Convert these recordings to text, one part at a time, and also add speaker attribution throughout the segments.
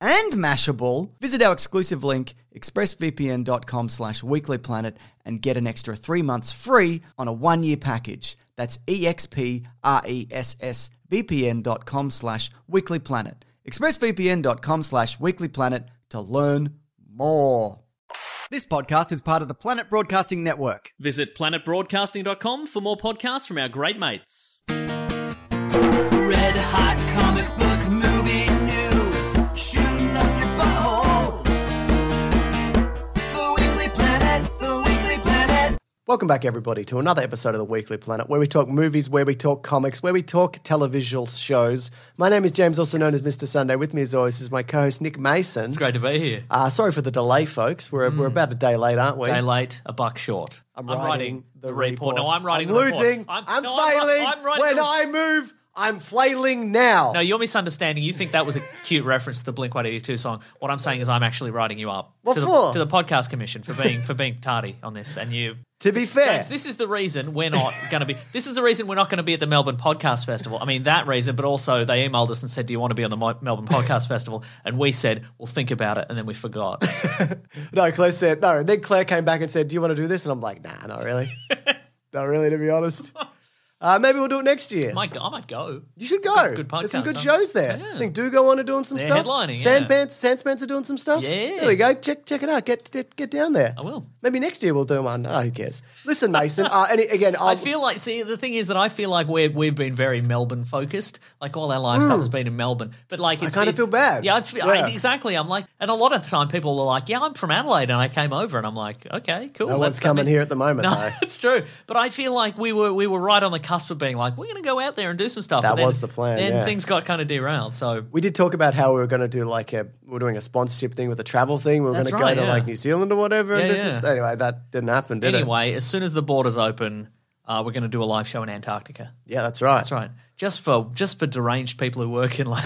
Speaker 1: and Mashable, visit our exclusive link, expressvpn.com slash weeklyplanet, and get an extra three months free on a one-year package. That's E expressvpn.com slash weeklyplanet. expressvpn.com slash weeklyplanet to learn more. This podcast is part of the Planet Broadcasting Network.
Speaker 2: Visit planetbroadcasting.com for more podcasts from our great mates.
Speaker 3: Red hot comic book movie news, shooting up your butthole. The Weekly Planet, the Weekly Planet.
Speaker 1: Welcome back, everybody, to another episode of the Weekly Planet, where we talk movies, where we talk comics, where we talk televisual shows. My name is James, also known as Mr. Sunday. With me, as always, is my co-host Nick Mason.
Speaker 4: It's great to be here.
Speaker 1: Uh, sorry for the delay, folks. We're, we're about a day late, aren't we?
Speaker 4: Day late, a buck short.
Speaker 1: I'm,
Speaker 4: writing, the report. No, I'm writing
Speaker 1: I'm
Speaker 4: the
Speaker 1: losing.
Speaker 4: report.
Speaker 1: I'm
Speaker 4: no,
Speaker 1: failing.
Speaker 4: I'm, writing
Speaker 1: when
Speaker 4: the-
Speaker 1: I move, I'm flailing now.
Speaker 4: No, you're misunderstanding. You think that was a cute reference to the Blink 182 song. What I'm saying is, I'm actually writing you up
Speaker 1: What
Speaker 4: to, the,
Speaker 1: for?
Speaker 4: to the podcast commission for being for being tardy on this. And you,
Speaker 1: to be fair,
Speaker 4: James, this is the reason we're not going to be. This is the reason we're not going to be at the Melbourne Podcast Festival. I mean, that reason, but also they emailed us and said, "Do you want to be on the Mo- Melbourne Podcast Festival?" And we said, "We'll think about it," and then we forgot.
Speaker 1: no, Claire said no. And then Claire came back and said, "Do you want to do this?" And I'm like, "Nah, not really. not really, to be honest. Uh, maybe we'll do it next year."
Speaker 4: I might, go- I might go.
Speaker 1: You should
Speaker 4: It's a
Speaker 1: go.
Speaker 4: Good, good podcast.
Speaker 1: There's some good
Speaker 4: huh?
Speaker 1: shows there.
Speaker 4: Yeah.
Speaker 1: I think Do Go On are doing some
Speaker 4: They're
Speaker 1: stuff.
Speaker 4: headlining, yeah.
Speaker 1: Sandpants, Sandspants are doing some stuff.
Speaker 4: Yeah.
Speaker 1: There we go. Check check it out. Get get, get down there.
Speaker 4: I will.
Speaker 1: Maybe next year we'll do one. Oh, who cares? Listen, Mason. uh, and again, I'll,
Speaker 4: I feel like see the thing is that I feel like we're we've been very Melbourne focused. Like all our life stuff has been in Melbourne, but like it's
Speaker 1: Hmm. kinda
Speaker 4: been-
Speaker 1: feel bad.
Speaker 4: Yeah, I feel, I-
Speaker 1: Yeah.
Speaker 4: exactly. I'm like, and a lot of time people are like, "Yeah, I'm from Adelaide, and I came over," and I'm like, "Okay, cool."
Speaker 1: no one's
Speaker 4: that's- I
Speaker 1: coming
Speaker 4: mean-
Speaker 1: here at the moment.
Speaker 4: No,
Speaker 1: though.
Speaker 4: it's true. But I feel like we were we were right on the cusp of being like, "We're going to go out there and do some stuff."
Speaker 1: That
Speaker 4: But then-
Speaker 1: was the plan,
Speaker 4: Then
Speaker 1: yeah.
Speaker 4: things got kind of derailed. So
Speaker 1: We did talk about how we were going to do like a we were doing a sponsorship thing with a travel thing. We were going
Speaker 4: That's
Speaker 1: to
Speaker 4: right,
Speaker 1: go to
Speaker 4: yeah.
Speaker 1: like New Zealand or whatever. and
Speaker 4: Yeah,
Speaker 1: this was-
Speaker 4: yeah.
Speaker 1: anyway, that didn't happen, did it?
Speaker 4: anyway, as soon as the borders open, uh, we're going to do a live show in Antarctica.
Speaker 1: Yeah, that's right.
Speaker 4: That's right. Just for just for deranged people who work in like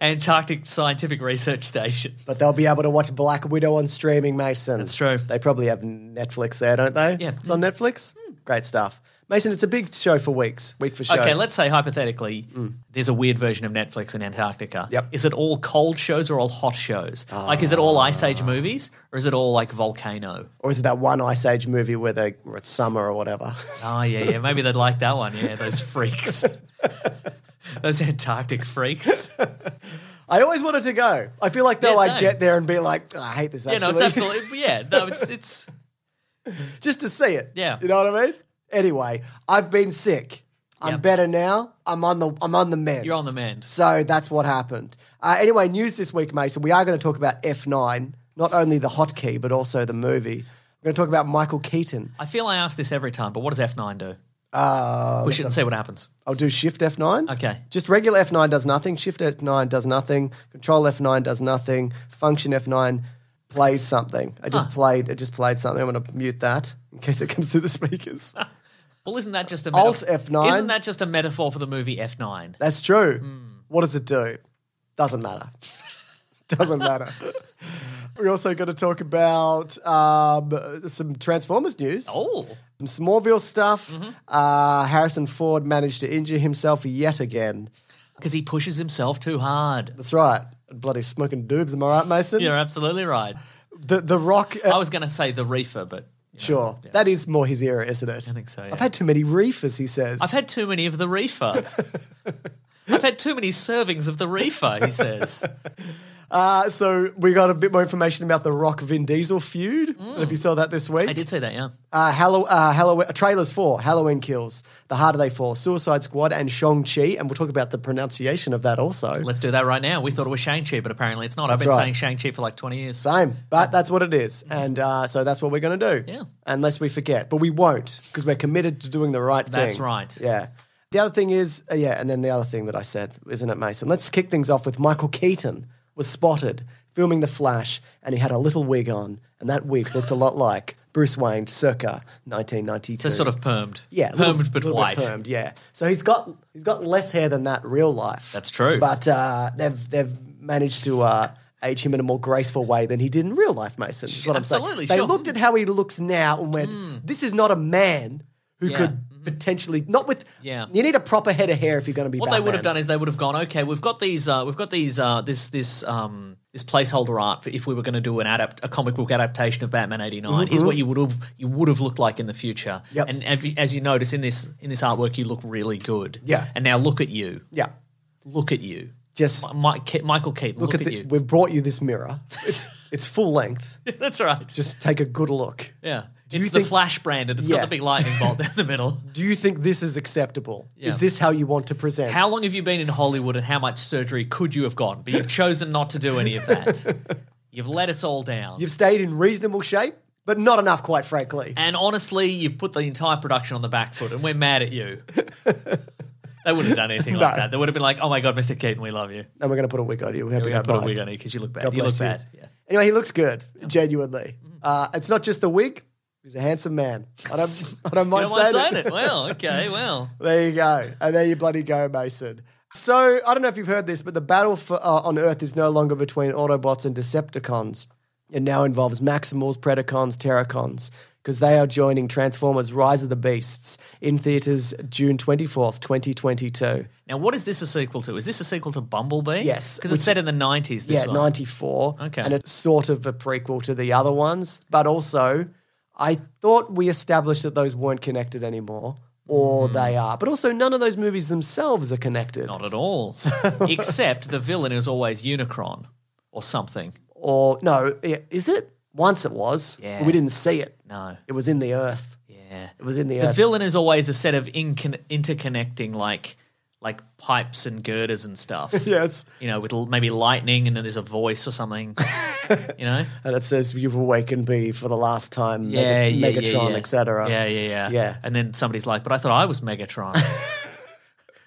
Speaker 4: Antarctic scientific research stations.
Speaker 1: But they'll be able to watch Black Widow on streaming, Mason.
Speaker 4: That's true.
Speaker 1: They probably have Netflix there, don't they?
Speaker 4: Yeah. Hmm.
Speaker 1: It's on Netflix? Great stuff. Mason, it's a big show for weeks, week for shows. Hmm.
Speaker 4: okay, let's say hypothetically, there's a weird version of Netflix in Antarctica.
Speaker 1: Yep.
Speaker 4: Is it all cold shows or all hot shows? like, is it all Ice Age
Speaker 1: Ah.
Speaker 4: movies or is it all like Volcano?
Speaker 1: Or is it that one Ice Age movie where they where it's summer or whatever?
Speaker 4: Oh yeah, yeah. Maybe they'd like that one. Yeah, those freaks, those Antarctic freaks.
Speaker 1: I always wanted to go. I feel like though
Speaker 4: Yeah,
Speaker 1: I'd
Speaker 4: same.
Speaker 1: get there and be like, "Oh, I hate this
Speaker 4: Yeah,
Speaker 1: actually.
Speaker 4: no, it's absolutely. Yeah, no, it's it's.
Speaker 1: Just to see it.
Speaker 4: Yeah.
Speaker 1: You know what I mean? Anyway, I've been sick. I'm
Speaker 4: Yep.
Speaker 1: better now. I'm on the I'm on the mend.
Speaker 4: You're on the mend.
Speaker 1: So that's what happened. Uh, anyway, news this week, Mason. We are going to talk about F9, not only the hotkey but also the movie. We're going to talk about Michael Keaton.
Speaker 4: I feel I ask this every time, but what does F nine do?
Speaker 1: Uh,
Speaker 4: Push it and see what happens.
Speaker 1: I'll do Shift F9.
Speaker 4: Okay.
Speaker 1: Just regular F9 does nothing. Shift F9 does nothing. Control F9 does nothing. Function F9
Speaker 5: plays something. I just played. It just played something. I'm going to mute that in case it comes through the speakers.
Speaker 4: Well, isn't that just a
Speaker 5: Alt
Speaker 4: metaphor?
Speaker 5: F9?
Speaker 4: Isn't that just a metaphor for the movie F9?
Speaker 5: That's true.
Speaker 4: Hmm.
Speaker 5: What does it do? Doesn't matter. Doesn't matter. We also got to talk about um, some Transformers news,
Speaker 4: Oh, Mm-hmm.
Speaker 5: some Smallville stuff. Uh, Harrison Ford managed to injure himself yet again.
Speaker 4: because he pushes himself too hard.
Speaker 5: That's right. Bloody smoking doobs, am I right, Mason?
Speaker 4: You're absolutely right.
Speaker 5: The The Rock. uh,
Speaker 4: I was going to say the reefer, but
Speaker 5: sure, that is more his era, isn't it? I
Speaker 4: think so, yeah.
Speaker 5: I've had too many reefers, he says.
Speaker 4: I've had too many of the reefer. I've had too many servings of the reefer, he says.
Speaker 5: Uh, so we got a bit more information about the Rock Vin Diesel feud. If you saw that this week,
Speaker 4: Mm. I did say that, yeah.
Speaker 5: Uh, Hallow- uh, Halloween trailers for Halloween Kills, The Harder They Fall, Suicide Squad, and Shang Chi, and we'll talk about the pronunciation of that also.
Speaker 4: Let's do that right now. We thought it was Shang-Chi, but apparently it's not. I've
Speaker 5: That's
Speaker 4: been
Speaker 5: right.
Speaker 4: saying Shang-Chi for like 20 years.
Speaker 5: Same, but that's what it is, and uh, so that's what we're going to do.
Speaker 4: Mm. Yeah.
Speaker 5: unless we forget, but we won't because we're committed to doing the right thing.
Speaker 4: That's right.
Speaker 5: Yeah. The other thing is, uh, yeah, and then the other thing that I said, isn't it, Mason? Let's kick things off with Michael Keaton was spotted filming The Flash, and he had a little wig on, and that wig looked a lot like Bruce Wayne circa 1992.
Speaker 4: So sort of permed.
Speaker 5: Yeah,
Speaker 4: Permed
Speaker 5: little-
Speaker 4: but
Speaker 5: little bit
Speaker 4: white.
Speaker 5: Permed, yeah. So he's got he's got less hair than that real life.
Speaker 4: That's true.
Speaker 5: But uh, they've they've managed to uh, age him in a more graceful way than he did in real life, Mason. Is what I'm
Speaker 4: absolutely,
Speaker 5: saying. They
Speaker 4: sure. Hmm.
Speaker 5: looked at how he looks now and went, "This is not a man who
Speaker 4: Yeah. Mm-hmm.
Speaker 5: could potentially not with."
Speaker 4: Yeah.
Speaker 5: You need a proper head of hair if you're going to be.
Speaker 4: What they would have done is they would have gone, okay, we've got these, uh, we've got these, uh, this, this, um, this placeholder art for if we were going to do an adapt, a comic book adaptation of Batman '89. Here's what you would have, you would have looked like in the future.
Speaker 5: Mm-hmm. Yep.
Speaker 4: And as you, as you notice in this, in this artwork, you look really good.
Speaker 5: Yeah.
Speaker 4: And now look at you.
Speaker 5: yeah,
Speaker 4: Look at you.
Speaker 5: just
Speaker 4: Mi- Mike, Ke- Michael Keaton. Look,
Speaker 5: look, at, the,
Speaker 4: you.
Speaker 5: We've brought you this mirror. It's, it's full length.
Speaker 4: That's right.
Speaker 5: Just take a good look.
Speaker 4: yeah.
Speaker 5: you
Speaker 4: It's the
Speaker 5: think-
Speaker 4: Flash branded. It's
Speaker 5: Yeah.
Speaker 4: got the big lightning bolt down the middle.
Speaker 5: Do you think this is acceptable?
Speaker 4: Yeah.
Speaker 5: Is this how you want to present?
Speaker 4: How long have you been in Hollywood and how much surgery could you have gotten? But you've chosen not to do any of that. You've let us all down.
Speaker 5: You've stayed in reasonable shape, but not enough, quite frankly.
Speaker 4: and honestly, you've put the entire production on the back foot and we're mad at you. they wouldn't have done anything like
Speaker 5: No.
Speaker 4: that. They would have been like, oh my God, Mr. Keaton, we love you.
Speaker 5: And we're going to put a wig on you. We hope
Speaker 4: We're
Speaker 5: you
Speaker 4: going
Speaker 5: don't
Speaker 4: to put a
Speaker 5: mind.
Speaker 4: wig on you because you look bad.
Speaker 5: God
Speaker 4: you look
Speaker 5: bless you.
Speaker 4: bad. Yeah. Mm-hmm.
Speaker 5: Anyway, he looks good, genuinely. Uh, it's not just the wig. He's a handsome man. I don't, I don't
Speaker 4: You
Speaker 5: mind
Speaker 4: don't mind
Speaker 5: saying
Speaker 4: saying it. Well, okay, well.
Speaker 5: There you go. And there you bloody go, Mason. So I don't know if you've heard this, but the battle for, uh, on Earth is no longer between Autobots and Decepticons. It now involves Maximals, Predacons, Terracons, because they are joining Transformers: Rise of the Beasts in theaters June twenty fourth, twenty twenty two.
Speaker 4: Now, what is this a sequel to? Is this a sequel to Bumblebee?
Speaker 5: Yes,
Speaker 4: Because it's
Speaker 5: which-
Speaker 4: set in the 90s, this
Speaker 5: Yeah,
Speaker 4: one.
Speaker 5: ninety four.
Speaker 4: Okay.
Speaker 5: and it's sort of a prequel to the other ones, but also I thought we established that those weren't connected anymore, or they are. But also, none of those movies themselves are connected.
Speaker 4: Hmm. Not at all. Except the villain is always Unicron or something.
Speaker 5: or no, i- is it? Once it was,
Speaker 4: Yeah.
Speaker 5: but we didn't see it.
Speaker 4: No.
Speaker 5: It was in the earth.
Speaker 4: Yeah.
Speaker 5: It was in the,
Speaker 4: The
Speaker 5: earth.
Speaker 4: villain is always a set of incon- interconnecting like like pipes and girders and stuff.
Speaker 5: yes,
Speaker 4: You know, with l- maybe lightning and then there's a voice or something. you know?
Speaker 5: and it says you've awakened me for the last time. Mega- Megatron,
Speaker 4: yeah.
Speaker 5: etc.
Speaker 4: Yeah, yeah, yeah.
Speaker 5: Yeah.
Speaker 4: And then somebody's like, but I thought I was Megatron.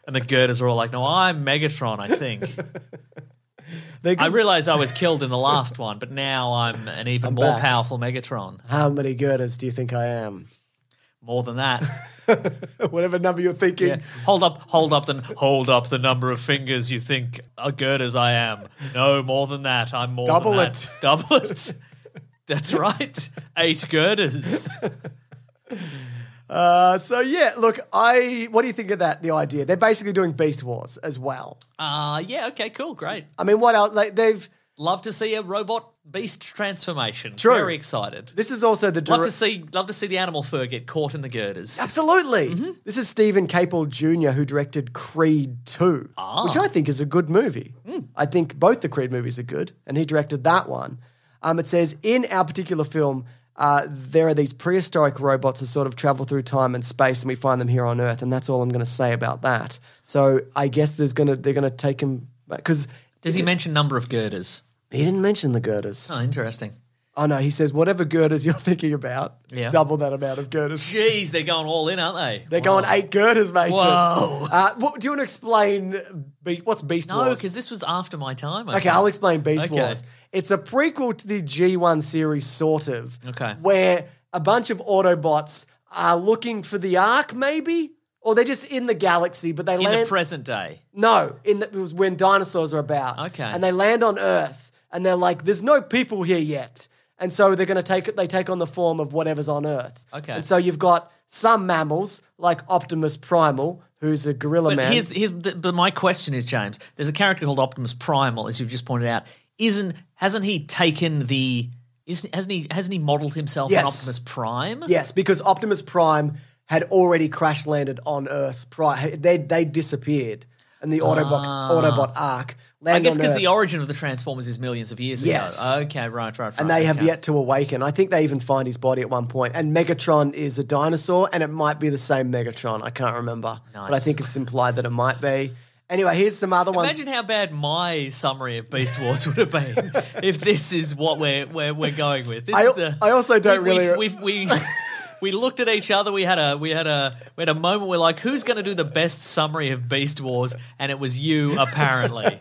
Speaker 4: and the girders are all like, no, I'm Megatron, I think.
Speaker 5: They're
Speaker 4: I
Speaker 5: good-
Speaker 4: realized I was killed in the last one, but now I'm an even more
Speaker 5: back.
Speaker 4: powerful Megatron.
Speaker 5: How many girders do you think I am?
Speaker 4: More than that.
Speaker 5: Whatever number you're thinking.
Speaker 4: Yeah. Hold up, hold up, then hold up the number of fingers you think a good as I am. No, more than that. I'm more
Speaker 5: Double
Speaker 4: than
Speaker 5: it.
Speaker 4: that. Double it. That's right. Eight girders.
Speaker 5: Uh, so yeah, look, I. What do you think of that? The idea they're basically doing Beast Wars as well.
Speaker 4: Uh yeah, okay, cool, great.
Speaker 5: I mean, what else? Like they've.
Speaker 4: Love to see a robot beast transformation.
Speaker 5: True.
Speaker 4: Very excited.
Speaker 5: This is also the.
Speaker 4: Love
Speaker 5: dire-
Speaker 4: to see love to see the animal fur get caught in the girders.
Speaker 5: Absolutely.
Speaker 4: Mm-hmm.
Speaker 5: This is Stephen Capel Jr., who directed Creed 2,
Speaker 4: Ah.
Speaker 5: which I think is a good movie.
Speaker 4: Mm.
Speaker 5: I think both the Creed movies are good, and he directed that one. Um, it says in our particular film, uh, there are these prehistoric robots that sort of travel through time and space, and we find them here on Earth, and that's all I'm going to say about that. So I guess there's gonna they're going to take him because
Speaker 4: Does he mention number of girders?
Speaker 5: he didn't mention the girders.
Speaker 4: Oh, interesting.
Speaker 5: Oh no, he says whatever girders you're thinking about,
Speaker 4: Yeah.
Speaker 5: double that amount of girders.
Speaker 4: Jeez, they're going all in, aren't they?
Speaker 5: They're going eight girders, Mason.
Speaker 4: Whoa.
Speaker 5: Uh, what, do you want to explain be- what's Beast
Speaker 4: No,
Speaker 5: Wars?
Speaker 4: because this was after my time. I
Speaker 5: Okay,
Speaker 4: think.
Speaker 5: I'll explain Beast
Speaker 4: Okay.
Speaker 5: Wars. It's a prequel to the G1 series, sort of.
Speaker 4: Okay.
Speaker 5: Where a bunch of Autobots are looking for the Ark, maybe? Or they're just in the galaxy, but they
Speaker 4: in
Speaker 5: land.
Speaker 4: the present day.
Speaker 5: no, in the, it was when dinosaurs are about.
Speaker 4: Okay.
Speaker 5: And they land on Earth, and they're like, there's no people here yet. And so they're going to take it, they take on the form of whatever's on Earth.
Speaker 4: Okay.
Speaker 5: And so you've got some mammals, like Optimus Primal, who's a gorilla
Speaker 4: But
Speaker 5: man.
Speaker 4: here's here's the, but my question is, James. There's a character called Optimus Primal, as you've just pointed out. Isn't hasn't he taken the? Isn't, hasn't he hasn't he modelled himself
Speaker 5: Yes.
Speaker 4: on Optimus Prime?
Speaker 5: Yes, because Optimus Prime had already crash landed on Earth. Prior, they they disappeared, and the Autobot Autobot Ark
Speaker 4: Ah. I
Speaker 5: landed
Speaker 4: guess
Speaker 5: on
Speaker 4: because
Speaker 5: Earth,
Speaker 4: the origin of the Transformers is millions of years
Speaker 5: Yes.
Speaker 4: ago. Okay, right, right, right.
Speaker 5: and they have
Speaker 4: Oh, okay.
Speaker 5: yet to awaken. I think they even find his body at one point. And Megatron is a dinosaur, and it might be the same Megatron. I can't remember, but I
Speaker 4: Nice.
Speaker 5: think it's implied that it might be. Anyway, here's some other ones.
Speaker 4: Imagine how bad my summary of Beast Wars would have been if this is what we're we're, we're going with. This
Speaker 5: I-
Speaker 4: is the,
Speaker 5: I also don't
Speaker 4: we, we-
Speaker 5: really-
Speaker 4: we, we, we looked at each other. We had a we had a we had a moment where like who's going to do the best summary of Beast Wars, and it was you apparently.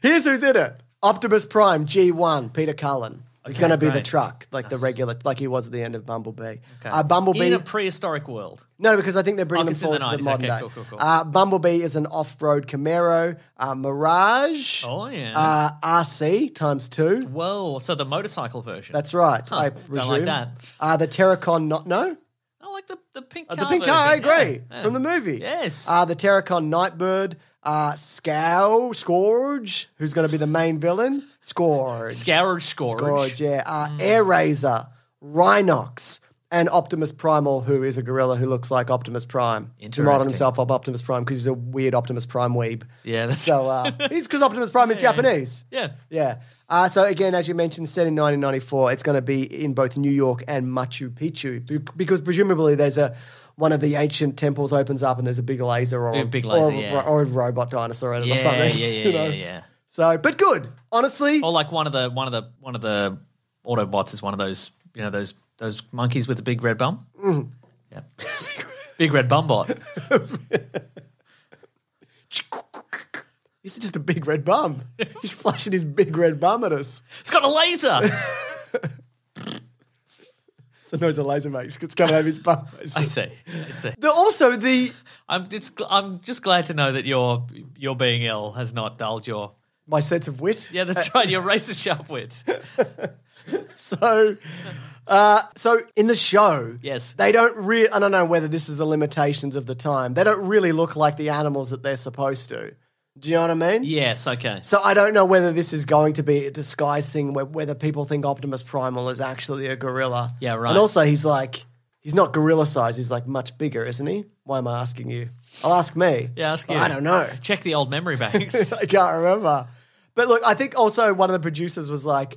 Speaker 5: Here's who's in it. Optimus Prime G1, Peter Cullen. He's
Speaker 4: Okay,
Speaker 5: going to be the
Speaker 4: great.
Speaker 5: truck, like the regular, like he was at the end of Bumblebee.
Speaker 4: Okay.
Speaker 5: Uh, Bumblebee
Speaker 4: in a prehistoric world.
Speaker 5: No, because I think they're
Speaker 4: Oh,
Speaker 5: bringing them
Speaker 4: 'cause
Speaker 5: forward
Speaker 4: it's in
Speaker 5: to
Speaker 4: the
Speaker 5: the
Speaker 4: 90s.
Speaker 5: modern
Speaker 4: Okay,
Speaker 5: day.
Speaker 4: cool, cool, cool.
Speaker 5: Uh, Bumblebee is an off-road Camaro. Uh, Mirage.
Speaker 4: Oh yeah.
Speaker 5: Uh, RC times two.
Speaker 4: Whoa! So the motorcycle version.
Speaker 5: That's right.
Speaker 4: Huh,
Speaker 5: I
Speaker 4: don't
Speaker 5: presume.
Speaker 4: like that.
Speaker 5: Uh, the Terracon. Not no.
Speaker 4: I like the the pink
Speaker 5: Uh,
Speaker 4: car.
Speaker 5: the pink
Speaker 4: version.
Speaker 5: car. I
Speaker 4: Yeah,
Speaker 5: agree
Speaker 4: yeah.
Speaker 5: from the movie.
Speaker 4: Yes.
Speaker 5: Uh, the Terracon Nightbird. Uh, Scow Scourge, who's going to be the main villain. Scourge.
Speaker 4: Scourge Hmm. Scourge.
Speaker 5: Scourge, yeah. Uh, Air Razor, Rhinox, and Optimus Primal, who is a gorilla who looks like Optimus Prime. He modeled
Speaker 4: Interesting.
Speaker 5: himself up Optimus Prime because he's a weird Optimus Prime weeb.
Speaker 4: Yeah, that's
Speaker 5: So uh, he's because Optimus Prime is Japanese.
Speaker 4: yeah.
Speaker 5: Yeah. Uh, so again, as you mentioned, set in 1994, it's going to be in both New York and Machu Picchu be- because presumably there's a one of the ancient temples opens up and there's a big laser or
Speaker 4: Big- big
Speaker 5: or
Speaker 4: laser,
Speaker 5: a-
Speaker 4: yeah.
Speaker 5: or a robot dinosaur in it
Speaker 4: Yeah,
Speaker 5: or something.
Speaker 4: yeah, yeah, yeah,
Speaker 5: you know?
Speaker 4: yeah. Oh.
Speaker 5: So, but good, honestly.
Speaker 4: Or like one of the one of the one of the Autobots is one of those you know those those monkeys with the big red bum.
Speaker 5: Mm-hmm.
Speaker 4: Yeah, big red bum bot.
Speaker 5: He's just a big red bum. He's flashing his big red bum at us.
Speaker 4: It's got a laser.
Speaker 5: It's the noise a laser makes. It's coming out of his bum.
Speaker 4: I see. I see.
Speaker 5: The- also, the
Speaker 4: I'm just gl- I'm just glad to know that your your being ill has not dulled your.
Speaker 5: my sense of wit.
Speaker 4: Yeah, that's right. Your razor sharp wit.
Speaker 5: So, uh, so in the show,
Speaker 4: Yes.
Speaker 5: they don't really. I don't know whether this is the limitations of the time. They don't really look like the animals that they're supposed to. Do you know what I mean?
Speaker 4: Yes. Okay.
Speaker 5: So I don't know whether this is going to be a disguise thing, where, whether people think Optimus Primal is actually a gorilla.
Speaker 4: Yeah, right.
Speaker 5: And also, he's like, he's not gorilla size. He's like much bigger, isn't he? Why am I asking you? I'll ask me.
Speaker 4: Yeah. Ask
Speaker 5: But
Speaker 4: you.
Speaker 5: I don't know.
Speaker 4: Check the old memory banks.
Speaker 5: I can't remember. But look, I think also one of the producers was like,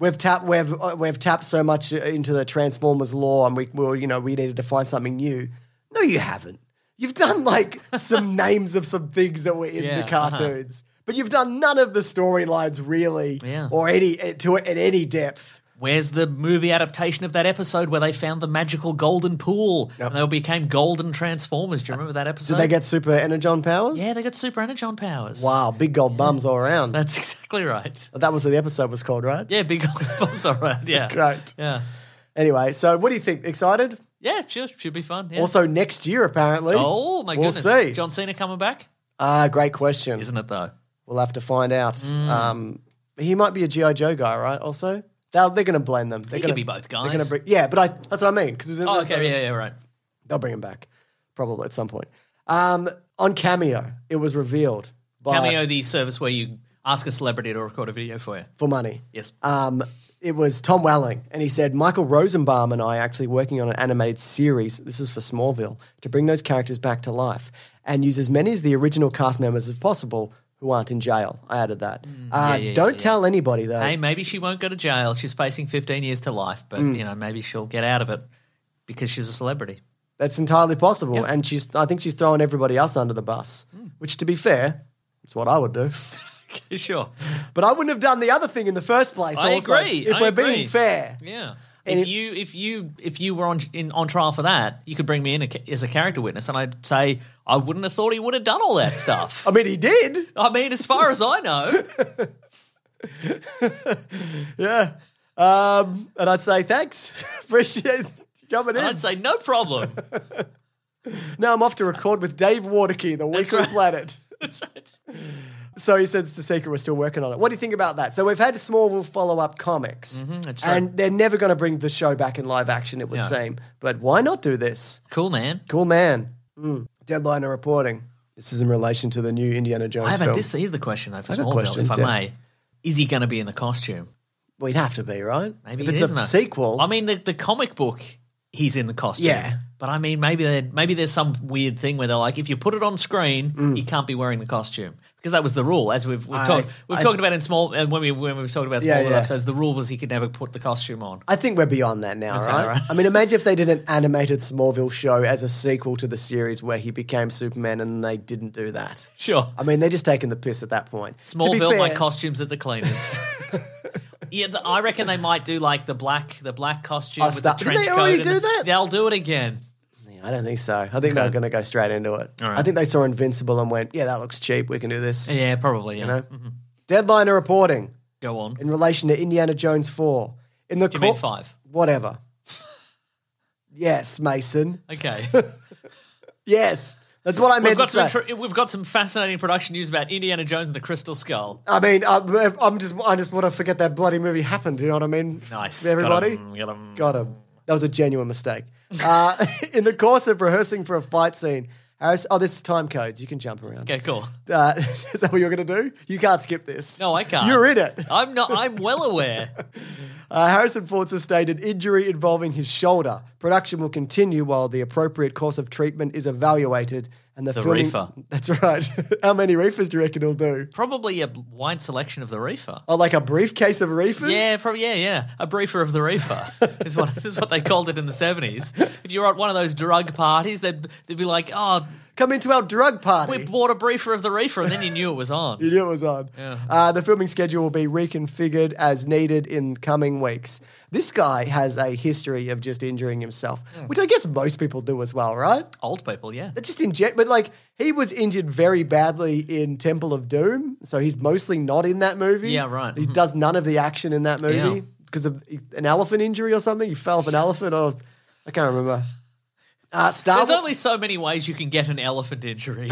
Speaker 5: "We've tapped, we've uh, we've tapped so much into the Transformers lore, and we, we you know we needed to find something new." No, you haven't. You've done like some names of some things that were in
Speaker 4: Yeah,
Speaker 5: the
Speaker 4: uh-huh.
Speaker 5: cartoons, but you've done none of the storylines really,
Speaker 4: Yeah.
Speaker 5: or any eh, to at any depth.
Speaker 4: Where's the movie adaptation of that episode where they found the magical golden pool and they all became golden transformers? Do you remember that episode?
Speaker 5: Did they get super energon powers?
Speaker 4: Yeah, they got super energon powers.
Speaker 5: Wow, big gold bums all around.
Speaker 4: That's exactly right.
Speaker 5: that was what the episode was called, right?
Speaker 4: Yeah, big old bumps, all right. Yeah.
Speaker 5: Great.
Speaker 4: Yeah.
Speaker 5: Anyway, so what do you think? Excited?
Speaker 4: Yeah, sure. Should be fun. Yeah.
Speaker 5: Also next year, apparently.
Speaker 4: oh, my
Speaker 5: we'll
Speaker 4: goodness.
Speaker 5: see.
Speaker 4: John Cena coming back?
Speaker 5: Ah, great question.
Speaker 4: Isn't Mm. it, though?
Speaker 5: We'll have to find out. Um, he might be a GI Joe guy, right? Also, They'll, they're going to blame them. They're
Speaker 4: He
Speaker 5: gonna,
Speaker 4: could be both
Speaker 5: They're going
Speaker 4: guys.
Speaker 5: to bring, yeah, but I, that's what I mean. Because
Speaker 4: oh, okay. Yeah, yeah, right.
Speaker 5: they'll bring him back probably at some point. Um, on cameo, it was revealed by,
Speaker 4: Cameo, the service where you ask a celebrity to record a video for you.
Speaker 5: for money.
Speaker 4: Yes.
Speaker 5: Um, it was Tom Welling, and he said Michael Rosenbaum and I are actually working on an animated series. This is for Smallville to bring those characters back to life and use as many as the original cast members as possible who aren't in jail. I added that. uh,
Speaker 4: Mm, yeah,
Speaker 5: don't tell anybody though.
Speaker 4: hey, maybe she won't go to jail. She's facing 15 years to life, but,
Speaker 5: Mm.
Speaker 4: you know, maybe she'll get out of it because she's a celebrity.
Speaker 5: That's entirely possible.
Speaker 4: Mm.
Speaker 5: And she's I think she's throwing everybody else under the bus, which to be fair, it's what I would do.
Speaker 4: sure.
Speaker 5: But I wouldn't have done the other thing in the first place.
Speaker 4: I
Speaker 5: also,
Speaker 4: agree,
Speaker 5: If
Speaker 4: I
Speaker 5: we're
Speaker 4: agree.
Speaker 5: being fair.
Speaker 4: Yeah.
Speaker 5: And
Speaker 4: If
Speaker 5: it-
Speaker 4: you if you if you were on in on trial for that, you could bring me in a, ca- as a character witness, and I'd say I wouldn't have thought he would have done all that stuff.
Speaker 5: I mean, he did.
Speaker 4: I mean, as far as I know,
Speaker 5: Yeah. Um, and I'd say thanks. Appreciate you coming in.
Speaker 4: I'd say no problem.
Speaker 5: now I'm off to record with Dave Waterkey, the Weekly
Speaker 4: right.
Speaker 5: Planet.
Speaker 4: That's right.
Speaker 5: So he says to Secret, we're still working on it. What do you think about that? So we've had Smallville follow up comics,
Speaker 4: Mm-hmm, that's right.
Speaker 5: and they're never going to bring the show back in live action, it would
Speaker 4: Yeah.
Speaker 5: seem. But why not do this?
Speaker 4: Cool, man.
Speaker 5: Cool man. Mm. Deadline are reporting. This is in relation to the new Indiana Jones
Speaker 4: I haven't.
Speaker 5: film.
Speaker 4: This here's the question though for
Speaker 5: I've got
Speaker 4: Smallville, if
Speaker 5: questions,
Speaker 4: I
Speaker 5: yeah.
Speaker 4: may. Is he going to be in the costume?
Speaker 5: We'd have to be right.
Speaker 4: Maybe
Speaker 5: if
Speaker 4: it
Speaker 5: it's
Speaker 4: is,
Speaker 5: a
Speaker 4: no.
Speaker 5: sequel.
Speaker 4: I mean, the, the comic book, he's in the costume.
Speaker 5: Yeah.
Speaker 4: But I mean, maybe there maybe there's some weird thing where they're like, if you put it on screen, you can't be wearing the costume because that was the rule. As we've, we've
Speaker 5: Mm. I-
Speaker 4: talked, we've
Speaker 5: I-
Speaker 4: talked about in small uh, when we when we've talked about small
Speaker 5: Yeah,
Speaker 4: little
Speaker 5: yeah.
Speaker 4: episodes, the rule was he could never put the costume on.
Speaker 5: I think we're beyond that now, right?
Speaker 4: all right.
Speaker 5: I mean, imagine if they did an animated Smallville show as a sequel to the series where he became Superman, and they didn't do that.
Speaker 4: Sure.
Speaker 5: I mean, they're just taking the piss at that point. To be
Speaker 4: Smallville, my
Speaker 5: fair-
Speaker 4: costumes at the cleaners. yeah, the, I reckon they might do like the black the black costume
Speaker 5: Oh,
Speaker 4: with
Speaker 5: stop.
Speaker 4: the
Speaker 5: Did
Speaker 4: trench
Speaker 5: they
Speaker 4: coat.
Speaker 5: already
Speaker 4: and
Speaker 5: do
Speaker 4: the-
Speaker 5: that?
Speaker 4: They'll do it again.
Speaker 5: I don't think so. I think they're going to go straight into it.
Speaker 4: All right.
Speaker 5: I think they saw Invincible and went, yeah, that looks cheap. We can do this.
Speaker 4: Yeah, probably. Yeah.
Speaker 5: know? Deadline are reporting
Speaker 4: Go on.
Speaker 5: in relation to Indiana Jones 4. In the
Speaker 4: Do you
Speaker 5: cor-
Speaker 4: mean five?
Speaker 5: Whatever. yes, Mason.
Speaker 4: Okay.
Speaker 5: Yes. That's what I meant
Speaker 4: We've got,
Speaker 5: to
Speaker 4: some
Speaker 5: say.
Speaker 4: intro- we've got some fascinating production news about Indiana Jones and the Crystal Skull.
Speaker 5: I mean, I'm, I'm just, I just want to forget that bloody movie happened. You know what I mean?
Speaker 4: Nice.
Speaker 5: Everybody?
Speaker 4: Got 'em, got 'em.
Speaker 5: Got him. That was a genuine mistake. Uh, in the course of rehearsing for a fight scene, Harris, oh, this is time codes. You can jump around.
Speaker 4: Okay, cool.
Speaker 5: Uh, is that what you're going to do? You can't skip this.
Speaker 4: No, I can't. Oh.
Speaker 5: You're in it.
Speaker 4: I'm not. I'm well aware.
Speaker 5: Uh, Harrison Ford sustained an injury involving his shoulder. Production will continue while the appropriate course of treatment is evaluated and the,
Speaker 4: The
Speaker 5: filming-
Speaker 4: reefer.
Speaker 5: That's right. How many reefers do you reckon he'll do?
Speaker 4: Probably a wide selection of the reefer.
Speaker 5: Oh, like a briefcase of reefers?
Speaker 4: Yeah, probably. Yeah, yeah. A briefer of the reefer is what is what they called it in the seventies. If you were at one of those drug parties, they'd they'd be like, "Oh,
Speaker 5: Come into our drug party.
Speaker 4: we bought a briefer of the reefer," and then you knew it was
Speaker 5: You
Speaker 4: on.
Speaker 5: knew it was on. Uh, the filming schedule will be reconfigured as needed in coming weeks. This guy has a history of just injuring himself,
Speaker 4: Hmm.
Speaker 5: which I guess most people do as well, right?
Speaker 4: Old people, yeah.
Speaker 5: Just in jet, but like he was injured very badly in Temple of Doom, so he's mostly not in that movie.
Speaker 4: Yeah, right. Mm-hmm.
Speaker 5: He does none of the action in that
Speaker 4: Yeah.
Speaker 5: movie because of e, an elephant injury or something. He fell off an elephant, or I can't remember. Uh, Star
Speaker 4: There's
Speaker 5: Wa-
Speaker 4: only so many ways you can get an elephant injury.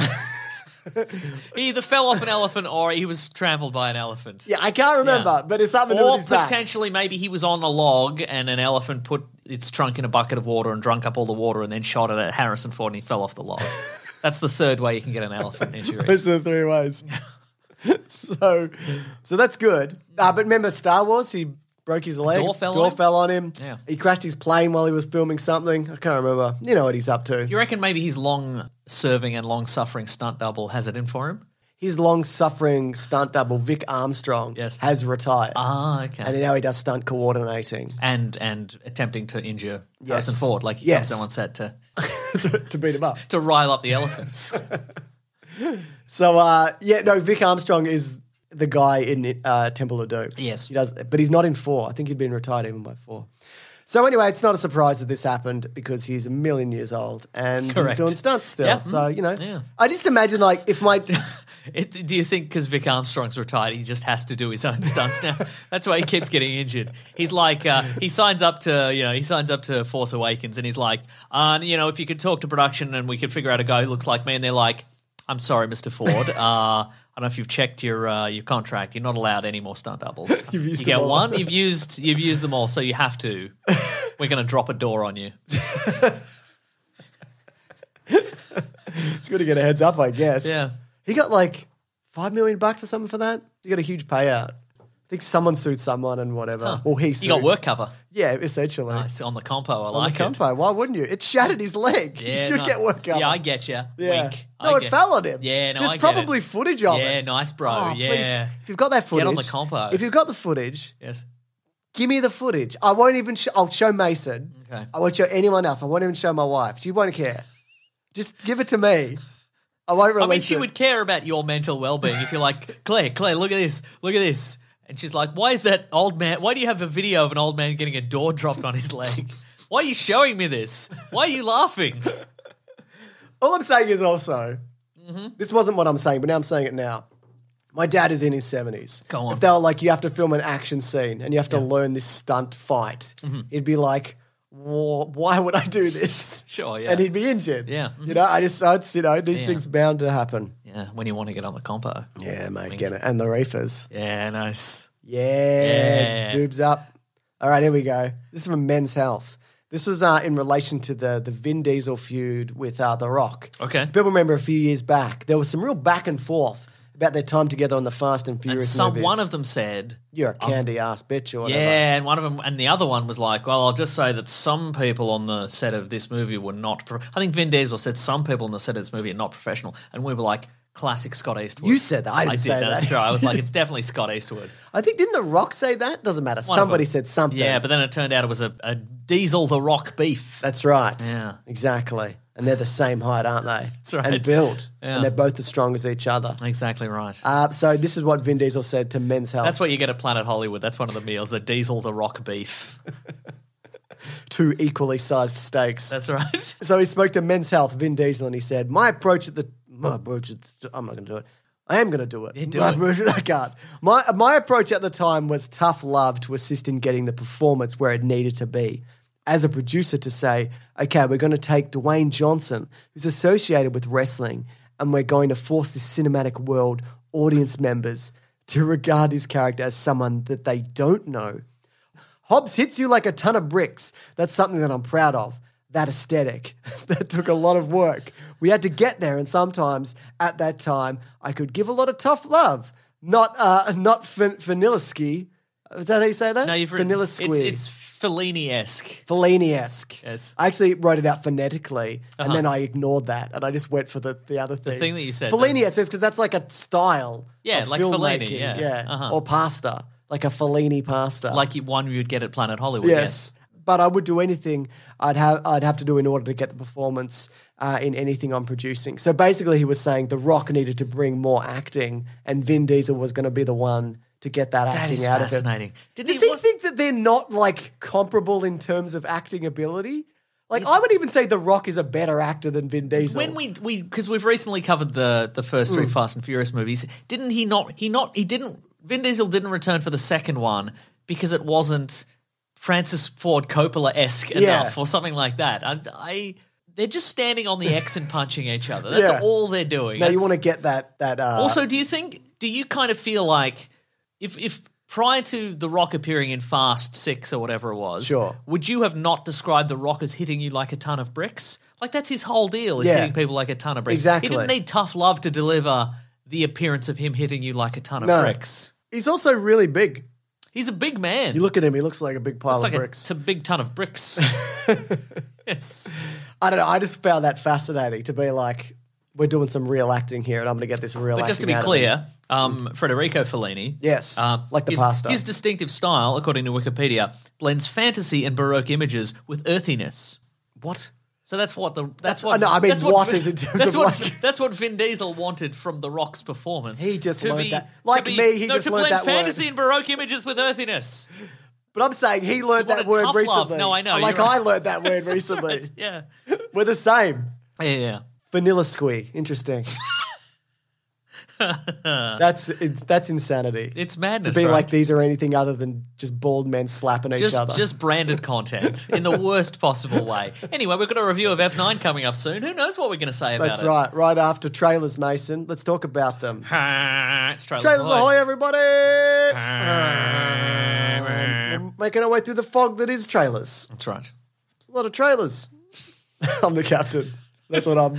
Speaker 4: he either fell off an elephant or he was trampled by an elephant.
Speaker 5: yeah, I can't remember,
Speaker 4: Yeah.
Speaker 5: but it's something to do
Speaker 4: Or
Speaker 5: with his back.
Speaker 4: potentially, maybe he was on a log and an elephant put its trunk in a bucket of water and drunk up all the water and then shot it at Harrison Ford and he fell off the log. That's the third way you can get an elephant injury.
Speaker 5: Those are the three ways. so, so that's good. Uh, but remember, Star Wars, he broke his leg.
Speaker 4: door fell on him?
Speaker 5: on him.
Speaker 4: Yeah.
Speaker 5: He crashed his plane while he was filming something. I can't remember. You know what he's up to.
Speaker 4: You reckon maybe his long serving and long suffering stunt double has it in for him?
Speaker 5: His long suffering stunt double, Vic Armstrong,
Speaker 4: Yes.
Speaker 5: has retired.
Speaker 4: Ah,
Speaker 5: And
Speaker 4: okay.
Speaker 5: now he does stunt coordinating
Speaker 4: And and attempting to injure Harrison
Speaker 5: Yes.
Speaker 4: Ford, like he
Speaker 5: Yes.
Speaker 4: someone said to
Speaker 5: to, to beat him up.
Speaker 4: to rile up the elephants.
Speaker 5: So, uh, yeah, no, Vic Armstrong is the guy in uh, Temple of Doom.
Speaker 4: Yes.
Speaker 5: He does, but he's not in four. I think he'd been retired even by four. So anyway, it's not a surprise that this happened because he's a million years old and
Speaker 4: Correct.
Speaker 5: he's doing stunts still.
Speaker 4: Yeah.
Speaker 5: So you know,
Speaker 4: Yeah.
Speaker 5: I just imagine like if my
Speaker 4: It, do you think because Vic Armstrong's retired, he just has to do his own stunts now? That's why he keeps getting injured. He's like, uh, he signs up to, you know, he signs up to Force Awakens, and he's like, uh, you know, if you could talk to production and we could figure out a guy who looks like me, and they're like, I'm sorry, Mister Ford. Uh, I don't know if you've checked your uh, your contract. You're not allowed any more stunt doubles.
Speaker 5: You've used
Speaker 4: you get
Speaker 5: them all.
Speaker 4: one. You've used you've used them all, so you have to. We're going to drop a door on you.
Speaker 5: it's good to get a heads up, I guess.
Speaker 4: Yeah.
Speaker 5: he got like five million bucks or something for that. He got a huge payout. I think someone sued someone and whatever. Or he sued.
Speaker 4: You got work cover.
Speaker 5: Yeah, essentially.
Speaker 4: Nice on the compo. I
Speaker 5: On
Speaker 4: like
Speaker 5: the
Speaker 4: it.
Speaker 5: compo, why wouldn't you? It shattered his leg. you should
Speaker 4: no-
Speaker 5: get work up.
Speaker 4: Yeah, I get you.
Speaker 5: Yeah.
Speaker 4: Wink.
Speaker 5: No,
Speaker 4: I
Speaker 5: it
Speaker 4: get-
Speaker 5: fell on him.
Speaker 4: Yeah, no,
Speaker 5: There's
Speaker 4: I get
Speaker 5: probably
Speaker 4: it.
Speaker 5: footage of
Speaker 4: Yeah,
Speaker 5: it.
Speaker 4: nice, bro.
Speaker 5: Oh, please.
Speaker 4: yeah.
Speaker 5: If you've got that footage,
Speaker 4: Get on the compo.
Speaker 5: If you've got the footage,
Speaker 4: Yes.
Speaker 5: give me the footage. I won't even. Sh- I'll show Mason.
Speaker 4: Okay.
Speaker 5: I won't show anyone else. I won't even show my wife. She won't care. Just give it to me. I won't
Speaker 4: I
Speaker 5: release
Speaker 4: mean, she
Speaker 5: it.
Speaker 4: would care about your mental well being if you're like, Claire, Claire, look at this, look at this. And she's like, why is that old man? Why do you have a video of an old man getting a door dropped on his leg? Why are you showing me this? Why are you laughing?
Speaker 5: All I'm saying is also,
Speaker 4: Mm-hmm.
Speaker 5: this wasn't what I'm saying, but now I'm saying it now. My dad is in his 70s.
Speaker 4: Go on.
Speaker 5: If they were like, you have to film an action scene and you have to learn this stunt fight,
Speaker 4: Mm-hmm.
Speaker 5: he'd be like, "Wha- why would I do this?
Speaker 4: Sure, yeah.
Speaker 5: And he'd be injured.
Speaker 4: Yeah. mm-hmm.
Speaker 5: You know, I just, it's, you know, these things bound to happen.
Speaker 4: Yeah, when you want to get on the compo.
Speaker 5: Yeah, mate, get it. And the reefers.
Speaker 4: Yeah, nice.
Speaker 5: Yeah,
Speaker 4: Yeah.
Speaker 5: Doobs up. All right, here we go. This is from Men's Health. This was uh, in relation to the, the Vin Diesel feud with uh, The Rock.
Speaker 4: Okay.
Speaker 5: People remember a few years back, there was some real back and forth about their time together on the Fast and
Speaker 4: And
Speaker 5: Furious
Speaker 4: some
Speaker 5: movies.
Speaker 4: one of them said,
Speaker 5: You're a candy ass bitch or whatever.
Speaker 4: Yeah, and one of them, and the other one was like, "Well, I'll just say that some people on the set of this movie were not." Pro- I think Vin Diesel said some people on the set of this movie are not professional, and we were like, "Classic Scott Eastwood."
Speaker 5: You said that. I didn't
Speaker 4: did
Speaker 5: say that.
Speaker 4: That's right. I was like, "It's definitely Scott Eastwood."
Speaker 5: I think, didn't The Rock say that? Doesn't matter.
Speaker 4: One of
Speaker 5: Somebody
Speaker 4: them.
Speaker 5: said something.
Speaker 4: Yeah, but then it turned out it was a, a Diesel the Rock beef.
Speaker 5: That's right.
Speaker 4: Yeah.
Speaker 5: Exactly. And they're the same height, aren't they? That's
Speaker 4: right.
Speaker 5: And built.
Speaker 4: Yeah.
Speaker 5: And they're both as strong as each other.
Speaker 4: exactly right.
Speaker 5: Uh, so this is what Vin Diesel said to Men's Health.
Speaker 4: that's what you get at Planet Hollywood. That's one of the meals, the Diesel the Rock beef.
Speaker 5: two equally sized steaks.
Speaker 4: That's right.
Speaker 5: so he spoke to Men's Health, Vin Diesel, and he said, "My approach at the my approach at the, I'm not going to do it. I am going to do it.
Speaker 4: do
Speaker 5: my
Speaker 4: it.
Speaker 5: approach- I can't. My my approach at the time was tough love to assist in getting the performance where it needed to be." As a producer, to say, okay, we're going to take Dwayne Johnson, who's associated with wrestling, and we're going to force this cinematic world audience members to regard his character as someone that they don't know. Hobbs hits you like a ton of bricks. That's something that I'm proud of. That aesthetic. that took a lot of work. We had to get there, and sometimes at that time, I could give a lot of tough love. Not uh, not fin- Vanilliski. Is that how you say that?
Speaker 4: No, you've written it's,
Speaker 5: Vanilliski.
Speaker 4: it's Fellini esque.
Speaker 5: Fellini-esque.
Speaker 4: Yes. Uh-huh.
Speaker 5: I actually wrote it out phonetically, and then I ignored that, and I just went for the, the other thing.
Speaker 4: thing that you said,
Speaker 5: Fellini-esque, because that's like a style.
Speaker 4: Yeah,
Speaker 5: of
Speaker 4: like Fellini,
Speaker 5: filmmaking,
Speaker 4: yeah. Uh-huh.
Speaker 5: Or pasta, like a Fellini pasta.
Speaker 4: Like you- one you'd get at Planet Hollywood. yes.
Speaker 5: But I would do anything I'd have I'd have to do in order to get the performance uh, in anything I'm producing. So basically, he was saying The Rock needed to bring more acting, and Vin Diesel was going to be the one to get that,
Speaker 4: That
Speaker 5: acting
Speaker 4: is
Speaker 5: out
Speaker 4: fascinating.
Speaker 5: of it.
Speaker 4: Did
Speaker 5: Does
Speaker 4: he
Speaker 5: he,
Speaker 4: wa-
Speaker 5: think that they're not like comparable in terms of acting ability? Like I would even say The Rock is a better actor than Vin Diesel.
Speaker 4: When we we because we've recently covered the the first
Speaker 5: Mm.
Speaker 4: three Fast and Furious movies, didn't he not he not he didn't Vin Diesel didn't return for the second one because it wasn't Francis Ford Coppola esque
Speaker 5: Yeah.
Speaker 4: enough or something like that. I, I they're just standing on the X and punching each other. That's
Speaker 5: Yeah.
Speaker 4: all they're doing.
Speaker 5: now you
Speaker 4: That's-
Speaker 5: want to get that that uh,
Speaker 4: also, do you think? Do you kind of feel like if if prior to The Rock appearing in Fast Six or whatever it was,
Speaker 5: Sure.
Speaker 4: would you have not described The Rock as hitting you like a ton of bricks? Like that's his whole deal is
Speaker 5: Yeah.
Speaker 4: hitting people like a ton of bricks.
Speaker 5: Exactly.
Speaker 4: He didn't need tough love to deliver the appearance of him hitting you like a ton of
Speaker 5: No.
Speaker 4: bricks.
Speaker 5: he's also really big.
Speaker 4: He's a big man.
Speaker 5: You look at him; he looks like a big pile
Speaker 4: it's
Speaker 5: of
Speaker 4: like
Speaker 5: bricks.
Speaker 4: a t- big ton of bricks. yes.
Speaker 5: I don't know. I just found that fascinating to be like, we're doing some real acting here, and I'm going to get this real.
Speaker 4: But just to
Speaker 5: acting
Speaker 4: be
Speaker 5: out of it.
Speaker 4: clear, um, Federico Fellini,
Speaker 5: Yes, like
Speaker 4: Uh,
Speaker 5: the
Speaker 4: his,
Speaker 5: pasta.
Speaker 4: His distinctive style, according to Wikipedia, blends fantasy and baroque images with earthiness.
Speaker 5: what?
Speaker 4: So that's what the that's,
Speaker 5: That's- uh,
Speaker 4: what
Speaker 5: no, I mean,
Speaker 4: that's what,
Speaker 5: what is in terms
Speaker 4: that's
Speaker 5: of
Speaker 4: what
Speaker 5: like-
Speaker 4: that's what Vin Diesel wanted from The Rock's performance.
Speaker 5: He just
Speaker 4: to
Speaker 5: learned
Speaker 4: be-
Speaker 5: that.
Speaker 4: to
Speaker 5: Like
Speaker 4: be-
Speaker 5: me, he
Speaker 4: no,
Speaker 5: just
Speaker 4: to
Speaker 5: learned
Speaker 4: blend
Speaker 5: that word.
Speaker 4: fantasy and baroque images with earthiness.
Speaker 5: But I'm saying he learned
Speaker 4: He wanted
Speaker 5: that word
Speaker 4: tough
Speaker 5: recently.
Speaker 4: love. No, I know,
Speaker 5: I'm Like
Speaker 4: you're right.
Speaker 5: I learned that word recently.
Speaker 4: Right, yeah,
Speaker 5: We're the same.
Speaker 4: yeah, yeah.
Speaker 5: Vanilla squee. Interesting. that's it's, that's insanity.
Speaker 4: It's
Speaker 5: to
Speaker 4: madness.
Speaker 5: be
Speaker 4: right?
Speaker 5: like these or anything other than just bald men slapping each
Speaker 4: just,
Speaker 5: other.
Speaker 4: Just branded content in the worst possible way. Anyway, we've got a review of F9 coming up soon. Who knows what we're going to say about
Speaker 5: that's
Speaker 4: it?
Speaker 5: right. Right after trailers, Mason. Let's talk about them.
Speaker 4: That's right.
Speaker 5: Trailers ahoy, everybody! We're Um, making our way through the fog that is trailers.
Speaker 4: That's right.
Speaker 5: It's a lot of trailers. I'm the captain. That's what I'm.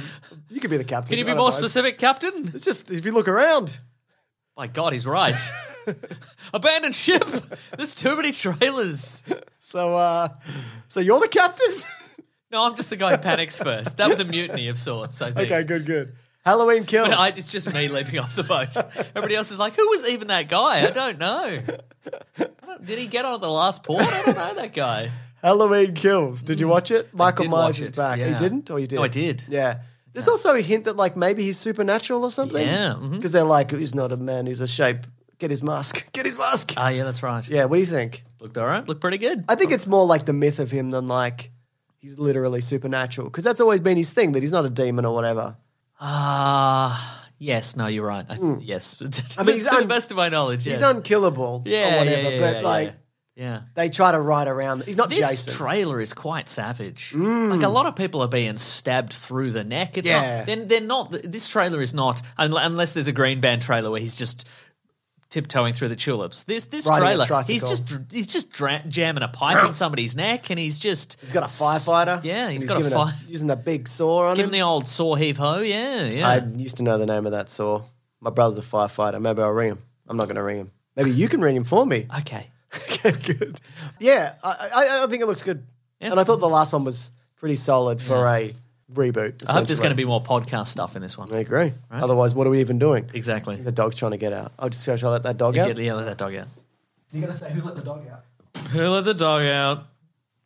Speaker 5: You could be the captain.
Speaker 4: Can you
Speaker 5: I
Speaker 4: be
Speaker 5: don't
Speaker 4: more
Speaker 5: mind.
Speaker 4: specific, Captain?
Speaker 5: It's just if you look around.
Speaker 4: My God, he's right. Abandon ship. There's too many trailers.
Speaker 5: So, uh, so you're the captain.
Speaker 4: No, I'm just the guy who panics first. That was a mutiny of sorts, I think.
Speaker 5: okay, good, good. Halloween kills.
Speaker 4: But I, it's just me leaping off the boat. Everybody else is like, "Who was even that guy?" I don't know. I don't, did he get on at the last port? I don't know that guy.
Speaker 5: Halloween kills. Did you watch it? Michael
Speaker 4: Hmm. did
Speaker 5: Myers
Speaker 4: watch
Speaker 5: is
Speaker 4: it,
Speaker 5: back. He
Speaker 4: yeah.
Speaker 5: didn't, or you did?
Speaker 4: No, I did.
Speaker 5: Yeah. There's also a hint that like maybe he's supernatural or something.
Speaker 4: Yeah, mhm.
Speaker 5: Because they're like, he's not a man, he's a shape. Get his mask. Get his mask.
Speaker 4: Ah, yeah, that's right.
Speaker 5: yeah, what do you think?
Speaker 4: Looked all right. Looked pretty good.
Speaker 5: I think it's more like the myth of him than like he's literally supernatural. Because that's always been his thing, that he's not a demon or whatever.
Speaker 4: Ah, yes. No, you're right. I th- Yes. I
Speaker 5: Hmm. mean,
Speaker 4: mean,
Speaker 5: he's
Speaker 4: to the
Speaker 5: un-
Speaker 4: best of my knowledge. Yes.
Speaker 5: He's unkillable
Speaker 4: yeah,
Speaker 5: or
Speaker 4: yeah,
Speaker 5: whatever.
Speaker 4: yeah,
Speaker 5: but
Speaker 4: yeah,
Speaker 5: like
Speaker 4: yeah.
Speaker 5: they try to ride around. He's not
Speaker 4: This
Speaker 5: Jason. Mm.
Speaker 4: trailer is quite savage. Like a lot of people are being stabbed through the neck. It's
Speaker 5: Yeah.
Speaker 4: not. They're, they're not. This trailer is not. un- Unless there's a green band trailer where he's just tiptoeing through the tulips. This this
Speaker 5: Riding a
Speaker 4: trailer, he's
Speaker 5: tricycle.
Speaker 4: just dr- he's just dra- jamming a pipe in somebody's neck, and he's just
Speaker 5: he's got a firefighter.
Speaker 4: Yeah,
Speaker 5: and
Speaker 4: he's got a
Speaker 5: giving
Speaker 4: fire.
Speaker 5: using the big saw on
Speaker 4: Give him
Speaker 5: him.
Speaker 4: the old saw heave ho. Yeah, yeah.
Speaker 5: I used to know the name of that saw. My brother's a firefighter. Maybe I'll ring him. I'm not going to ring him. Maybe you can ring him for me.
Speaker 4: okay.
Speaker 5: okay, good. Yeah, I, I, I think it looks good.
Speaker 4: Yeah.
Speaker 5: And I thought the last one was pretty solid for a reboot.
Speaker 4: I hope there's going to be more podcast stuff in this one.
Speaker 5: I agree. Otherwise, what are we even doing?
Speaker 4: Exactly.
Speaker 5: The dog's trying to get out. I'll just go try to let that dog
Speaker 4: Yeah,
Speaker 5: out.
Speaker 4: yeah, let that dog out.
Speaker 5: You're going to say who let the dog out?
Speaker 4: Who let the dog out?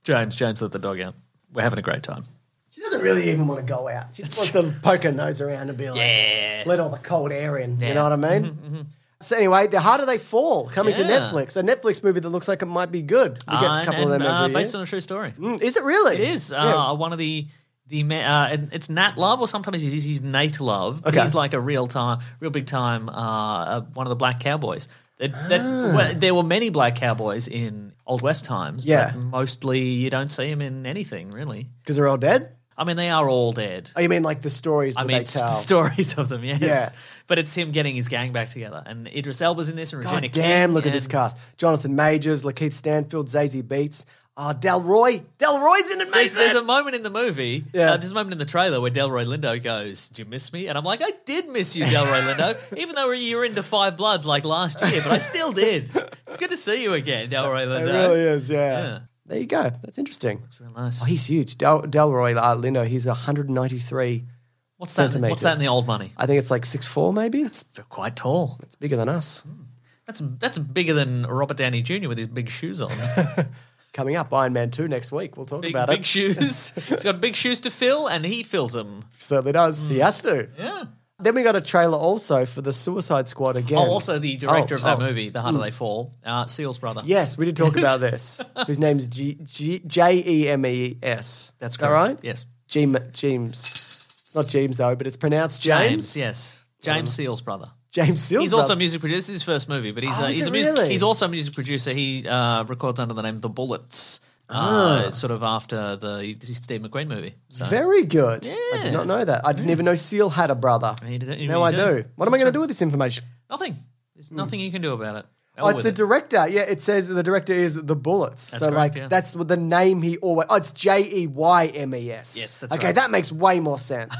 Speaker 4: James, James let the dog out. We're having a great time.
Speaker 5: She doesn't really even want to go out. She just wants to poke her nose around and be like,
Speaker 4: Yeah. Mm-hmm,
Speaker 5: let all the cold air in. You know what I mean? So anyway, the harder they fall coming to
Speaker 4: Yeah.
Speaker 5: Netflix. A Netflix movie that looks like it might be good. We get a
Speaker 4: Uh,
Speaker 5: couple
Speaker 4: and-
Speaker 5: of them
Speaker 4: and, uh,
Speaker 5: every
Speaker 4: based
Speaker 5: year.
Speaker 4: on a true story.
Speaker 5: Mm, is it really?
Speaker 4: It is uh, one of the the ma- uh, and it's Nat Love, or sometimes he's, he's Nate Love. But
Speaker 5: Okay.
Speaker 4: he's like a real time, real big time, uh, uh, one of the black cowboys. That, that,
Speaker 5: Ah.
Speaker 4: well, there were many black cowboys in Old West times.
Speaker 5: Yeah.
Speaker 4: but mostly you don't see him in anything really.
Speaker 5: Because they're all dead?
Speaker 4: I mean, they are all dead.
Speaker 5: Oh, you mean like the stories
Speaker 4: I
Speaker 5: that
Speaker 4: mean,
Speaker 5: they
Speaker 4: s-
Speaker 5: tell?
Speaker 4: stories of them, yes.
Speaker 5: Yeah.
Speaker 4: But it's him getting his gang back together, and Idris Elba's in this, and
Speaker 5: God
Speaker 4: Regina
Speaker 5: damn,
Speaker 4: King,
Speaker 5: look at this
Speaker 4: and-
Speaker 5: cast. Jonathan Majors, Lakeith Stanfield, Zazie Beats. Ah, Delroy. Delroy's in it, mate.
Speaker 4: There's, there's a moment in the movie,
Speaker 5: Yeah.
Speaker 4: uh, there's a moment in the trailer where Delroy Lindo goes, "Do you miss me?" And I'm like, "I did miss you, Delroy Lindo, even though you were into Five Bloods like last year, but I still did. It's good to see you again, Delroy
Speaker 5: It
Speaker 4: Lindo.
Speaker 5: really is, yeah.
Speaker 4: Yeah.
Speaker 5: There you go. That's interesting.
Speaker 4: Real nice.
Speaker 5: Oh, he's huge. Del- Delroy uh, Lindo, he's 193.
Speaker 4: What's that? What's that
Speaker 5: centimeters.
Speaker 4: in the old money?
Speaker 5: I think it's like six four, maybe. It's,
Speaker 4: They're quite tall.
Speaker 5: it's bigger than us.
Speaker 4: That's that's bigger than Robert Downey Jr. with his big shoes on.
Speaker 5: Coming up, Iron Man 2 next week. We'll talk
Speaker 4: Big,
Speaker 5: about
Speaker 4: big
Speaker 5: it.
Speaker 4: shoes. He's got big shoes to fill, and he fills them.
Speaker 5: Certainly does. He has to.
Speaker 4: Mm. Yeah.
Speaker 5: Then we got a trailer also for the Suicide Squad again.
Speaker 4: Oh, also the director
Speaker 5: Oh,
Speaker 4: of that
Speaker 5: oh.
Speaker 4: movie, The Harder They Fall, uh, Seal's brother.
Speaker 5: Yes, we did talk about this. Whose name's G- G- J E M E S.
Speaker 4: that's
Speaker 5: Is that
Speaker 4: correct.
Speaker 5: right?
Speaker 4: Yes,
Speaker 5: Jim- James. It's not James though, but it's pronounced James.
Speaker 4: James. Yes, James Seal's brother.
Speaker 5: James Seals.
Speaker 4: He's also a music producer. This is his first movie, but he's
Speaker 5: Oh,
Speaker 4: uh,
Speaker 5: is
Speaker 4: he's,
Speaker 5: it
Speaker 4: a music,
Speaker 5: really?
Speaker 4: he's also a music producer. He uh, records under the name The Bullets,
Speaker 5: Ah.
Speaker 4: uh, sort of after the Steve McQueen movie. So
Speaker 5: Very good. I
Speaker 4: Yeah.
Speaker 5: did not know that. I didn't even know Seal had a brother.
Speaker 4: You didn't- you
Speaker 5: now I do.
Speaker 4: don't.
Speaker 5: What am I going to do with this information?
Speaker 4: nothing. There's nothing you can do about it.
Speaker 5: Oh,
Speaker 4: Or
Speaker 5: it's
Speaker 4: with
Speaker 5: Hmm. the
Speaker 4: it.
Speaker 5: director. Yeah, it says that the director is the Bullets. so,
Speaker 4: correct,
Speaker 5: like,
Speaker 4: yeah.
Speaker 5: that's what the name he always. Oh, it's J E Y M E S.
Speaker 4: Yes, that's
Speaker 5: okay.
Speaker 4: right.
Speaker 5: That makes way more sense.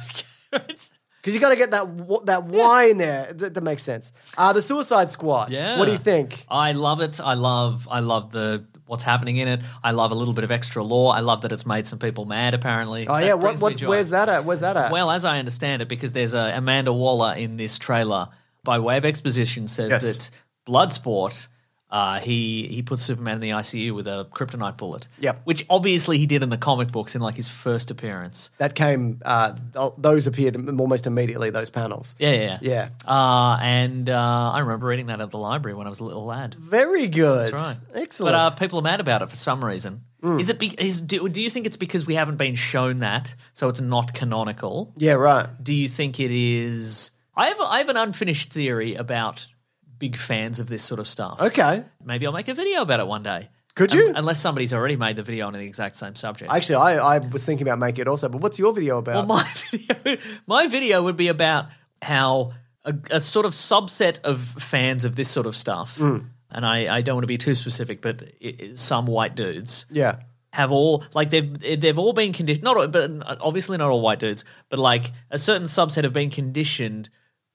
Speaker 4: It's-
Speaker 5: Because you got to get that w- that Y in there. That, that makes sense. Uh, the Suicide Squad.
Speaker 4: Yeah.
Speaker 5: What do you think?
Speaker 4: I love it. I love I love the what's happening in it. I love a little bit of extra lore. I love that it's made some people mad apparently.
Speaker 5: Oh
Speaker 4: That
Speaker 5: yeah. What,
Speaker 4: brings me
Speaker 5: what
Speaker 4: joy.
Speaker 5: Where's that at? Where's that at?
Speaker 4: Well, as I understand it, because there's a Amanda Waller in this trailer, by way of exposition, says that Bloodsport, uh, he he puts Superman in the ICU with a kryptonite bullet.
Speaker 5: Yep.
Speaker 4: Which obviously he did in the comic books in like his first appearance.
Speaker 5: that came. Uh, th- those appeared m- almost immediately. Those panels.
Speaker 4: Yeah, yeah,
Speaker 5: Yeah.
Speaker 4: Uh, and uh, I remember reading that at the library when I was a little lad.
Speaker 5: Very good.
Speaker 4: That's Hmm. right.
Speaker 5: Excellent.
Speaker 4: But uh, people are mad about it for some reason. Is it? Be- is, do, do you think it's because we haven't been shown that, so it's not canonical?
Speaker 5: yeah. Right.
Speaker 4: Do you think it is? I have I have an unfinished theory about big fans of this sort of stuff.
Speaker 5: Okay.
Speaker 4: maybe I'll make a video about it one day.
Speaker 5: Could
Speaker 4: Un-
Speaker 5: you?
Speaker 4: unless somebody's already made the video on the exact same subject.
Speaker 5: Actually, I, I was thinking about making it also. But what's your video
Speaker 4: well,
Speaker 5: about?
Speaker 4: my video, my video would be about how a, a sort of subset of fans of this sort of stuff,
Speaker 5: Mm.
Speaker 4: and I, I don't want to be too specific, but i i- some white dudes,
Speaker 5: yeah.
Speaker 4: have all like they've they've all been conditioned not all- but obviously not all white dudes but like a certain subset have been conditioned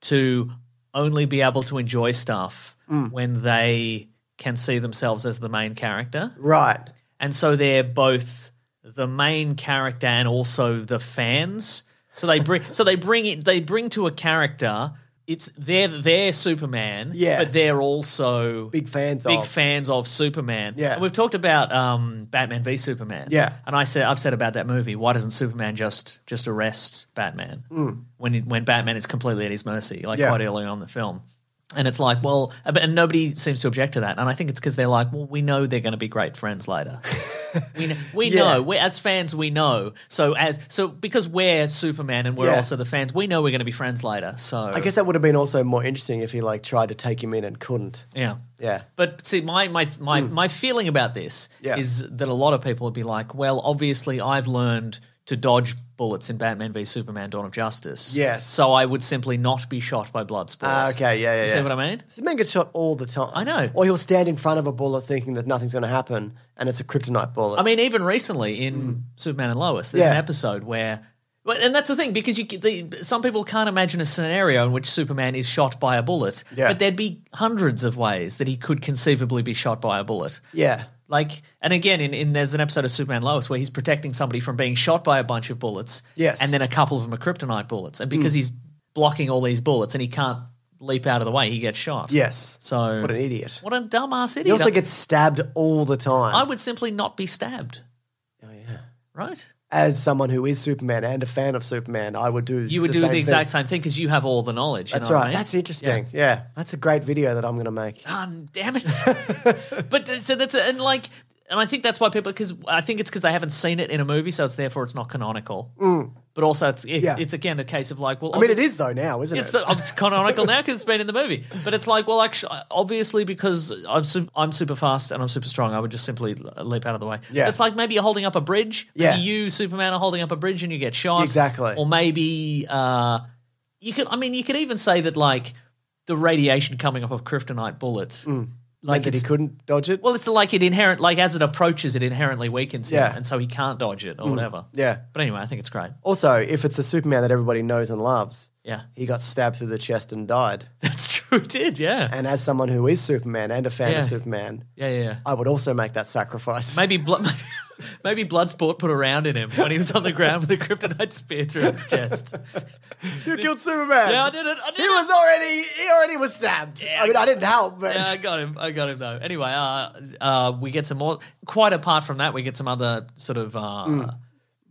Speaker 4: to only be able to enjoy stuff
Speaker 5: Mm.
Speaker 4: when they can see themselves as the main character
Speaker 5: Right.
Speaker 4: and so they're both the main character and also the fans so they bring so they bring it they bring to a character it's they're they're Superman,
Speaker 5: Yeah.
Speaker 4: but they're also
Speaker 5: Big fans
Speaker 4: big
Speaker 5: of.
Speaker 4: fans of Superman.
Speaker 5: Yeah.
Speaker 4: and we've talked about um, Batman v Superman.
Speaker 5: Yeah.
Speaker 4: and I said I've said about that movie. Why doesn't Superman just just arrest Batman when he- when Batman is completely at his mercy? Like
Speaker 5: Hmm. Yeah.
Speaker 4: quite early on in the film. And it's like, well, but- and nobody seems to object to that. And I think it's because they're like, well, we know they're going to be great friends later. we know, we know, we, as fans, we know. So as so because we're Superman and we're
Speaker 5: Yeah.
Speaker 4: also the fans, we know we're going to be friends later. So
Speaker 5: I guess that would have been also more interesting if he like tried to take him in and couldn't.
Speaker 4: yeah,
Speaker 5: Yeah.
Speaker 4: But see, my my my, my feeling about this
Speaker 5: Hmm. Yeah.
Speaker 4: is that a lot of people would be like, well, obviously, I've learned to dodge bullets in Batman v Superman: Dawn of Justice.
Speaker 5: Yes.
Speaker 4: So I would simply not be shot by Bloodsport.
Speaker 5: Ah, okay, yeah, yeah,
Speaker 4: You
Speaker 5: yeah.
Speaker 4: See what I mean?
Speaker 5: Superman gets shot all the time.
Speaker 4: I know.
Speaker 5: Or he'll stand in front of a bullet thinking that nothing's going to happen, and it's a kryptonite bullet.
Speaker 4: I mean, even recently in Superman and Lois, there's an
Speaker 5: Hmm. Yeah.
Speaker 4: episode where, well, and that's the thing because you the, some people can't imagine a scenario in which Superman is shot by a bullet,
Speaker 5: Yeah.
Speaker 4: but there'd be hundreds of ways that he could conceivably be shot by a bullet.
Speaker 5: yeah.
Speaker 4: Like, and again, in, in there's an episode of Superman Lois where he's protecting somebody from being shot by a bunch of bullets.
Speaker 5: Yes. Hmm.
Speaker 4: And then a couple of them are kryptonite bullets. And because he's blocking all these bullets and he can't leap out of the way, he gets shot.
Speaker 5: Yes.
Speaker 4: So,
Speaker 5: What an idiot.
Speaker 4: what a dumbass idiot.
Speaker 5: He also gets stabbed all the time.
Speaker 4: I would simply not be stabbed.
Speaker 5: Oh, yeah.
Speaker 4: Right?
Speaker 5: As someone who is Superman and a fan of Superman, I would do.
Speaker 4: You would
Speaker 5: the
Speaker 4: do
Speaker 5: same
Speaker 4: the exact
Speaker 5: thing.
Speaker 4: same thing because you have all the knowledge. you
Speaker 5: That's
Speaker 4: know what
Speaker 5: right.
Speaker 4: I mean?
Speaker 5: That's interesting. Yeah. That's a great video that I'm going to make.
Speaker 4: Um, damn it. but th- so that's and like and I think that's why people because I think it's because they haven't seen it in a movie, so it's therefore it's not canonical. But also, it's it,
Speaker 5: Mm. Yeah.
Speaker 4: it's again a case of like, well,
Speaker 5: I mean, it is though now, isn't
Speaker 4: It's, uh,
Speaker 5: it?
Speaker 4: it's canonical now because it's been in the movie. But it's like, well, actually, obviously, because I'm su- I'm super fast and I'm super strong, I would just simply l- leap out of the way.
Speaker 5: Yeah.
Speaker 4: It's like maybe you're holding up a bridge. Maybe
Speaker 5: Yeah.
Speaker 4: You, Superman, are holding up a bridge and you get shot.
Speaker 5: Exactly.
Speaker 4: Or maybe uh, you could. I mean, you could even say that like the radiation coming off of kryptonite bullet.
Speaker 5: Mm. like
Speaker 4: Like
Speaker 5: that he
Speaker 4: it's,
Speaker 5: couldn't dodge it.
Speaker 4: well, it's like it inherent like as it approaches, it inherently weakens him,
Speaker 5: Yeah. Mm.
Speaker 4: and so he can't dodge it or whatever.
Speaker 5: yeah.
Speaker 4: But anyway, I think it's great.
Speaker 5: Also, if it's a Superman that everybody knows and loves,
Speaker 4: Yeah,
Speaker 5: he got stabbed through the chest and died.
Speaker 4: that's true. It did. Yeah.
Speaker 5: And as someone who is Superman and a fan
Speaker 4: Yeah.
Speaker 5: of Superman,
Speaker 4: yeah. Yeah. Yeah.
Speaker 5: I would also make that sacrifice.
Speaker 4: Maybe blood. Maybe Bloodsport put a round in him when he was on the ground with a kryptonite spear through his chest.
Speaker 5: you killed Superman.
Speaker 4: Yeah, I did it. I did
Speaker 5: He
Speaker 4: it.
Speaker 5: was already he already was stabbed. I mean, I didn't help, but
Speaker 4: yeah, I got him. I got him though. Anyway, uh, uh, we get some more. Quite apart from that, we get some other sort of. Uh,
Speaker 5: Hmm.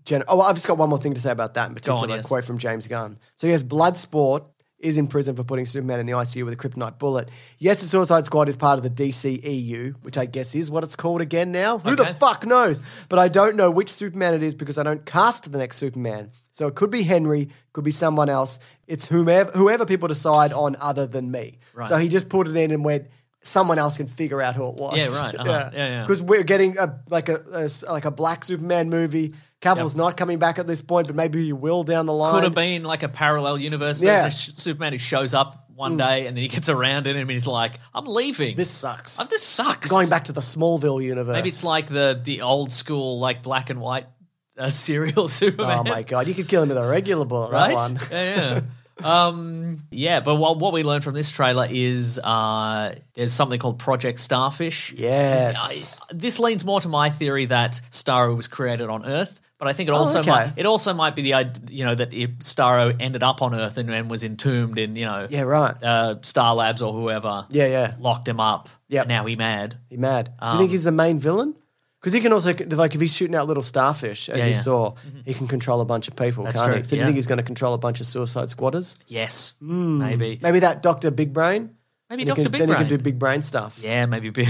Speaker 5: Gen- oh, I've just got one more thing to say about that in particular.
Speaker 4: on, yes.
Speaker 5: A quote from James Gunn. So yes, Bloodsport is in prison for putting Superman in the ICU with a kryptonite bullet. Yes, the Suicide Squad is part of the DCEU, which I guess is what it's called again now. Who the
Speaker 4: Okay.
Speaker 5: fuck knows? But I don't know which Superman it is because I don't cast the next Superman. So it could be Henry, could be someone else. It's whomever whoever people decide on other than me.
Speaker 4: Right.
Speaker 5: So he just put it in and went someone else can figure out who it was.
Speaker 4: Yeah, right. Uh-huh. Yeah, yeah.
Speaker 5: 'Cause we're getting a like a, a s- like a black Superman movie. Cavill's not coming back at this point, but maybe he will down the line.
Speaker 4: Could have been like a parallel universe version
Speaker 5: Uh, Yeah. Hmm.
Speaker 4: of Sh- Superman who shows up one day and then he gets around in him and he's like, "I'm leaving.
Speaker 5: This sucks.
Speaker 4: Uh, this sucks."
Speaker 5: Going back to the Smallville universe.
Speaker 4: Maybe it's like the the old school like black and white uh, serial Superman.
Speaker 5: oh my god, you could kill him with a regular bullet.
Speaker 4: right?
Speaker 5: That one.
Speaker 4: Yeah, yeah. um, yeah, but what, what we learned from this trailer is uh, there's something called Project Starfish. I,
Speaker 5: Yes.
Speaker 4: this leans more to my theory that Starro was created on Earth, but I think it also
Speaker 5: Oh, okay.
Speaker 4: might it also might be the id- you know that if Starro ended up on Earth and, and was entombed in you know
Speaker 5: yeah, right.
Speaker 4: uh, Star Labs or whoever,
Speaker 5: Yeah, yeah.
Speaker 4: locked him up.
Speaker 5: Yep.
Speaker 4: and now he mad.
Speaker 5: Be mad.
Speaker 4: um,
Speaker 5: Do you think he's the main villain? Because he can also like if he's shooting out little starfish, as
Speaker 4: Yeah,
Speaker 5: you
Speaker 4: yeah.
Speaker 5: saw, he can control a bunch of people,
Speaker 4: That's
Speaker 5: can't
Speaker 4: true,
Speaker 5: he? So do
Speaker 4: yeah.
Speaker 5: you think he's going to control a bunch of Suicide Squatters?
Speaker 4: Yes, maybe
Speaker 5: Hmm. Maybe that Doctor Big Brain.
Speaker 4: Maybe
Speaker 5: Then
Speaker 4: Dr.
Speaker 5: he can- Then he
Speaker 4: Big
Speaker 5: can
Speaker 4: Brain.
Speaker 5: do Big Brain stuff.
Speaker 4: yeah maybe be-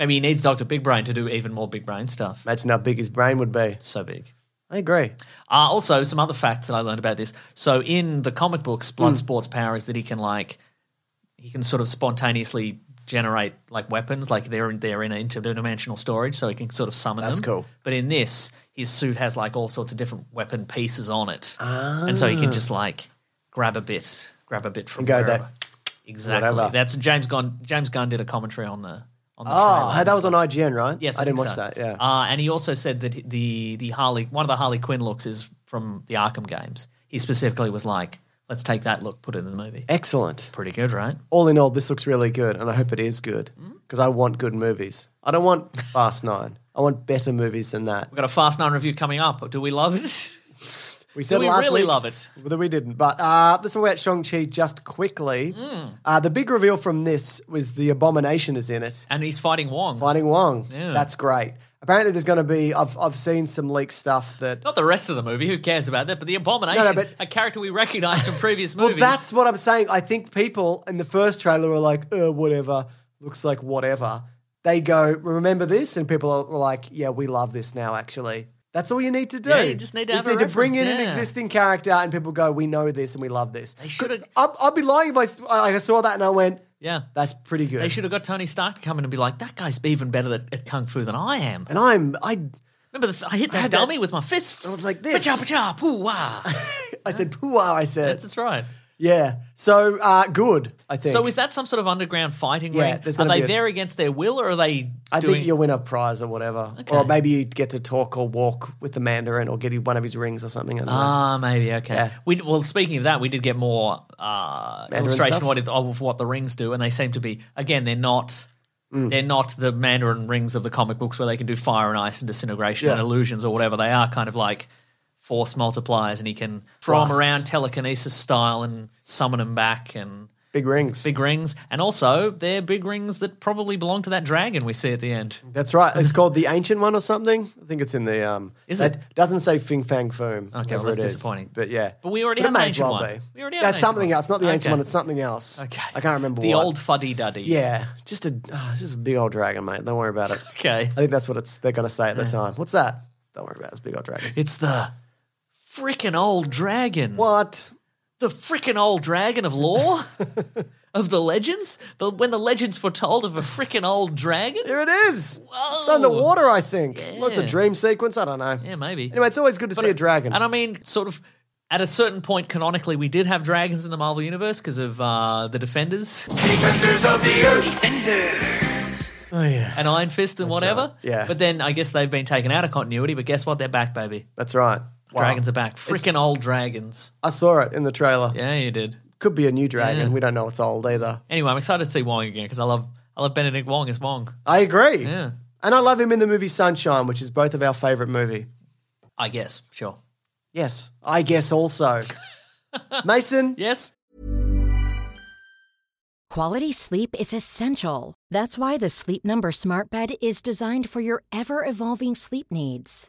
Speaker 4: maybe he needs Doctor Big Brain to do even more Big Brain stuff.
Speaker 5: Imagine how big his brain would be.
Speaker 4: So big.
Speaker 5: I agree.
Speaker 4: Uh, also, some other facts that I learned about this. So, in the comic books,
Speaker 5: Hmm.
Speaker 4: Bloodsport's power is that he can like he can sort of spontaneously generate like weapons, like they're in, they're in an interdimensional storage, so he can sort of summon
Speaker 5: That's
Speaker 4: them.
Speaker 5: cool.
Speaker 4: But in this, his suit has like all sorts of different weapon pieces on it, and so he can just like grab a bit, grab a bit from
Speaker 5: Ah. And go
Speaker 4: wherever.
Speaker 5: that-
Speaker 4: exactly.
Speaker 5: whatever.
Speaker 4: That's James Gunn. James Gunn did a commentary on the on the
Speaker 5: Oh,
Speaker 4: trailer.
Speaker 5: that was on IGN, right?
Speaker 4: Yes,
Speaker 5: I, didn't
Speaker 4: think
Speaker 5: watch
Speaker 4: so.
Speaker 5: that. Yeah,
Speaker 4: uh, and he also said that the the Harley one of the Harley Quinn looks is from the Arkham games. He specifically was like, "Let's take that look, put it in the movie."
Speaker 5: excellent.
Speaker 4: Pretty good, right?
Speaker 5: All in all, this looks really good, and I hope it is good
Speaker 4: Mm.
Speaker 5: because I want good movies. I don't want Fast Nine. I want better movies than that.
Speaker 4: We've got a Fast Nine review coming up. Do we love it?
Speaker 5: We said
Speaker 4: we
Speaker 5: last
Speaker 4: really
Speaker 5: week
Speaker 4: love it?
Speaker 5: that we didn't. But uh, let's talk about Shang-Chi just quickly.
Speaker 4: Mm.
Speaker 5: Uh, the big reveal from this was the Abomination is in it.
Speaker 4: And he's fighting Wong.
Speaker 5: Finding Wong.
Speaker 4: Yeah.
Speaker 5: That's great. Apparently there's going to be, I've, I've seen some leaked stuff that
Speaker 4: Not the rest of the movie. Who cares about that? But the Abomination,
Speaker 5: No, no, but-
Speaker 4: a character we recognise from previous
Speaker 5: Well,
Speaker 4: movies.
Speaker 5: that's what I'm saying. I think people in the first trailer were like, uh, whatever, looks like whatever. They go, remember this? And people are were like, yeah, we love this now, actually. That's all you need to do.
Speaker 4: Yeah, you just need to have a
Speaker 5: need to bring in
Speaker 4: reference,
Speaker 5: an
Speaker 4: yeah.
Speaker 5: existing character, and people go, "We know this, and we love this." They
Speaker 4: should've-
Speaker 5: I'd be lying if I, s- I- I saw that and I went,
Speaker 4: yeah.
Speaker 5: "That's pretty good."
Speaker 4: They should have got Tony Stark to come in and be like, "That guy's even better at, at kung fu than I am."
Speaker 5: And I'm, I,
Speaker 4: Remember, the th- I hit that
Speaker 5: had that-
Speaker 4: dummy with my fists. I
Speaker 5: was like this.
Speaker 4: Pacha, pacha, poo, wah.
Speaker 5: I said, "Pooh!" I said,
Speaker 4: That's that's right.
Speaker 5: "Yeah." So uh, good, I think.
Speaker 4: So is that some sort of underground fighting
Speaker 5: Yeah,
Speaker 4: ring?
Speaker 5: there's
Speaker 4: Are
Speaker 5: gonna
Speaker 4: they
Speaker 5: be a-
Speaker 4: there against their will, or are they?
Speaker 5: I
Speaker 4: doing...
Speaker 5: think you'll win a prize or whatever. Or maybe you get to talk or walk with the Mandarin or get one of his rings or something. I don't know.
Speaker 4: Ah, maybe okay.
Speaker 5: Yeah.
Speaker 4: We well, speaking of that, we did get more uh,
Speaker 5: Mandarin
Speaker 4: illustration
Speaker 5: stuff?
Speaker 4: of what it, of what the rings do, and they seem to be again they're not
Speaker 5: Mm.
Speaker 4: they're not the Mandarin rings of the comic books where they can do fire and ice and disintegration and
Speaker 5: Yeah.
Speaker 4: illusions or whatever. They are kind of like force multipliers, and he can throw 'em
Speaker 5: Blasts.
Speaker 4: around telekinesis style and summon them back and.
Speaker 5: Big rings.
Speaker 4: Big rings, and also they're big rings that probably belong to that dragon we see at the end.
Speaker 5: That's right. It's called the Ancient One or something. I think it's in the. um
Speaker 4: Is
Speaker 5: that
Speaker 4: it?
Speaker 5: doesn't say Fing Fang Foom.
Speaker 4: Okay, well,
Speaker 5: whatever
Speaker 4: that's
Speaker 5: it is.
Speaker 4: disappointing.
Speaker 5: But yeah.
Speaker 4: But we already
Speaker 5: it
Speaker 4: have an
Speaker 5: may as
Speaker 4: Ancient
Speaker 5: well
Speaker 4: One.
Speaker 5: be.
Speaker 4: We already have an
Speaker 5: That's
Speaker 4: Ancient
Speaker 5: something
Speaker 4: One.
Speaker 5: else. Not the Ancient
Speaker 4: Okay.
Speaker 5: One. It's something else.
Speaker 4: Okay,
Speaker 5: I can't remember
Speaker 4: the
Speaker 5: what.
Speaker 4: old fuddy duddy.
Speaker 5: Yeah, just a ah, it's just a big old dragon, mate. Don't worry about it.
Speaker 4: Okay.
Speaker 5: I think that's what it's they're gonna say at the time. What's that? Don't worry about it. It's a big old dragon.
Speaker 4: It's the frickin' old dragon.
Speaker 5: What?
Speaker 4: The frickin' old dragon of lore? of the legends? The, when the legends foretold of a frickin' old dragon?
Speaker 5: Here it is. It's
Speaker 4: Whoa.
Speaker 5: underwater, I think. Well, it's a
Speaker 4: Yeah.
Speaker 5: dream sequence. I don't know.
Speaker 4: Yeah, maybe.
Speaker 5: Anyway, it's always good to see a dragon.
Speaker 4: And I mean, sort of, at a certain point, canonically, we did have dragons in the Marvel Universe because of uh, the Defenders
Speaker 5: oh yeah,
Speaker 4: and Iron Fist and whatever.
Speaker 5: right. Yeah.
Speaker 4: But then I guess they've been taken out of continuity, but guess what? They're back, baby.
Speaker 5: that's right. Wow.
Speaker 4: Dragons are back. Frickin' old dragons.
Speaker 5: I saw it in the trailer.
Speaker 4: Yeah, you did.
Speaker 5: Could be a new dragon.
Speaker 4: Yeah.
Speaker 5: We don't know it's old either.
Speaker 4: Anyway, I'm excited to see Wong again because I love, I love Benedict Wong as Wong.
Speaker 5: I agree.
Speaker 4: Yeah.
Speaker 5: And I love him in the movie Sunshine, which is both of our favorite movie.
Speaker 4: I guess, sure.
Speaker 5: Yes, I guess also. Mason,
Speaker 4: Yes?
Speaker 6: Quality sleep is essential. That's why the Sleep Number Smart Bed is designed for your ever evolving sleep needs.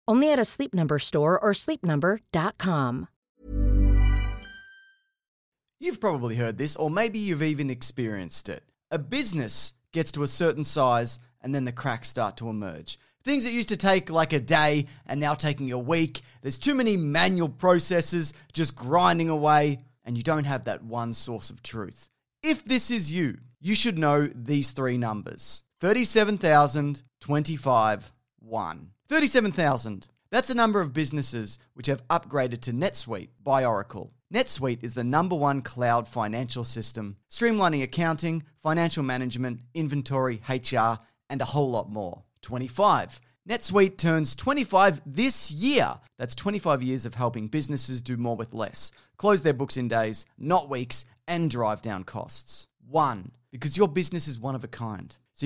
Speaker 6: Only at a Sleep Number store or sleepnumber.com.
Speaker 1: You've probably heard this, or maybe you've even experienced it. A business gets to a certain size, and then the cracks start to emerge. Things that used to take like a day are now taking a week. There's too many manual processes just grinding away, and you don't have that one source of truth. If this is you, you should know these three numbers 37,025, 1. 37,000. That's the number of businesses which have upgraded to NetSuite by Oracle. NetSuite is the number one cloud financial system, streamlining accounting, financial management, inventory, HR, and a whole lot more. 25. NetSuite turns 25 this year. That's 25 years of helping businesses do more with less, close their books in days, not weeks, and drive down costs. One, because your business is one of a kind. So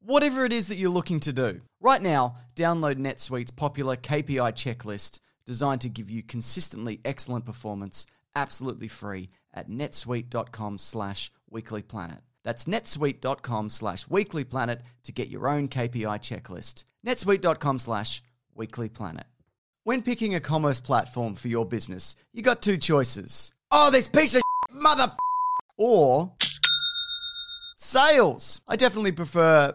Speaker 1: whatever it is that you're looking to do. Right now, download NetSuite's popular KPI checklist designed to give you consistently excellent performance absolutely free at netsuite.com slash weeklyplanet. That's netsuite.com slash weeklyplanet to get your own KPI checklist. netsuite.com slash weeklyplanet. When picking a commerce platform for your business, you got two choices. Oh, this piece of mother or Sales. I definitely prefer.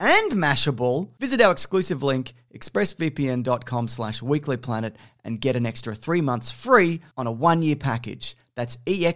Speaker 1: and Mashable, visit our exclusive link, expressvpn.com slash weeklyplanet, and get an extra three months free on a one-year package. That's E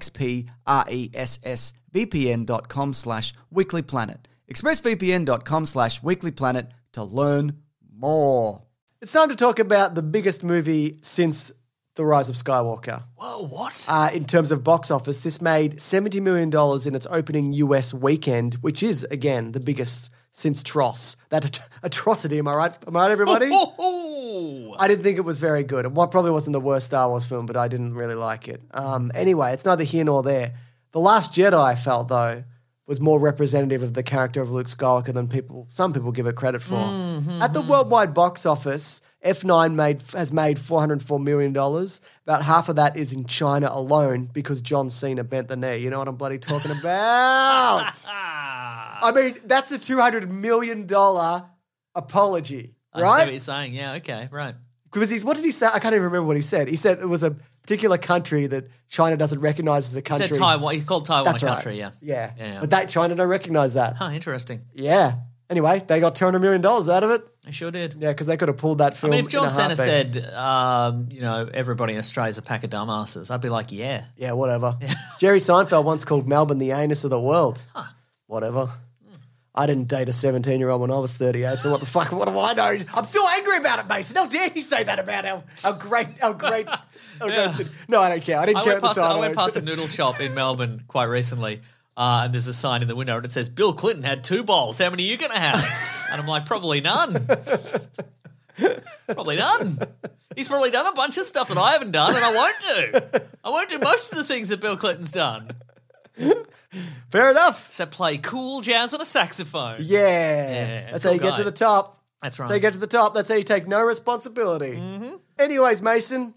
Speaker 1: expressvpn.com slash weeklyplanet. expressvpn.com slash weeklyplanet to learn more.
Speaker 5: It's time to talk about the biggest movie since The Rise of Skywalker.
Speaker 4: Whoa, what?
Speaker 5: Uh, in terms of box office, this made $70 million in its opening US weekend, which is, again, the biggest since Tross. That at- atrocity, am I right? Am I right, everybody?
Speaker 4: Oh,
Speaker 5: I didn't think it was very good. It wa- probably wasn't the worst Star Wars film, but I didn't really like it. Um, anyway, it's neither here nor there. The Last Jedi, I felt, though, was more representative of the character of Luke Skywalker than people some people give it credit for.
Speaker 4: Mm-hmm,
Speaker 5: At the worldwide box office, F9 made has made $404 million. About half of that is in China alone because John Cena bent the knee. You know what I'm bloody talking about? I mean, that's a $200 million apology,
Speaker 4: I see what
Speaker 5: right?
Speaker 4: you're saying. Yeah, okay, right.
Speaker 5: Because he's, what did he say? I can't even remember what he said. He said it was a particular country that China doesn't recognize as a
Speaker 4: He
Speaker 5: country.
Speaker 4: said Taiwan. He called Taiwan
Speaker 5: That's
Speaker 4: a
Speaker 5: right.
Speaker 4: country. Yeah.
Speaker 5: Yeah.
Speaker 4: Yeah.
Speaker 5: But that China don't recognize that.
Speaker 4: Huh, interesting.
Speaker 5: Yeah. Anyway, they got $200 million out of it.
Speaker 4: I sure did.
Speaker 5: Yeah, because they could have pulled that
Speaker 4: I
Speaker 5: film.
Speaker 4: mean, if
Speaker 5: in
Speaker 4: John
Speaker 5: a
Speaker 4: Cena
Speaker 5: heartbeat.
Speaker 4: said, um, you know, everybody in Australia's a pack of dumbasses, I'd be like, yeah.
Speaker 5: Yeah, whatever. Jerry Seinfeld once called Melbourne the anus of the world. Whatever.
Speaker 4: Hmm.
Speaker 5: I didn't date a 17 year old when I was 38, so what the fuck? What do I know? I'm still angry about it, Mason. How dare you say that about our, our great, our great. our great- No, I don't care. I didn't
Speaker 4: I
Speaker 5: care
Speaker 4: went,
Speaker 5: at the
Speaker 4: past,
Speaker 5: time.
Speaker 4: I went
Speaker 5: don't-
Speaker 4: past a noodle shop in Melbourne quite recently, uh, and there's a sign in the window, and it says, Bill Clinton had two bowls. How many are you going to have? and I'm like, probably none. probably none. He's probably done a bunch of stuff that I haven't done, and I won't do. I won't do most of the things that Bill Clinton's done.
Speaker 5: Fair enough.
Speaker 4: So play cool jazz on a saxophone.
Speaker 5: Yeah.
Speaker 4: that's
Speaker 5: That's how you
Speaker 4: cool
Speaker 5: get to
Speaker 4: guy.
Speaker 5: the top.
Speaker 4: That's
Speaker 5: That's
Speaker 4: right. Mm-hmm.
Speaker 5: how you get to the top. That's how you take no responsibility. Anyways, Mason,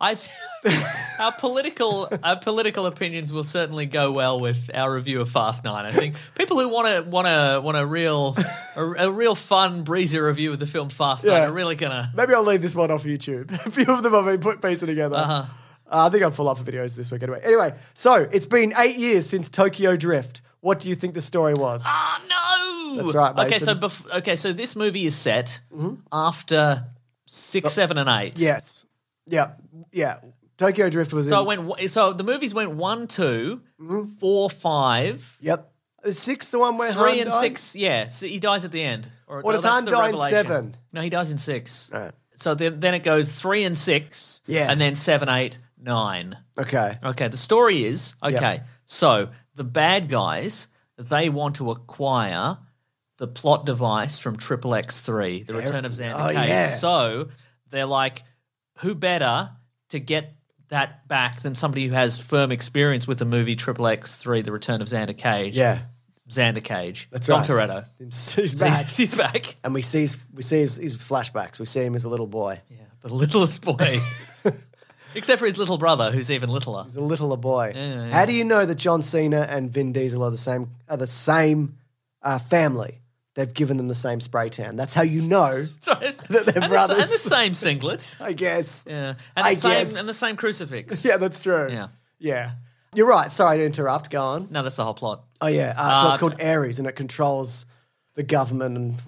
Speaker 4: I our political our political opinions will certainly go well with our review of Fast Nine. I think people who want to want to want a real a, a real fun breezy review of the film Fast Nine
Speaker 5: Yeah.
Speaker 4: are really gonna.
Speaker 5: maybe I'll leave this one off YouTube. A few of them I've been put piecing together. Uh-huh. I think I'm full up for videos this week anyway. Anyway, so it's been eight years since Tokyo Drift. What do you think the story was?
Speaker 4: Oh no!
Speaker 5: That's right,
Speaker 4: Okay, so
Speaker 5: Mason. Mm-hmm.
Speaker 4: bef- okay, so this movie is set after
Speaker 5: Oh.
Speaker 4: six, seven, and eight.
Speaker 5: yes. Yeah. Yeah. Tokyo Drift was
Speaker 4: So
Speaker 5: in.
Speaker 4: it went. w- So the movies went one, two,
Speaker 5: Mm-hmm.
Speaker 4: four, five,
Speaker 5: yep. Is six the one where
Speaker 4: three,
Speaker 5: Han
Speaker 4: and
Speaker 5: died?
Speaker 4: six. Yeah, so he dies at the end. Or, oh,
Speaker 5: Or does
Speaker 4: that's
Speaker 5: Han
Speaker 4: the
Speaker 5: die in
Speaker 4: revelation.
Speaker 5: seven?
Speaker 4: No, he dies in six.
Speaker 5: Right.
Speaker 4: So then, then it goes three and six.
Speaker 5: Yeah.
Speaker 4: and then seven, eight, nine.
Speaker 5: Okay.
Speaker 4: Okay. The story is okay. So the bad guys they want to acquire the plot device from Triple X Three, the Return of Xander
Speaker 5: oh,
Speaker 4: Cage.
Speaker 5: yeah.
Speaker 4: So they're like, who better to get that back than somebody who has firm experience with the movie Triple X Three, The Return of Xander Cage?
Speaker 5: Yeah.
Speaker 4: Xander Cage.
Speaker 5: That's
Speaker 4: Dom
Speaker 5: right.
Speaker 4: Toretto.
Speaker 5: He's back.
Speaker 4: He's, he's back.
Speaker 5: and we see his, we see his, his flashbacks. We see him as a little boy.
Speaker 4: Yeah, the littlest boy. Except for his little brother, who's even littler.
Speaker 5: He's a littler boy. How do you know that John Cena and Vin Diesel are the same are the same uh, family? They've given them the same spray tan. That's how you know.
Speaker 4: Sorry. And
Speaker 5: they're
Speaker 4: the-
Speaker 5: brothers.
Speaker 4: and the same singlet.
Speaker 5: I guess.
Speaker 4: Yeah, and the
Speaker 5: I
Speaker 4: same
Speaker 5: guess.
Speaker 4: and the same crucifix.
Speaker 5: Yeah, that's true.
Speaker 4: Yeah.
Speaker 5: Yeah. You're right. Sorry to interrupt. Go on.
Speaker 4: No, that's the whole plot.
Speaker 5: Oh yeah. Uh, so
Speaker 4: Uh,
Speaker 5: it's called Ares, and it controls the government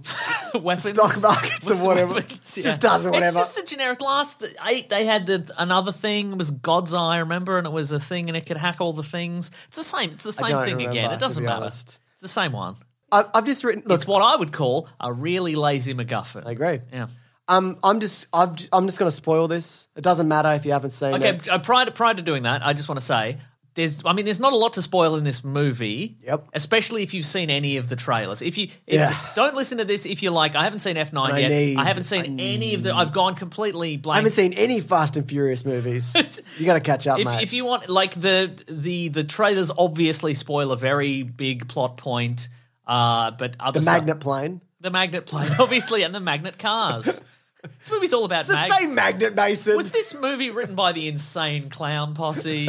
Speaker 5: and
Speaker 4: Weapons,
Speaker 5: stock markets
Speaker 4: was
Speaker 5: or whatever.
Speaker 4: weapons,
Speaker 5: Just does
Speaker 4: It's
Speaker 5: whatever.
Speaker 4: just the generic. Last eight, they had the another thing it was God's Eye. Remember, and it was a thing, and it could hack all the things. It's the same. It's the same
Speaker 5: don't
Speaker 4: thing again.
Speaker 5: remember,
Speaker 4: It doesn't
Speaker 5: to be
Speaker 4: matter.
Speaker 5: honest.
Speaker 4: It's the same one.
Speaker 5: I, I've just written. Look,
Speaker 4: It's what I would call a really lazy MacGuffin.
Speaker 5: I agree.
Speaker 4: Yeah.
Speaker 5: Um, I'm just, I've, I'm just going to spoil this. It doesn't matter if you haven't seen
Speaker 4: Okay.
Speaker 5: it.
Speaker 4: uh, Prior to, prior to doing that, I just want to say there's. I mean, there's not a lot to spoil in this movie.
Speaker 5: Yep.
Speaker 4: Especially if you've seen any of the trailers. If you if,
Speaker 5: Yeah.
Speaker 4: don't listen to this if you're like, I haven't seen F nine
Speaker 5: I
Speaker 4: yet.
Speaker 5: need-
Speaker 4: I haven't seen any of the. I've gone completely
Speaker 5: I
Speaker 4: blank.
Speaker 5: haven't seen any Fast and Furious movies. you got to catch up,
Speaker 4: if,
Speaker 5: mate.
Speaker 4: if you want, like the the the trailers obviously spoil a very big plot point. Uh, but other
Speaker 5: the
Speaker 4: stuff-
Speaker 5: magnet plane.
Speaker 4: the magnet plane, obviously, and the magnet cars. this movie's all about
Speaker 5: It's the
Speaker 4: mag-
Speaker 5: same magnet, Mason.
Speaker 4: Was this movie written by the insane clown posse?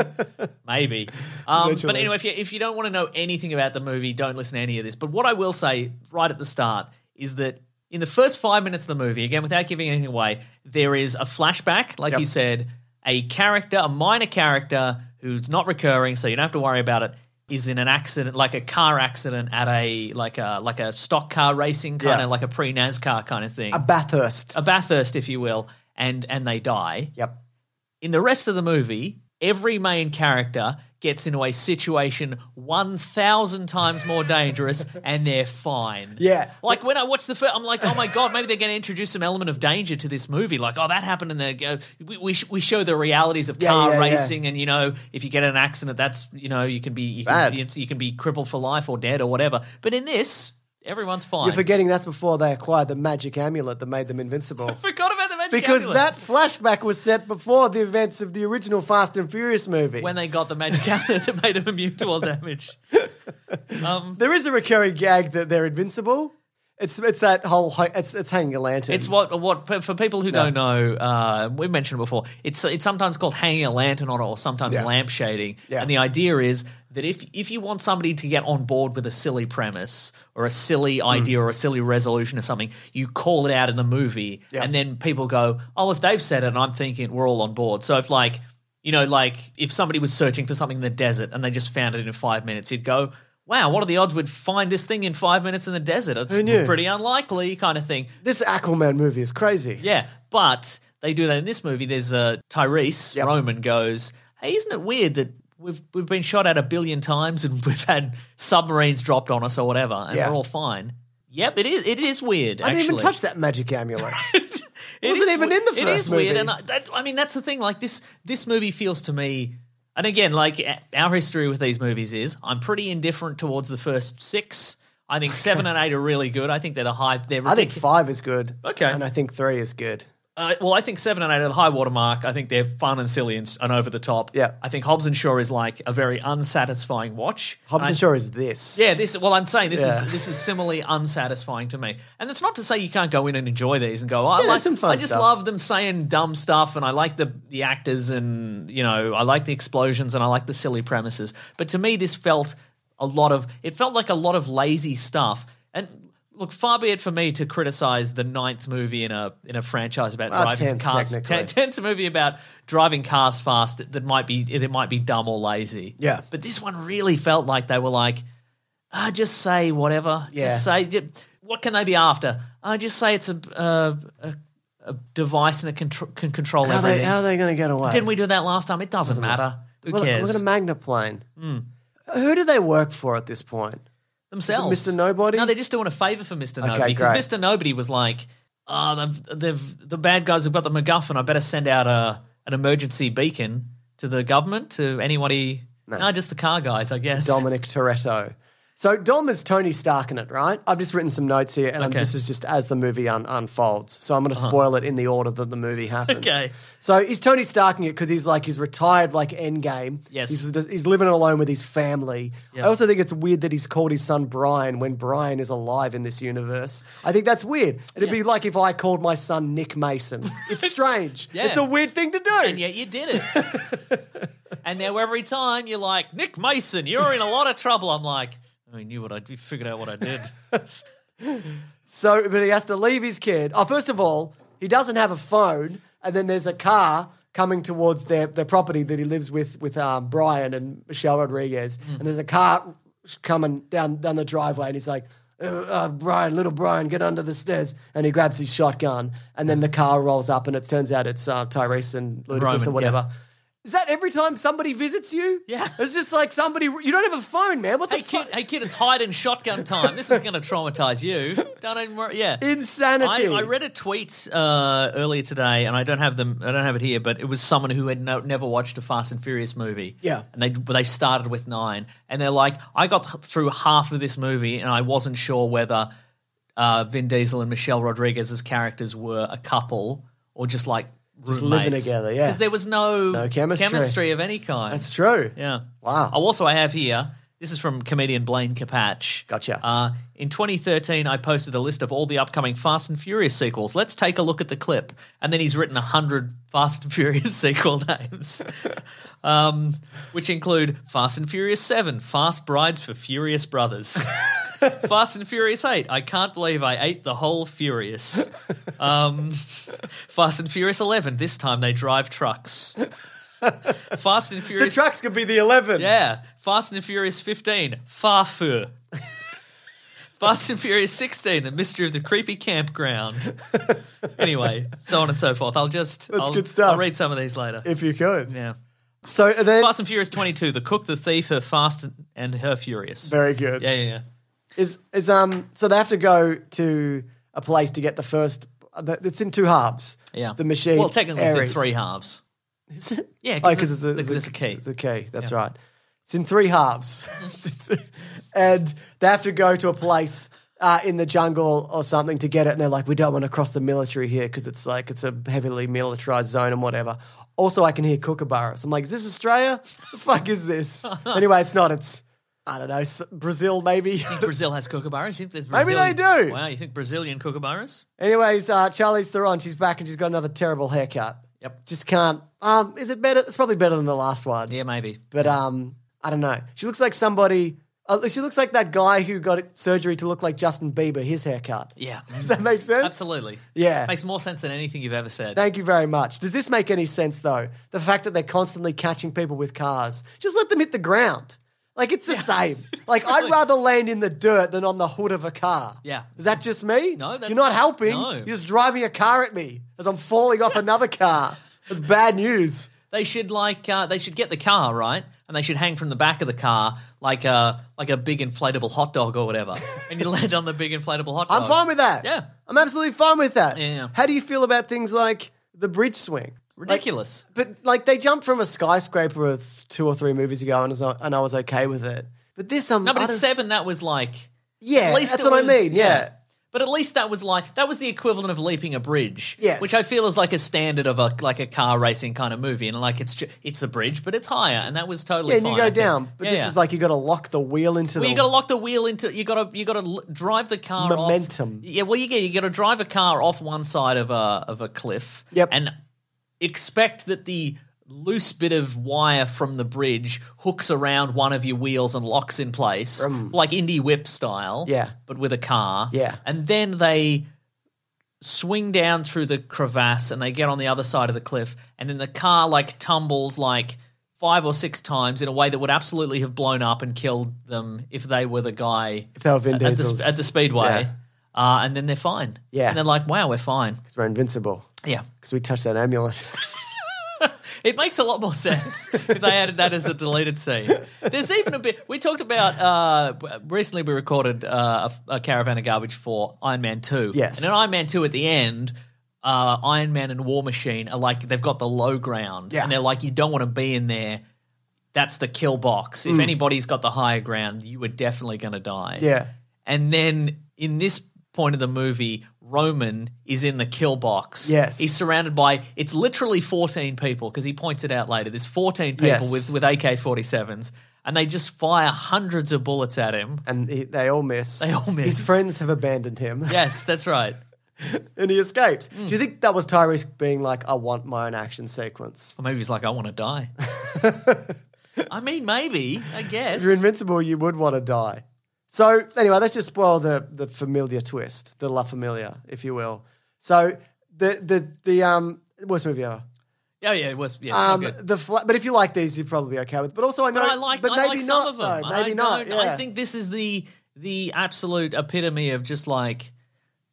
Speaker 4: Maybe. Um, but
Speaker 5: Literally.
Speaker 4: anyway, if you, if you don't want to know anything about the movie, don't listen to any of this. But what I will say right at the start is that in the first five minutes of the movie, again, without giving anything away, there is a flashback, like you said, a character, a minor character who's not recurring, so you don't have to worry about it. Is in an accident, like a car accident at a like a like a stock car racing kind
Speaker 5: Yeah.
Speaker 4: of like a pre NASCAR kind of thing,
Speaker 5: a Bathurst?
Speaker 4: a Bathurst, if you will, and and they die
Speaker 5: yep.
Speaker 4: in the rest of the movie, every main character gets into a situation 1,000 times more dangerous and they're fine.
Speaker 5: Yeah.
Speaker 4: Like when I watch the film, I'm like, oh my God, maybe they're going to introduce some element of danger to this movie. Like, oh, that happened and they go, we, we, sh- we show the realities of
Speaker 5: Yeah,
Speaker 4: car
Speaker 5: yeah, yeah.
Speaker 4: racing and, you know, if you get in an accident, that's, you know, you can be, you can,
Speaker 5: Bad.
Speaker 4: you, you can be crippled for life or dead or whatever. But in this, everyone's fine.
Speaker 5: You're forgetting that's before they acquired the magic amulet that made them invincible.
Speaker 4: Forgot about the magic
Speaker 5: Because
Speaker 4: amulet.
Speaker 5: that flashback was set before the events of the original Fast and Furious movie.
Speaker 4: When they got the magic amulet that made them immune to all damage. Um,
Speaker 5: there is a recurring gag that they're invincible. It's it's that whole hi- it's it's hanging a lantern.
Speaker 4: It's what what for people who don't know. Uh, we've mentioned it before. It's it's sometimes called hanging a lantern on it, or sometimes
Speaker 5: Yeah.
Speaker 4: lamp shading.
Speaker 5: Yeah.
Speaker 4: And the idea is that if if you want somebody to get on board with a silly premise or a silly
Speaker 5: Hmm.
Speaker 4: idea or a silly resolution or something, you call it out in the movie,
Speaker 5: Yeah.
Speaker 4: and then people go, "Oh, if they've said it," and I'm thinking we're all on board. So if like you know, like if somebody was searching for something in the desert and they just found it in five minutes, you'd go. Wow, what are the odds we'd find this thing in five minutes in the desert? It's
Speaker 5: knew?
Speaker 4: pretty unlikely, kind of thing.
Speaker 5: this Aquaman movie is crazy.
Speaker 4: Yeah, but they do that in this movie. There's uh, Tyrese
Speaker 5: Yep.
Speaker 4: Roman goes, "Hey, isn't it weird that we've we've been shot at a billion times and we've had submarines dropped on us or whatever, and
Speaker 5: Yeah.
Speaker 4: we're all fine." Yep, it is. It is weird.
Speaker 5: I didn't
Speaker 4: actually.
Speaker 5: even touch that magic amulet.
Speaker 4: It
Speaker 5: wasn't
Speaker 4: is
Speaker 5: even
Speaker 4: we-
Speaker 5: in the
Speaker 4: It
Speaker 5: first
Speaker 4: is weird,
Speaker 5: movie.
Speaker 4: and I, that, I mean that's the thing. Like this, this movie feels to me, and again, like a- our history with these movies is, I'm pretty indifferent towards the first six. I think seven and eight are really good. I think they're the hype. They're
Speaker 5: I think
Speaker 4: ridic-
Speaker 5: five is good.
Speaker 4: Okay.
Speaker 5: And I think three is good.
Speaker 4: Uh, well, I think seven and eight are the high water mark. I think they're fun and silly and, and over the top.
Speaker 5: Yeah.
Speaker 4: I think Hobbs and Shaw is like a very unsatisfying watch.
Speaker 5: Hobbs
Speaker 4: I-
Speaker 5: and Shaw is this.
Speaker 4: Yeah, this. Well, I'm saying this
Speaker 5: Yeah.
Speaker 4: is this is similarly unsatisfying to me, and that's not to say you can't go in and enjoy these and go. Oh, I
Speaker 5: there's
Speaker 4: like.
Speaker 5: some fun
Speaker 4: I just
Speaker 5: stuff.
Speaker 4: love them saying dumb stuff, and I like the the actors, and you know, I like the explosions, and I like the silly premises. But to me, this felt a lot of. It felt like a lot of lazy stuff, and. Look, far be it for me to criticize the ninth movie in a in a franchise about
Speaker 5: Well,
Speaker 4: driving
Speaker 5: Ah, tenth,
Speaker 4: cars.
Speaker 5: technically.
Speaker 4: tenth movie about driving cars fast that, that might be that might be dumb or lazy.
Speaker 5: Yeah.
Speaker 4: but this one really felt like they were like, uh, just say whatever.
Speaker 5: Yeah.
Speaker 4: Just say j- what can they be after? Uh, just say it's a a, a, a device and it contr- can control
Speaker 5: How, are they,
Speaker 4: everything.
Speaker 5: how are they going to get away?
Speaker 4: Didn't we do that last time? It doesn't matter. Who
Speaker 5: Well,
Speaker 4: cares?
Speaker 5: We're going to magnaplane.
Speaker 4: Hmm.
Speaker 5: Who do they work for at this point?
Speaker 4: Themselves,
Speaker 5: Mr. Nobody?
Speaker 4: No, they're just doing a favor for Mister
Speaker 5: Okay,
Speaker 4: Nobody
Speaker 5: great.
Speaker 4: because Mister Nobody was like, "Ah, they've, they've the bad guys have got the MacGuffin. I better send out a an emergency beacon to the government to anybody." No, just the car guys, I guess.
Speaker 5: Dominic Toretto. So Dom is Tony Stark in it, right? I've just written some notes here, and I'm-
Speaker 4: Okay. Uh-huh.
Speaker 5: this is just as the movie un- unfolds. So I'm going to spoil it in the order that the movie happens.
Speaker 4: Okay.
Speaker 5: So he's Tony Starking it because he's like he's retired, like Endgame.
Speaker 4: Yes.
Speaker 5: He's just- he's living alone with his family. I also think it's weird that he's called his son Brian when Brian is alive in this universe. I think that's weird. It'd be like if I called my son Nick Mason. It's strange.
Speaker 4: Yeah.
Speaker 5: It's a weird thing to do.
Speaker 4: and yet you did it. and now every time you're like, Nick Mason, you're in a lot of trouble. I'm like, I knew what I you figured out what I did.
Speaker 5: So, but he has to leave his kid. Oh, first of all, he doesn't have a phone, and then there's a car coming towards their, their property that he lives with with um, Brian and Michelle Rodriguez,
Speaker 4: Hmm.
Speaker 5: and there's a car coming down down the driveway, and he's like. Uh, uh, Brian, little Brian, get under the stairs, and he grabs his shotgun, and then the car rolls up, and it turns out it's uh, Tyrese and Ludacris
Speaker 4: Hmm. Roman,
Speaker 5: or whatever. Is that every time somebody visits you?
Speaker 4: Yeah.
Speaker 5: it's just like somebody. You don't have a phone, man. What the
Speaker 4: hey kid,
Speaker 5: fuck?
Speaker 4: hey kid, it's hide and shotgun time. This is going to traumatize you. Don't even worry. Yeah.
Speaker 5: Insanity.
Speaker 4: I, I read a tweet uh, earlier today, and I don't have them. I don't have it here, but it was someone who had no, never watched a Fast and Furious movie.
Speaker 5: Yeah.
Speaker 4: and they they started with nine, and they're like, I got th- through half of this movie, and I wasn't sure whether uh, Vin Diesel and Michelle Rodriguez's characters were a couple or just like
Speaker 5: Just living
Speaker 4: roommates.
Speaker 5: together, yeah.
Speaker 4: because there was no,
Speaker 5: No chemistry.
Speaker 4: of any kind.
Speaker 5: That's true.
Speaker 4: Yeah.
Speaker 5: Wow.
Speaker 4: Oh, Also, I have here. This is from comedian Blaine Capatch.
Speaker 5: Gotcha.
Speaker 4: Uh, in 2013, I posted a list of all the upcoming Fast and Furious sequels. Let's take a look at the clip. And then he's written 100 Fast and Furious sequel names, um, which include Fast and Furious 7, Fast Brides for Furious Brothers. Fast and Furious 8, I can't believe I ate the whole Furious. Um, Fast and Furious 11, this time they drive trucks. Fast and
Speaker 5: The
Speaker 4: Furious
Speaker 5: trucks could be the 11.
Speaker 4: yeah. Fast and Furious 15, Farfu. Fast and Furious 16, The Mystery of the Creepy Campground. anyway, so on and so forth. I'll just
Speaker 5: That's
Speaker 4: I'll,
Speaker 5: good stuff.
Speaker 4: I'll read some of these later.
Speaker 5: If you could.
Speaker 4: yeah.
Speaker 5: So then,
Speaker 4: Fast and Furious 22, The Cook, The Thief, Her Fast and Her Furious.
Speaker 5: very good.
Speaker 4: yeah, yeah, yeah.
Speaker 5: Is is um? So they have to go to a place to get the first. the- It's in two halves.
Speaker 4: Yeah.
Speaker 5: The machine.
Speaker 4: Well, technically it's
Speaker 5: Aries.
Speaker 4: in three halves.
Speaker 5: Is it?
Speaker 4: Yeah,
Speaker 5: Oh,
Speaker 4: 'cause it's-
Speaker 5: 'cause
Speaker 4: it's-
Speaker 5: it's,
Speaker 4: it's a key.
Speaker 5: It's a key. That's right. It's in three halves, and they have to go to a place. Uh, in the jungle or something to get it, and they're like, "We don't want to cross the military here because it's like it's a heavily militarized zone and whatever." Also, I can hear kookaburras. I'm like, "Is this Australia? the fuck is this?" anyway, it's not. It's I don't know s- Brazil maybe.
Speaker 4: Brazil has kookaburras. You think there's
Speaker 5: Maybe
Speaker 4: Brazilian?
Speaker 5: they do.
Speaker 4: Wow, you think Brazilian kookaburras?
Speaker 5: Anyways, uh, Charlize Theron, she's back and she's got another terrible haircut. Yep. Just can't. Um, is it better? It's probably better than the last one.
Speaker 4: Yeah, maybe.
Speaker 5: But um, I don't know. She looks like somebody. Uh, she looks like that guy who got surgery to look like Justin Bieber. His haircut.
Speaker 4: Yeah.
Speaker 5: Does that make sense?
Speaker 4: Absolutely.
Speaker 5: Yeah.
Speaker 4: Makes more sense than anything you've ever said.
Speaker 5: Thank you very much. Does this make any sense though? The fact that they're constantly catching people with cars. Just let them hit the ground. Like it's the same. Like I'd
Speaker 4: really-
Speaker 5: rather land in the dirt than on the hood of a car.
Speaker 4: Yeah.
Speaker 5: Is that just me?
Speaker 4: No, that's-
Speaker 5: You're not helping.
Speaker 4: no.
Speaker 5: You're just driving a car at me as I'm falling off another car. That's bad news.
Speaker 4: They should like uh, they should get the car right, and they should hang from the back of the car like a like a big inflatable hot dog or whatever, and you land on the big inflatable hot dog.
Speaker 5: I'm fine with that.
Speaker 4: Uh, Yeah.
Speaker 5: I'm absolutely fine with that.
Speaker 4: Yeah, yeah.
Speaker 5: How do you feel about things like the bridge swing?
Speaker 4: ridiculous.
Speaker 5: But like they jumped from a skyscraper of two or three movies ago, and, I was- uh, and I was okay with it. But this, I'm
Speaker 4: no,
Speaker 5: I
Speaker 4: but in
Speaker 5: don't-
Speaker 4: seven that was like
Speaker 5: yeah,
Speaker 4: at least
Speaker 5: that's
Speaker 4: it
Speaker 5: what I
Speaker 4: was-
Speaker 5: mean. Yeah,
Speaker 4: But at least that was like that was the equivalent of leaping a bridge,
Speaker 5: Yes.
Speaker 4: which I feel is like a standard of a like a car racing kind of movie, and like it's ju- it's a bridge, but it's higher, and that was totally.
Speaker 5: Yeah, and you
Speaker 4: fine,
Speaker 5: go
Speaker 4: I think.
Speaker 5: down, but
Speaker 4: Yeah,
Speaker 5: this
Speaker 4: yeah.
Speaker 5: is like you got to lock the wheel into
Speaker 4: Well,
Speaker 5: the.
Speaker 4: you got to lock the wheel into. You got to you got to l- drive the car off-
Speaker 5: Momentum.
Speaker 4: Yeah, well, you get you got to drive a car off one side of a of a cliff.
Speaker 5: Yep.
Speaker 4: and expect that the loose bit of wire from the bridge hooks around one of your wheels and locks in place, like indie whip style.
Speaker 5: Yeah.
Speaker 4: but with a car.
Speaker 5: Yeah.
Speaker 4: and then they swing down through the crevasse and they get on the other side of the cliff and then the car like tumbles like five or six times in a way that would absolutely have blown up and killed them if they were the guy
Speaker 5: if they were Vin
Speaker 4: at, the,
Speaker 5: Diesel's,
Speaker 4: sp- at the speedway
Speaker 5: Yeah.
Speaker 4: uh, and then they're fine
Speaker 5: Yeah.
Speaker 4: and they're like wow we're fine
Speaker 5: because we're invincible.
Speaker 4: yeah
Speaker 5: Because we touched that amulet.
Speaker 4: it makes a lot more sense if they added that as a deleted scene. There's even a bit we talked about uh, w- recently. We recorded uh, a, a caravan of garbage for Iron Man Two.
Speaker 5: Yes.
Speaker 4: and in Iron Man Two at the end. Uh, Iron Man and War Machine are like they've got the low ground,
Speaker 5: Yeah.
Speaker 4: and they're like you don't want to be in there. That's the kill box.
Speaker 5: Mm.
Speaker 4: If anybody's got the higher ground, you are definitely going to die.
Speaker 5: yeah.
Speaker 4: And then in this point of the movie, Roman is in the kill box.
Speaker 5: Yes.
Speaker 4: He's surrounded by, it's literally 14 people because he points it out later. There's 14 people
Speaker 5: Yes.
Speaker 4: with, with AK 47s and they just fire hundreds of bullets at him.
Speaker 5: And he, they all miss.
Speaker 4: They all miss.
Speaker 5: His friends have abandoned him
Speaker 4: Yes, that's right.
Speaker 5: and he escapes.
Speaker 4: Hmm.
Speaker 5: Do you think that was Tyrese being like, I want my own action sequence?
Speaker 4: Or maybe he's like, I want to die. I mean, maybe, I guess.
Speaker 5: If you're invincible, you would want to die. So anyway, let's just spoil the the familiar twist, the La Familia, if you will. So the the the um worst movie ever.
Speaker 4: oh, yeah, it was. Yeah, not
Speaker 5: Um,
Speaker 4: good.
Speaker 5: the fla- but if you like these, you're probably okay with. But also, I know,
Speaker 4: But I like,
Speaker 5: but
Speaker 4: I
Speaker 5: maybe
Speaker 4: like
Speaker 5: not,
Speaker 4: some of them.
Speaker 5: though.
Speaker 4: I
Speaker 5: Maybe not.
Speaker 4: don't. I
Speaker 5: yeah.
Speaker 4: think this is the the absolute epitome of just like.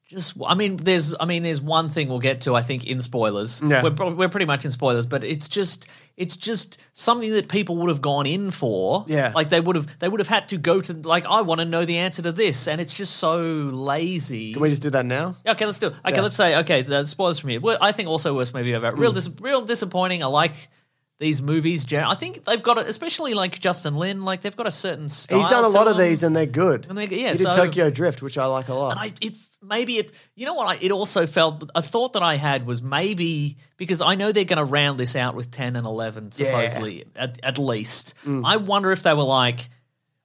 Speaker 4: Just, I mean, there's, I mean, there's one thing we'll get to. I think in spoilers,
Speaker 5: Yeah.
Speaker 4: we're, prob- we're pretty much in spoilers, but it's just, it's just something that people would have gone in for.
Speaker 5: Yeah.
Speaker 4: like they would have, they would have had to go to, like, I want to know the answer to this, and it's just so lazy.
Speaker 5: Can we just do that now?
Speaker 4: Okay, let's do it. Okay,
Speaker 5: Yeah. Hmm.
Speaker 4: let's say okay. The spoilers from here. Well, I think also worst movie ever. Real, dis- real disappointing. I like these movies. gen- I think they've got, a, especially like Justin Lin. Like they've got a certain style.
Speaker 5: He's done a
Speaker 4: to
Speaker 5: lot of
Speaker 4: them.
Speaker 5: these, and they're good.
Speaker 4: And they- yeah,
Speaker 5: he did
Speaker 4: so-
Speaker 5: Tokyo Drift, which I like a lot.
Speaker 4: And I, it maybe it. You know what? I, it also felt a thought that I had was maybe because I know they're going to round this out with ten and eleven supposedly at, at least. I wonder if they were like.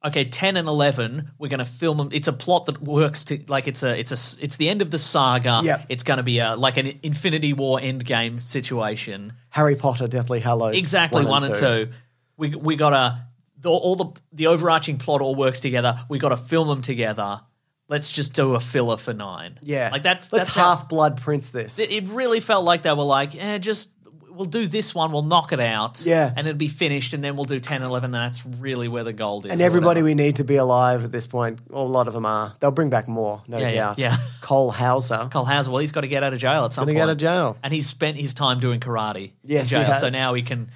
Speaker 4: Okay, ten and eleven. We're going to film them. It's a plot that works to like it's a it's a s- it's the end of the saga.
Speaker 5: Yep.
Speaker 4: it's going to be a like an Infinity War endgame situation.
Speaker 5: Harry Potter, Deathly Hallows,
Speaker 4: Exactly one, and, two. We we gotta the, all the the overarching plot all works together. We gotta film them together. Let's just do a filler for nine.
Speaker 5: Yeah,
Speaker 4: like that's
Speaker 5: Let's
Speaker 4: that's how-
Speaker 5: half Blood Prince this.
Speaker 4: it, it really felt like they were like, eh, just we'll do this one, we'll knock it out,
Speaker 5: Yeah.
Speaker 4: and it'll be finished, and then we'll do 10, 11, and that's really where the gold is.
Speaker 5: and
Speaker 4: or
Speaker 5: everybody
Speaker 4: whatever.
Speaker 5: we need to be alive at this point. Well, a lot of them are. They'll bring back more, no
Speaker 4: Yeah, yeah,
Speaker 5: doubt.
Speaker 4: yeah.
Speaker 5: Cole Hauser.
Speaker 4: Cole Hauser, well, he's got to get out of jail at some
Speaker 5: Gonna
Speaker 4: point.
Speaker 5: get out of jail.
Speaker 4: and he's spent his time doing karate
Speaker 5: Yes, he
Speaker 4: in jail, so
Speaker 5: has.
Speaker 4: now he can,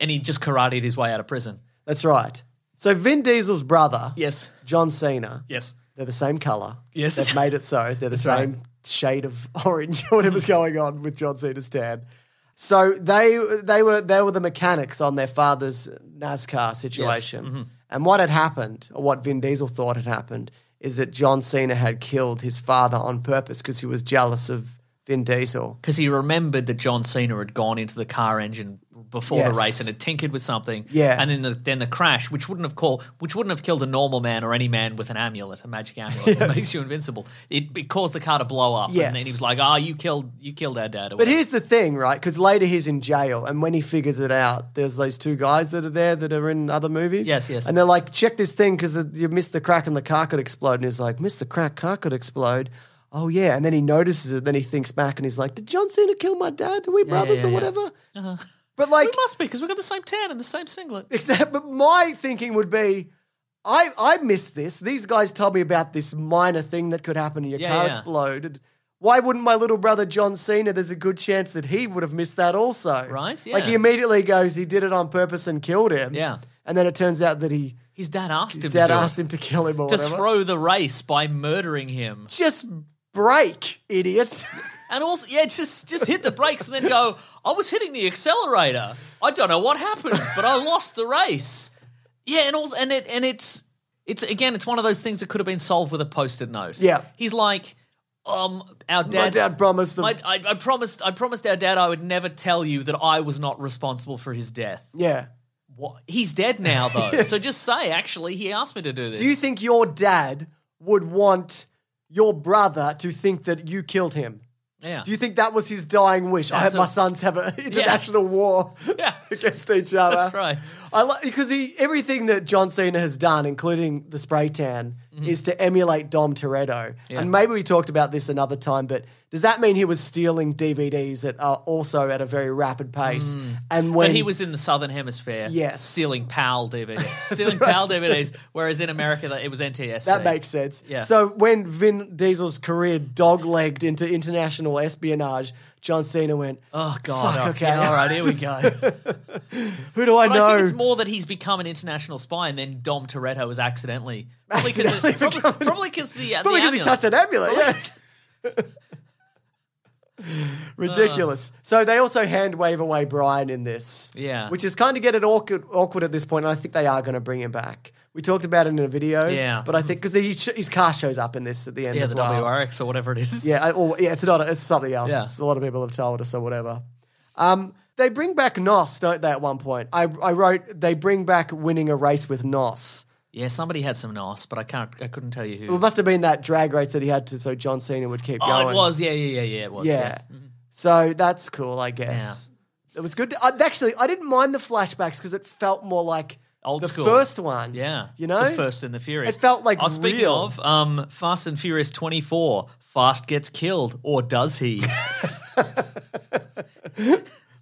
Speaker 4: and he just karateed his way out of prison.
Speaker 5: That's right. So Vin Diesel's brother,
Speaker 4: Yes,
Speaker 5: John Cena.
Speaker 4: yes.
Speaker 5: They're the same color.
Speaker 4: Yes.
Speaker 5: They've made it so. They're the
Speaker 4: right. Mm.
Speaker 5: same shade of orange or whatever's going on with John Cena's tan. So they they were they were the mechanics on their father's NASCAR situation.
Speaker 4: Mm-hmm.
Speaker 5: And what had happened, or what Vin Diesel thought had happened, is that John Cena had killed his father on purpose because he was jealous of Vin Diesel.
Speaker 4: because he remembered that John Cena had gone into the car engine before
Speaker 5: Yes.
Speaker 4: the race and had tinkered with something.
Speaker 5: Yeah.
Speaker 4: and then the, then the crash, which wouldn't have called, which wouldn't have killed a normal man or any man with an amulet, a magic amulet that makes you invincible. It, it caused the car to blow up.
Speaker 5: Yes.
Speaker 4: and then he was like, "Ah, you killed, you killed our dad." Or
Speaker 5: But
Speaker 4: whatever.
Speaker 5: here's the thing, right? Because later he's in jail, and when he figures it out, there's those two guys that are there that are in other movies.
Speaker 4: Yes, yes.
Speaker 5: And they're like, check this thing because you missed the crack and the car could explode. And he's like, missed the crack, car could explode. Oh, yeah. And then he notices it, then he thinks back and he's like, did John Cena kill my dad? Are we brothers
Speaker 4: yeah,
Speaker 5: or
Speaker 4: yeah.
Speaker 5: whatever? But like,
Speaker 4: it must be because we got the same tan and the same singlet.
Speaker 5: except, but my thinking would be, I, I missed this. These guys told me about this minor thing that could happen and your
Speaker 4: Yeah,
Speaker 5: car
Speaker 4: yeah.
Speaker 5: exploded. Why wouldn't my little brother John Cena? There's a good chance that he would have missed that also.
Speaker 4: Right,
Speaker 5: Like he
Speaker 4: yeah.
Speaker 5: immediately goes, he did it on purpose and killed him.
Speaker 4: Yeah.
Speaker 5: And then it turns out that he
Speaker 4: His dad asked him.
Speaker 5: his dad
Speaker 4: to do
Speaker 5: asked
Speaker 4: it,
Speaker 5: him to kill him or
Speaker 4: to
Speaker 5: whatever.
Speaker 4: throw the race by murdering him.
Speaker 5: Just break, idiots.
Speaker 4: And also, yeah, just just hit the brakes and then go. I was hitting the accelerator. I don't know what happened, but I lost the race. Yeah, and also, and it and it's it's again, it's one of those things that could have been solved with a post-it note.
Speaker 5: Yeah.
Speaker 4: he's like, um, our dad,
Speaker 5: dad promised them-
Speaker 4: my- I, I promised. I promised our dad I would never tell you that I was not responsible for his death.
Speaker 5: Yeah.
Speaker 4: What? He's dead now, though. so just say, actually, he asked me to do this.
Speaker 5: Do you think your dad would want your brother to think that you killed him?
Speaker 4: Yeah.
Speaker 5: Do you think that was his dying wish? I
Speaker 4: That's
Speaker 5: hope my
Speaker 4: a-
Speaker 5: sons have an international war
Speaker 4: Yeah.
Speaker 5: against each other.
Speaker 4: That's right.
Speaker 5: I like because he everything that John Cena has done, including the spray tan,
Speaker 4: Mm-hmm.
Speaker 5: is to emulate Dom Toretto. And maybe we talked about this another time, but does that mean he was stealing DVDs that are also at a very rapid pace? And
Speaker 4: Mm.
Speaker 5: when
Speaker 4: but he was in the Southern Hemisphere,
Speaker 5: Yes.
Speaker 4: stealing PAL DVDs, stealing PAL DVDs, whereas in America that- it was NTSC.
Speaker 5: That makes sense.
Speaker 4: Yeah.
Speaker 5: So when Vin Diesel's career dog-legged into international espionage, John Cena went,
Speaker 4: Oh God!
Speaker 5: Fuck,
Speaker 4: okay,
Speaker 5: okay.
Speaker 4: all right, here we go. But
Speaker 5: "Who do I know?"
Speaker 4: I think it's more that he's become an international spy, and then Dom Toretto was accidentally probably because
Speaker 5: Accidentally
Speaker 4: probably
Speaker 5: become an-
Speaker 4: probably because the uh,
Speaker 5: Probably
Speaker 4: the
Speaker 5: because he
Speaker 4: ambulance.
Speaker 5: touched an amulet. Yes. Ridiculous. So they also hand wave away Brian in this.
Speaker 4: Uh. Yeah.
Speaker 5: Which is kind of getting awkward, awkward at this point, and I think they are going to bring him back. We talked about it in a video.
Speaker 4: Yeah.
Speaker 5: But I think because sh- his car shows up in this at the end
Speaker 4: yeah,
Speaker 5: as
Speaker 4: the
Speaker 5: well.
Speaker 4: WRX or whatever it is.
Speaker 5: Yeah, I- or, yeah, it's not. It's something else.
Speaker 4: Yeah.
Speaker 5: It's a lot of people have told us or whatever. Um, they bring back Nos, don't they? At one point, I, I wrote they bring back winning a race with Nos.
Speaker 4: yeah. Somebody had some NOS, but I can't. I couldn't tell you who.
Speaker 5: It must have been that drag race that he had to, so John Cena would keep
Speaker 4: oh, it
Speaker 5: going.
Speaker 4: was. Yeah, yeah, yeah, yeah. It was.
Speaker 5: Yeah.
Speaker 4: yeah.
Speaker 5: So that's cool, I guess. It was good. To, I, actually, I didn't mind the flashbacks because it felt more like
Speaker 4: Old
Speaker 5: the
Speaker 4: school.
Speaker 5: first one.
Speaker 4: Yeah,
Speaker 5: You know?
Speaker 4: the first and the Furious.
Speaker 5: It felt like
Speaker 4: Oh, speaking
Speaker 5: real.
Speaker 4: of, um, Fast and Furious twenty four. Fast gets killed, or does he?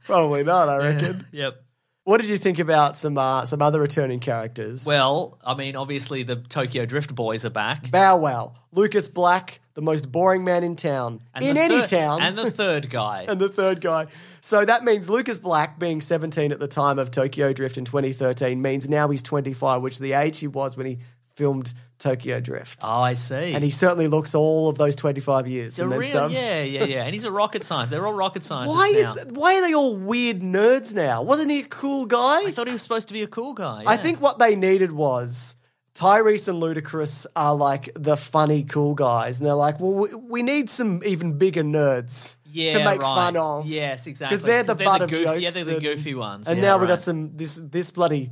Speaker 5: Probably not, I reckon.
Speaker 4: yep.
Speaker 5: What did you think about some uh, some other returning characters?
Speaker 4: Well, I mean, obviously the Tokyo Drift boys are back.
Speaker 5: Bow Wow, Lucas Black, the most boring man in town.
Speaker 4: And
Speaker 5: in
Speaker 4: the
Speaker 5: any
Speaker 4: third-
Speaker 5: town.
Speaker 4: And the third guy.
Speaker 5: and the third guy. So that means Lucas Black, being 17 at the time of Tokyo Drift in 2013, means now he's 25, which is the age he was when he filmed Tokyo Drift.
Speaker 4: oh, I see.
Speaker 5: And he certainly looks all of those 25 years.
Speaker 4: The
Speaker 5: and then
Speaker 4: real-
Speaker 5: some.
Speaker 4: yeah, yeah, yeah. And he's a rocket scientist. They're all rocket scientists.
Speaker 5: Why,
Speaker 4: now.
Speaker 5: is, why are they all weird nerds now? Wasn't he a cool guy?
Speaker 4: I thought he was supposed to be a cool guy.
Speaker 5: I
Speaker 4: yeah.
Speaker 5: think what they needed was Tyrese and Ludacris are like the funny, cool guys, and they're like, well, we, we need some even bigger nerds
Speaker 4: yeah,
Speaker 5: to make
Speaker 4: right.
Speaker 5: fun of.
Speaker 4: Yes, exactly.
Speaker 5: Because they're the butt of
Speaker 4: goofy,
Speaker 5: jokes.
Speaker 4: Yeah, they're the
Speaker 5: and-
Speaker 4: goofy ones.
Speaker 5: And
Speaker 4: Yeah,
Speaker 5: now we've
Speaker 4: right.
Speaker 5: got some this this bloody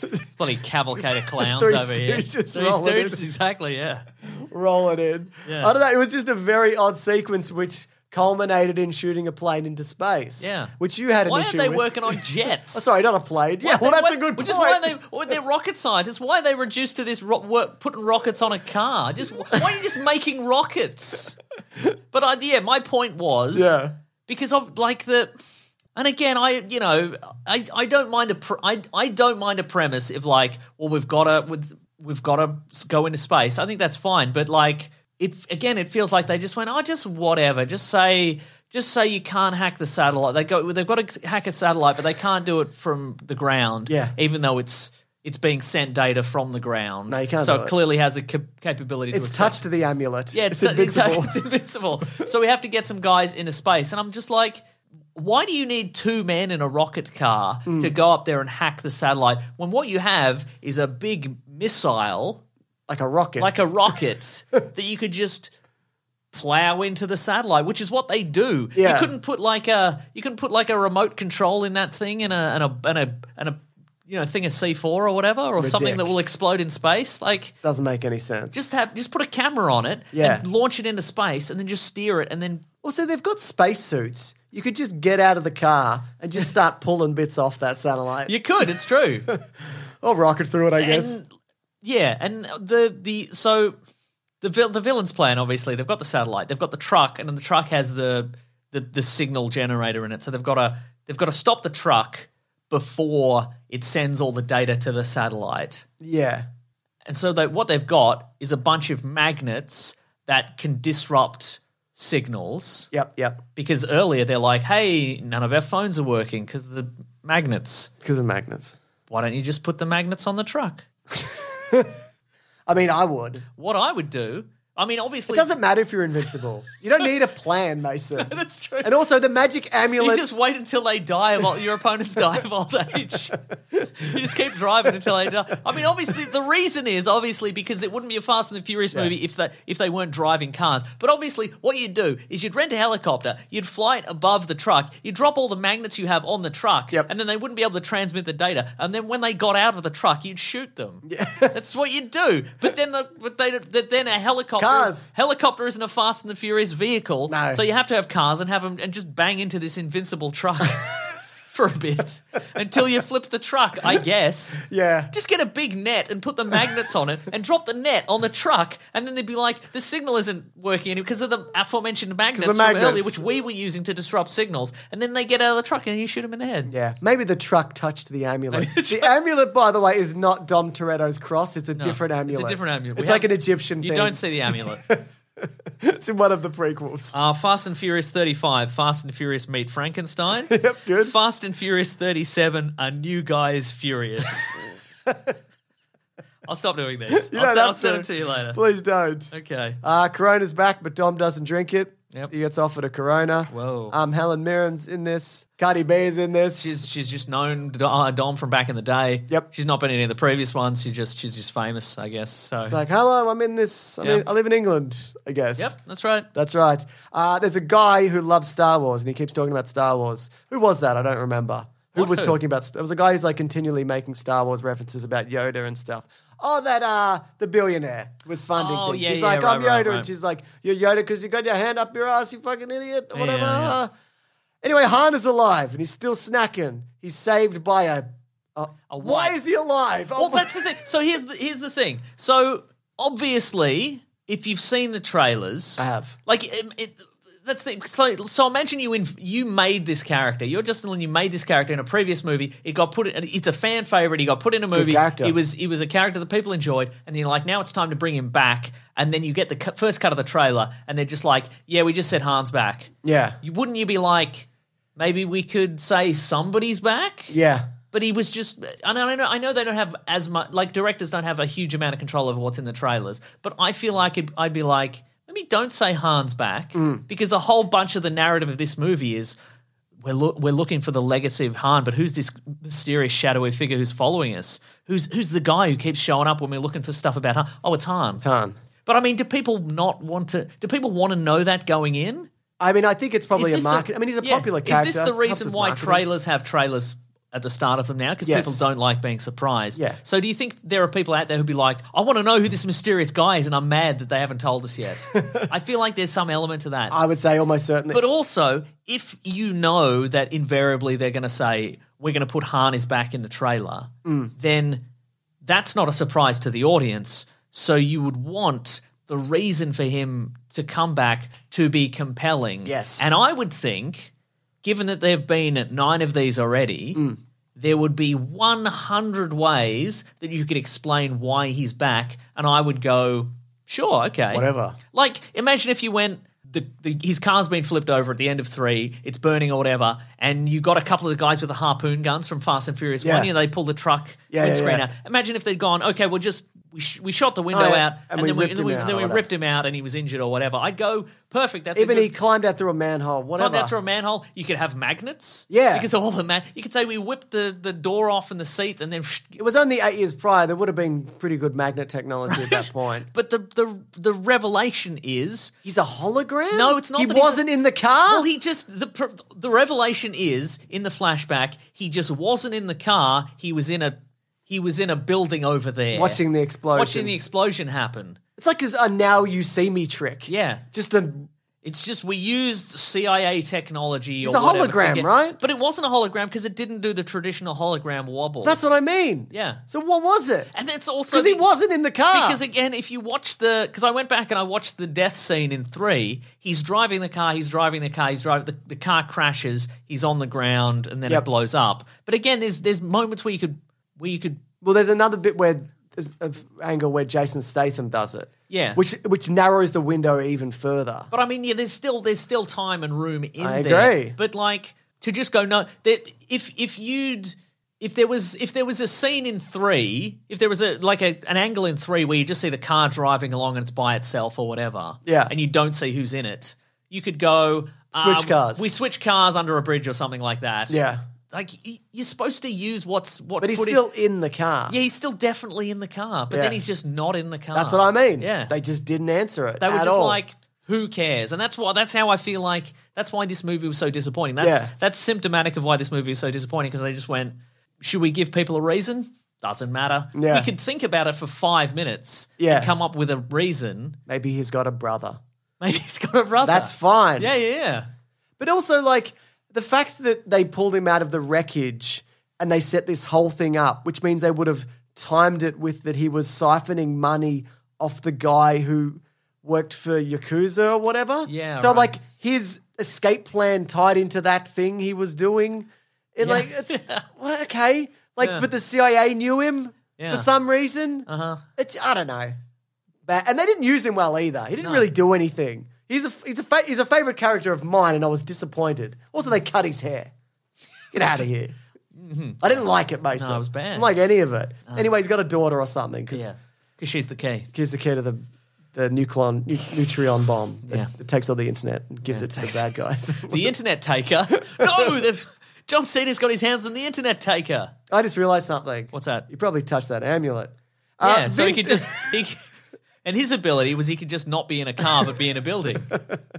Speaker 4: It's bloody cavalcade of clowns
Speaker 5: Three
Speaker 4: over here.
Speaker 5: Stooges
Speaker 4: Three
Speaker 5: rolling in.
Speaker 4: Stooges, exactly. Yeah.
Speaker 5: rolling in.
Speaker 4: Yeah.
Speaker 5: I don't know. It was just a very odd sequence, which culminated in shooting a plane into space.
Speaker 4: Yeah.
Speaker 5: which you had an
Speaker 4: Why
Speaker 5: issue.
Speaker 4: aren't they
Speaker 5: with.
Speaker 4: working on jets?
Speaker 5: Oh, sorry, not a plane. Yeah, well,
Speaker 4: Why-
Speaker 5: that's
Speaker 4: why-
Speaker 5: a good point.
Speaker 4: Just why are they, well, they're rocket scientists. Why are they reduced to this ro- work, putting rockets on a car? Just why are you just making rockets? But I, yeah, my point was
Speaker 5: Yeah.
Speaker 4: because of like the. And again, I you know I, I don't mind a pr I, I don't mind a premise if like well we've got to with we've got to go into space. I think that's fine, but like it again, it feels like they just went oh just whatever, just say just say you can't hack the satellite. They go they've got to hack a satellite, but they can't do it from the ground.
Speaker 5: Yeah.
Speaker 4: even though it's it's being sent data from the ground.
Speaker 5: No, you can't
Speaker 4: So
Speaker 5: do
Speaker 4: it
Speaker 5: it.
Speaker 4: clearly has the cap- capability to
Speaker 5: It's
Speaker 4: accept-
Speaker 5: touched to the amulet.
Speaker 4: yeah,
Speaker 5: it's,
Speaker 4: it's, it's
Speaker 5: invincible.
Speaker 4: It's, invincible. so we have to get some guys into space. And I'm just like, why do you need two men in a rocket car
Speaker 5: Hmm.
Speaker 4: to go up there and hack the satellite when what you have is a big missile,
Speaker 5: like a rocket.
Speaker 4: like a rocket, that you could just plow into the satellite, which is what they do.
Speaker 5: Yeah.
Speaker 4: You couldn't put like a you can put like a remote control in that thing and a and a and a and a you know thing of C four or whatever or something that
Speaker 5: Ridic.
Speaker 4: will explode in space. Like
Speaker 5: doesn't make any sense.
Speaker 4: just have just put a camera on it
Speaker 5: Yeah.
Speaker 4: and launch it into space and then just steer it and then
Speaker 5: Also, they've got spacesuits. You could just get out of the car and just start pulling bits off that satellite.
Speaker 4: you could it's true
Speaker 5: Or rocket through it, I guess.
Speaker 4: and yeah and the the so the vil- the villain's plan obviously they've got the satellite they've got the truck and then the truck has the the, the signal generator in it so they've got to they've got to stop the truck before it sends all the data to the satellite
Speaker 5: Yeah.
Speaker 4: And so they, what they've got is a bunch of magnets that can disrupt signals.
Speaker 5: Yep, yep.
Speaker 4: Because earlier they're like, hey, none of our phones are working because of the magnets.
Speaker 5: Because of magnets.
Speaker 4: Why don't you just put the magnets on the truck?
Speaker 5: I mean, I would.
Speaker 4: What I would do, I mean,
Speaker 5: It
Speaker 4: obviously,
Speaker 5: doesn't matter if you're invincible. You don't need a plan, Mason.
Speaker 4: That's true.
Speaker 5: And also the magic
Speaker 4: You
Speaker 5: amulet.
Speaker 4: just wait until they die of old, your opponents die of old age. you just keep driving until they die. I mean, obviously, the reason is obviously because it wouldn't be a Fast and the Furious movie if they if they weren't driving cars. But obviously, what you'd do is you'd rent a helicopter, you'd fly it above the truck, you drop all the magnets you have on the truck,
Speaker 5: Yep.
Speaker 4: and then they wouldn't be able to transmit the data. And then when they got out of the truck, you'd shoot them. That's what you'd do. But then the but they that then a helicopter
Speaker 5: Cars.
Speaker 4: helicopter isn't a Fast and the Furious vehicle.
Speaker 5: No.
Speaker 4: So you have to have cars and have them and just bang into this invincible truck for a bit until you flip the truck, I guess.
Speaker 5: yeah.
Speaker 4: Just get a big net and put the magnets on it and drop the net on the truck. And then they'd be like, the signal isn't working anymore because of the aforementioned magnets,
Speaker 5: magnets.
Speaker 4: from earlier, which we were using to disrupt signals. And then they get out of the truck and you shoot them in the head.
Speaker 5: Yeah. Maybe the truck touched the amulet. the amulet, by the way, is not Dom Toretto's cross. It's a different amulet.
Speaker 4: It's a different amulet.
Speaker 5: It's
Speaker 4: We
Speaker 5: like
Speaker 4: have-
Speaker 5: an Egyptian
Speaker 4: You
Speaker 5: thing.
Speaker 4: don't see the amulet.
Speaker 5: It's in one of the prequels.
Speaker 4: Uh, Fast and Furious 35, Fast and Furious meet Frankenstein.
Speaker 5: yep, good.
Speaker 4: Fast and Furious 37, A New Guy is Furious. I'll stop doing this.
Speaker 5: You
Speaker 4: I'll,
Speaker 5: don't
Speaker 4: se-
Speaker 5: have
Speaker 4: I'll send them to you later.
Speaker 5: Please don't.
Speaker 4: Okay.
Speaker 5: Uh, Corona's back, but Dom doesn't drink it.
Speaker 4: Yep.
Speaker 5: He gets offered a Corona.
Speaker 4: Whoa.
Speaker 5: Um, Helen Mirren's in this. Cardi B is in this.
Speaker 4: She's, she's just known D- uh, Dom from back in the day.
Speaker 5: Yep.
Speaker 4: She's not been in any of the previous ones. She just she's just famous, I guess. So
Speaker 5: It's like, hello, I'm in this. I,
Speaker 4: Yeah.
Speaker 5: mean, I live in England, I guess.
Speaker 4: yep, that's right.
Speaker 5: That's right. Uh, there's a guy who loves Star Wars and he keeps talking about Star Wars. Who was that? I don't remember. Who
Speaker 4: What
Speaker 5: was
Speaker 4: who?
Speaker 5: talking about? There was a guy who's like continually making Star Wars references about Yoda and stuff. Oh, that uh, the billionaire was funding
Speaker 4: Oh,
Speaker 5: things.
Speaker 4: yeah,
Speaker 5: He's
Speaker 4: yeah,
Speaker 5: like,
Speaker 4: right,
Speaker 5: I'm Yoda,
Speaker 4: right, right.
Speaker 5: and she's like, you're Yoda because you got your hand up your ass, you fucking idiot, or whatever. Uh,
Speaker 4: yeah.
Speaker 5: Anyway, Han is alive and he's still snacking. He's saved by a. a,
Speaker 4: A
Speaker 5: why
Speaker 4: what?
Speaker 5: is he alive? Oh,
Speaker 4: Well, that's the thing. So here's the here's the thing. So obviously, if you've seen the trailers,
Speaker 5: I have.
Speaker 4: Like um, it, that's the so so. Imagine you in you made this character. You're Justin Lin. You made this character in a previous movie. It got put. In, it's a fan favorite. He got put in a movie.
Speaker 5: character.
Speaker 4: It was it was a character that people enjoyed, and you're like, now it's time to bring him back. And then you get the cu- first cut of the trailer, and they're just like, yeah, we just said Han's back.
Speaker 5: Yeah.
Speaker 4: You wouldn't you be like, maybe we could say somebody's back?
Speaker 5: Yeah.
Speaker 4: But he was just, and I know, I know they don't have as much, like directors don't have a huge amount of control over what's in the trailers. But I feel like it, I'd be like, maybe don't say Han's back because a whole bunch of the narrative of this movie is we're loo- we're looking for the legacy of Han, but who's this mysterious shadowy figure who's following us? Who's who's the guy who keeps showing up when we're looking for stuff about Han? Oh, it's Han. It's
Speaker 5: Han.
Speaker 4: But I mean, do people not want to? Do people want to know that going in?
Speaker 5: I mean, I think it's probably a
Speaker 4: Is this
Speaker 5: market.
Speaker 4: the-
Speaker 5: I mean, he's a
Speaker 4: yeah.
Speaker 5: popular character.
Speaker 4: Is this the
Speaker 5: Helps
Speaker 4: reason
Speaker 5: with
Speaker 4: why
Speaker 5: marketing.
Speaker 4: trailers have trailers at the start of them now? Because
Speaker 5: Yes.
Speaker 4: people don't like being surprised.
Speaker 5: Yeah.
Speaker 4: So do you think there are people out there who'd be like, I want to know who this mysterious guy is, and I'm mad that they haven't told us yet? I feel like there's some element to that.
Speaker 5: I would say almost certainly.
Speaker 4: but also, if you know that invariably they're going to say, we're going to put Han is back in the trailer,
Speaker 5: Mm.
Speaker 4: then that's not a surprise to the audience. So you would want the reason for him to come back to be compelling.
Speaker 5: Yes.
Speaker 4: And I would think, given that there have been nine of these already,
Speaker 5: Mm.
Speaker 4: there would be 100 ways that you could explain why he's back. And I would go, sure, okay.
Speaker 5: Whatever.
Speaker 4: Like, imagine if you went. The, the, his car's been flipped over at the end of three. It's burning or whatever, and you got a couple of the guys with the harpoon guns from Fast and Furious
Speaker 5: Yeah.
Speaker 4: One. You know, they pull the truck
Speaker 5: Yeah, yeah,
Speaker 4: windscreen
Speaker 5: yeah.
Speaker 4: out. Imagine if they'd gone, okay, we'll just we, sh- we shot the window
Speaker 5: Oh, yeah.
Speaker 4: out,
Speaker 5: And we
Speaker 4: then we,
Speaker 5: ripped
Speaker 4: then
Speaker 5: him
Speaker 4: we,
Speaker 5: out
Speaker 4: then
Speaker 5: or
Speaker 4: we
Speaker 5: whatever.
Speaker 4: ripped him out, and he was injured or whatever. I'd go perfect. That's
Speaker 5: Even
Speaker 4: a good,
Speaker 5: he climbed out through a manhole, whatever.
Speaker 4: Climbed out through a manhole. You could have magnets.
Speaker 5: Yeah.
Speaker 4: Because all the man, you could say we whipped the, the door off and the seats, and then.
Speaker 5: it was only eight years prior. There would have been pretty good magnet technology at that point.
Speaker 4: But the the the revelation is
Speaker 5: He's a hologram?
Speaker 4: No, it's not
Speaker 5: He
Speaker 4: that he's a-
Speaker 5: wasn't in the car?
Speaker 4: Well, he just the pr- the revelation is in the flashback. He just wasn't in the car. He was in a he was in a building over there,
Speaker 5: Watching the explosion.
Speaker 4: watching the explosion happen.
Speaker 5: it's like his- a now you see me trick.
Speaker 4: Yeah,
Speaker 5: Just a.
Speaker 4: it's just we used CIA technology.
Speaker 5: It's
Speaker 4: or
Speaker 5: a
Speaker 4: whatever to
Speaker 5: hologram,
Speaker 4: get-
Speaker 5: right?
Speaker 4: But it wasn't a hologram because it didn't do the traditional hologram wobble.
Speaker 5: That's what I mean.
Speaker 4: Yeah.
Speaker 5: So what was it?
Speaker 4: and it's also
Speaker 5: Because he
Speaker 4: the-
Speaker 5: wasn't in the car.
Speaker 4: Because again, if you watch the, because I went back and I watched the death scene in three. He's driving the car. He's driving the car. He's driving. The, the car crashes. He's on the ground, and then it
Speaker 5: Yep.
Speaker 4: blows up. But again, there's there's moments where you could where you could
Speaker 5: Well, there's another bit where there's an angle where Jason Statham does it.
Speaker 4: Yeah.
Speaker 5: Which which narrows the window even further.
Speaker 4: But I mean, yeah, there's still there's still time and room in
Speaker 5: I
Speaker 4: there.
Speaker 5: agree.
Speaker 4: But like to just go no, that if if you'd if there was if there was a scene in three, if there was a like a, an angle in three where you just see the car driving along and it's by itself or whatever,
Speaker 5: Yeah.
Speaker 4: and you don't see who's in it, you could go uh,
Speaker 5: Switch cars.
Speaker 4: We switch cars under a bridge or something like that.
Speaker 5: Yeah.
Speaker 4: like y- you're supposed to use what's what.
Speaker 5: But he's
Speaker 4: footage-
Speaker 5: still in the car.
Speaker 4: yeah, he's still definitely in the car, but then
Speaker 5: Yeah.
Speaker 4: he's just not in the car.
Speaker 5: That's what I mean.
Speaker 4: Yeah,
Speaker 5: They just didn't answer it.
Speaker 4: they were
Speaker 5: at
Speaker 4: just
Speaker 5: all.
Speaker 4: like, who cares? And that's why that's how I feel like that's why this movie was so disappointing. That's
Speaker 5: Yeah.
Speaker 4: that's symptomatic of why this movie is so disappointing because they just went, should we give people a reason? Doesn't matter.
Speaker 5: Yeah.
Speaker 4: We could think about it for five minutes
Speaker 5: Yeah.
Speaker 4: and come up with a reason.
Speaker 5: maybe he's got a brother.
Speaker 4: Maybe he's got a brother.
Speaker 5: That's fine.
Speaker 4: Yeah, yeah, yeah.
Speaker 5: But also, like, the fact that they pulled him out of the wreckage and they set this whole thing up, which means they would have timed it with that he was siphoning money off the guy who worked for Yakuza or whatever.
Speaker 4: Yeah,
Speaker 5: So,
Speaker 4: right.
Speaker 5: like, his escape plan tied into that thing he was doing. And,
Speaker 4: Yeah.
Speaker 5: like, it's well, okay. Like,
Speaker 4: Yeah.
Speaker 5: but the CIA knew him
Speaker 4: Yeah.
Speaker 5: for some reason.
Speaker 4: Uh huh.
Speaker 5: It's I don't know, Ba- and they didn't use him well either. He didn't
Speaker 4: No.
Speaker 5: really do anything. He's a he's a fa- he's a favorite character of mine, and I was disappointed. Also, they cut his hair. Get out of here. I didn't like it, Mason.
Speaker 4: Mm-hmm. No, it was bad. Uh-huh.
Speaker 5: I didn't like any of it. anyway, he's got a daughter or something because
Speaker 4: Yeah. Because she's the key.
Speaker 5: gives the kid to the the nucleon nu- neutron bomb that,
Speaker 4: Yeah.
Speaker 5: that takes all the internet and gives it to the bad guys.
Speaker 4: The internet taker. no, the, John Cena's got his hands on the internet taker.
Speaker 5: I just realized something.
Speaker 4: What's that?
Speaker 5: You probably touched that amulet. Uh,
Speaker 4: Yeah, so he
Speaker 5: Vin-
Speaker 4: could just he c- and his ability was he could just not be in a car but be in a building.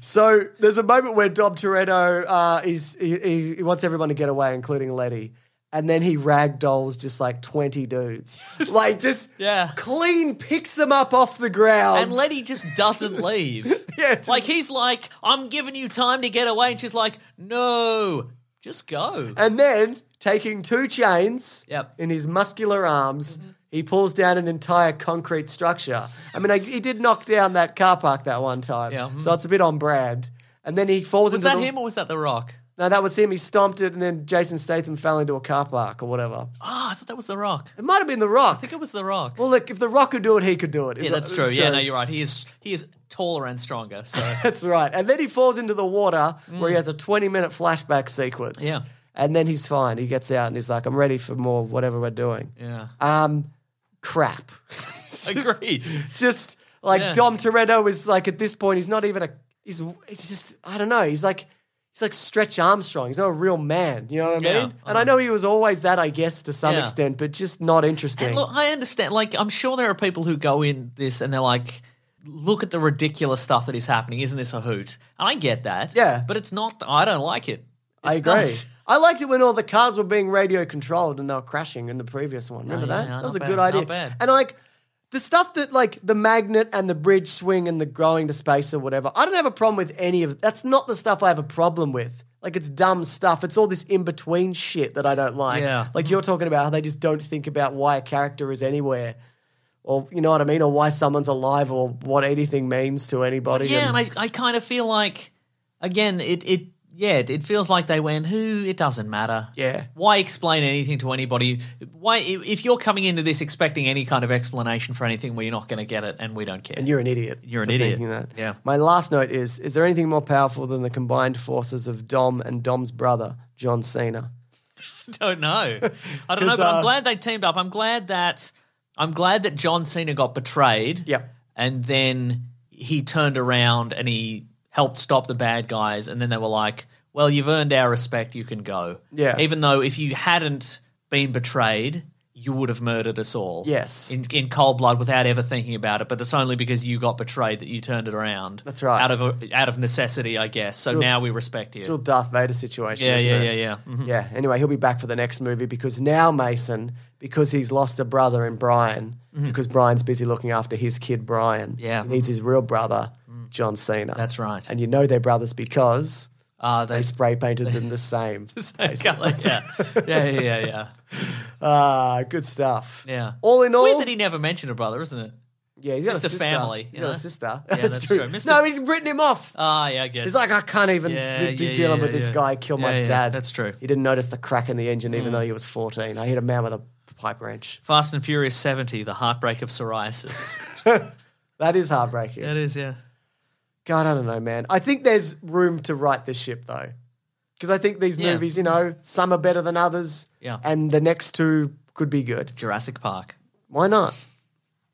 Speaker 5: So there's a moment where Dom Toretto uh, is he, he, he wants everyone to get away, including Letty, and then he ragdolls just like twenty dudes, like just
Speaker 4: Yeah.
Speaker 5: clean picks them up off the ground.
Speaker 4: And Letty just doesn't leave.
Speaker 5: Yeah, just-
Speaker 4: Like he's like, I'm giving you time to get away, and she's like, No, just go.
Speaker 5: And then taking two chains
Speaker 4: Yep. Mm-hmm.
Speaker 5: in his muscular arms, he pulls down an entire concrete structure. I mean, I, he did knock down that car park that one time,
Speaker 4: Yeah, mhm.
Speaker 5: so it's a bit on brand. And then he falls
Speaker 4: Was
Speaker 5: into
Speaker 4: that
Speaker 5: the-
Speaker 4: him or was that The Rock?
Speaker 5: No, that was him. He stomped it, and then Jason Statham fell into a car park or whatever.
Speaker 4: Ah, I thought that was The Rock.
Speaker 5: It might have been The Rock.
Speaker 4: I think it was The Rock.
Speaker 5: Well, look, if The Rock could do it, he could do it.
Speaker 4: yeah,
Speaker 5: It's-
Speaker 4: that's
Speaker 5: it's
Speaker 4: true. Yeah, no, you're right. He is he is taller and stronger. So
Speaker 5: That's right. And then he falls into the water where he has a 20 minute flashback sequence.
Speaker 4: Mm. Yeah.
Speaker 5: And then he's fine. He gets out and he's like, I'm ready for more, whatever we're doing.
Speaker 4: yeah,
Speaker 5: Um, crap.
Speaker 4: agreed.
Speaker 5: Just like
Speaker 4: Yeah.
Speaker 5: Dom Toretto is like, at this point, he's not even a, he's, he's just, I don't know. He's like, he's like Stretch Armstrong. He's not a real man. You know what I mean?
Speaker 4: Yeah, Uh-huh.
Speaker 5: And I know he was always that, I guess, to some
Speaker 4: Yeah.
Speaker 5: extent, but just not interesting.
Speaker 4: And look, I understand. Like, I'm sure there are people who go in this and they're like, look at the ridiculous stuff that is happening. Isn't this a hoot? And I get that.
Speaker 5: Yeah.
Speaker 4: But it's not, I don't like it.
Speaker 5: I
Speaker 4: It's
Speaker 5: agree.
Speaker 4: not-
Speaker 5: I liked it when all the cars were being radio controlled and they were crashing in the previous one. Remember
Speaker 4: Oh, yeah,
Speaker 5: that?
Speaker 4: yeah,
Speaker 5: that was
Speaker 4: not
Speaker 5: a
Speaker 4: bad,
Speaker 5: good
Speaker 4: not
Speaker 5: idea.
Speaker 4: bad.
Speaker 5: And like the stuff that like the magnet and the bridge swing and the growing to space or whatever. I don't have a problem with any of that's not the stuff I have a problem with. Like it's dumb stuff. It's all this in between shit that I don't like.
Speaker 4: Yeah.
Speaker 5: Like you're talking about how they just don't think about why a character is anywhere. Or you know what I mean? Or why someone's alive or what anything means to anybody.
Speaker 4: Yeah, and I, I kind of feel like, again, it, it, yeah, it, it feels like they went, who, it doesn't matter.
Speaker 5: Yeah.
Speaker 4: Why explain anything to anybody? Why, if if you're coming into this expecting any kind of explanation for anything, we're not going to get it and we don't care.
Speaker 5: And you're an idiot.
Speaker 4: You're an
Speaker 5: for
Speaker 4: idiot.
Speaker 5: thinking that.
Speaker 4: Yeah.
Speaker 5: My last note is: Is there anything more powerful than the combined forces of Dom and Dom's brother, John Cena?
Speaker 4: don't know. I don't know,
Speaker 5: 'Cause,
Speaker 4: but
Speaker 5: uh,
Speaker 4: I'm glad they teamed up. I'm glad that I'm glad that John Cena got betrayed.
Speaker 5: Yep.
Speaker 4: And then he turned around and he helped stop the bad guys and then they were like, "Well, you've earned our respect. You can go."
Speaker 5: Yeah.
Speaker 4: Even though if you hadn't been betrayed, you would have murdered us all.
Speaker 5: Yes.
Speaker 4: In in cold blood without ever thinking about it, but it's only because you got betrayed that you turned it around.
Speaker 5: That's right.
Speaker 4: Out of a, out of necessity, I guess. So now we respect you.
Speaker 5: It's all Darth Vader situation.
Speaker 4: yeah,
Speaker 5: isn't
Speaker 4: yeah,
Speaker 5: it?
Speaker 4: yeah, yeah. Mhm.
Speaker 5: Yeah. Anyway, he'll be back for the next movie because now Mason, because he's lost a brother in Brian, because Brian's busy looking after his kid Brian.
Speaker 4: Mm-hmm. Yeah. Mm.
Speaker 5: He needs his real brother, John Cena.
Speaker 4: That's right.
Speaker 5: And you know they're brothers because
Speaker 4: Uh, they
Speaker 5: they spray painted them the same.
Speaker 4: Same colour, yeah. yeah, yeah, yeah, yeah,
Speaker 5: Ah, good stuff.
Speaker 4: yeah.
Speaker 5: All in
Speaker 4: it's
Speaker 5: all,
Speaker 4: weird that he never mentioned a brother, isn't it?
Speaker 5: Yeah, he's got
Speaker 4: Mr.
Speaker 5: a sister.
Speaker 4: Family,
Speaker 5: He's
Speaker 4: you
Speaker 5: got
Speaker 4: know?
Speaker 5: a sister.
Speaker 4: Yeah, that's true. Mr.
Speaker 5: No, he's written him off.
Speaker 4: Ah, yeah, I guess.
Speaker 5: He's like, I can't even
Speaker 4: Yeah,
Speaker 5: be, be
Speaker 4: yeah,
Speaker 5: dealing
Speaker 4: yeah,
Speaker 5: with this
Speaker 4: yeah.
Speaker 5: guy. Kill my
Speaker 4: Yeah, yeah,
Speaker 5: dad.
Speaker 4: that's true. Mm.
Speaker 5: He didn't notice the crack in the engine, even though he was 14. I hit a man with a pipe wrench.
Speaker 4: Fast and Furious 70, The Heartbreak of Psoriasis.
Speaker 5: That is heartbreaking.
Speaker 4: that is, yeah.
Speaker 5: God, I don't know, man. I think there's room to right this ship, though. because I think these
Speaker 4: Yeah.
Speaker 5: movies, you know, some are better than others.
Speaker 4: Yeah.
Speaker 5: And the next two could be good.
Speaker 4: Jurassic Park.
Speaker 5: Why not?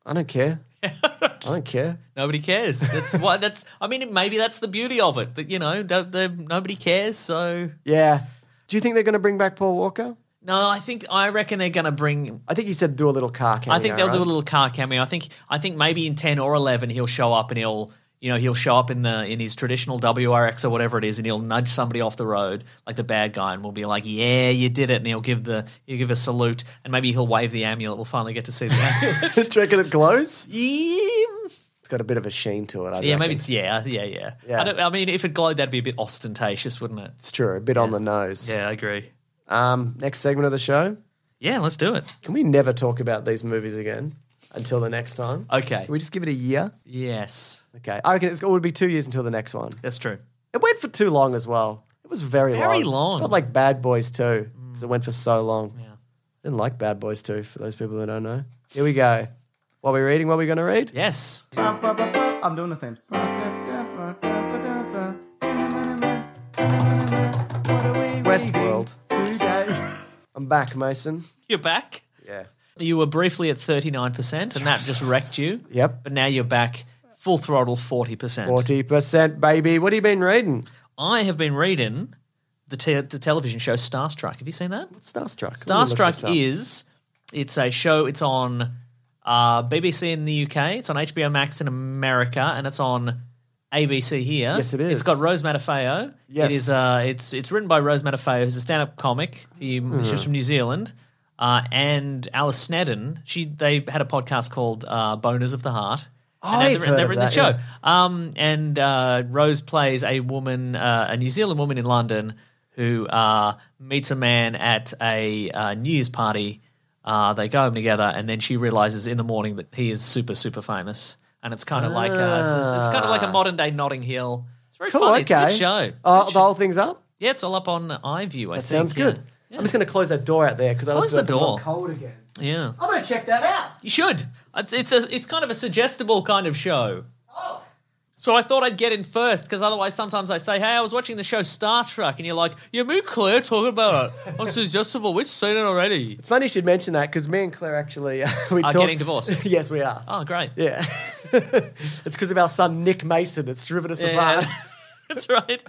Speaker 5: I don't care. I don't care.
Speaker 4: Nobody cares. That's why. That's. I mean, maybe that's the beauty of it. That you know, don't- they- nobody cares. So
Speaker 5: Yeah. Do you think they're going to bring back Paul Walker?
Speaker 4: no, I think I reckon they're gonna bring.
Speaker 5: I think he said do a little car cameo.
Speaker 4: I think they'll do a
Speaker 5: right?
Speaker 4: little car cameo. I think. I think maybe in ten or eleven he'll show up and he'll. You know, he'll show up in the in his traditional WRX or whatever it is, and he'll nudge somebody off the road like the bad guy, and we'll be like, "Yeah, you did it!" And he'll give the he'll give a salute, and maybe he'll wave the amulet. We'll finally get to see the amulet.
Speaker 5: Do you reckon it glows?
Speaker 4: yeah,
Speaker 5: It's got a bit of a sheen to it. I
Speaker 4: Yeah, maybe
Speaker 5: reckon.
Speaker 4: it's yeah, yeah, yeah.
Speaker 5: Yeah.
Speaker 4: I, don't, I mean, if it glowed, that'd be a bit ostentatious, wouldn't it?
Speaker 5: It's true. A bit on the nose.
Speaker 4: I agree.
Speaker 5: Um, next segment of the show.
Speaker 4: Yeah, let's do it.
Speaker 5: Can we never talk about these movies again until the next time?
Speaker 4: Okay.
Speaker 5: Can we just give it a year?
Speaker 4: Yes,
Speaker 5: Okay. I reckon it's, it would be two years until the next one.
Speaker 4: that's true.
Speaker 5: It went for too long as well. It was very, long.
Speaker 4: Very long. Mm.
Speaker 5: It felt like Bad Boys 2 because it went for so long. Yeah. didn't like Bad Boys 2 for those people that don't know. Here we go. What we reading? What are we going to read?
Speaker 4: Yes.
Speaker 1: I'm doing the thing.
Speaker 5: Westworld. I'm back, Mason.
Speaker 4: You're back.
Speaker 5: Yeah.
Speaker 4: You were briefly at 39%, and that just wrecked you.
Speaker 5: Yep.
Speaker 4: But now you're back full throttle 40%.
Speaker 5: 40%, baby. What have you been reading?
Speaker 4: I have been reading the, te- the television show Starstruck. Have you seen that?
Speaker 5: Starstruck.
Speaker 4: Starstruck is it's a show. It's on uh, BBC in the UK. It's on HBO Max in America, and it's on ABC here.
Speaker 5: Yes, it
Speaker 4: It's
Speaker 5: is.
Speaker 4: got Rose Matafeo.
Speaker 5: Yes.
Speaker 4: it is. Uh, it's it's written by Rose Matafeo, who's a stand-up comic. He,
Speaker 5: Hmm.
Speaker 4: She's from New Zealand. Uh, and Alice Sneddon, she they had a podcast called uh, Boners of the Heart. And
Speaker 5: I've
Speaker 4: they're,
Speaker 5: heard
Speaker 4: they're
Speaker 5: of
Speaker 4: in
Speaker 5: that,
Speaker 4: the show.
Speaker 5: yeah.
Speaker 4: Um, and uh, Rose plays a woman, uh, a New Zealand woman in London, who uh, meets a man at a uh, New Year's party. Uh, they go home together, and then she realizes in the morning that he is super, super famous. And it's kind of like uh, it's- it's, it's kind of like a modern day Notting Hill. It's very
Speaker 5: Ah. Cool,
Speaker 4: funny. It's
Speaker 5: okay.
Speaker 4: a good show. It's a
Speaker 5: Uh,
Speaker 4: good
Speaker 5: the
Speaker 4: show.
Speaker 5: whole thing's up?
Speaker 4: Yeah, it's all up on iView. I
Speaker 5: That
Speaker 4: think.
Speaker 5: sounds
Speaker 4: yeah.
Speaker 5: good. I'm just going to close that door out there because I
Speaker 4: Close
Speaker 5: left
Speaker 4: the
Speaker 5: it
Speaker 4: door.
Speaker 5: cold again.
Speaker 4: Yeah,
Speaker 5: I'm going to check that out.
Speaker 4: you should. It's it's a it's kind of a suggestible kind of show.
Speaker 5: Oh.
Speaker 4: So I thought I'd get in first because otherwise sometimes I say, "Hey, I was watching the show Star Trek," and you're like, "Yeah, me and Claire talking about it. I'm suggestible. We've seen it already."
Speaker 5: It's funny you should mention that because me and Claire actually uh, we
Speaker 4: Are
Speaker 5: talk-
Speaker 4: getting divorced.
Speaker 5: yes, we are.
Speaker 4: Oh, great.
Speaker 5: Yeah, it's because of our son Nick Mason. It's driven us
Speaker 4: Yeah.
Speaker 5: apart.
Speaker 4: That's right.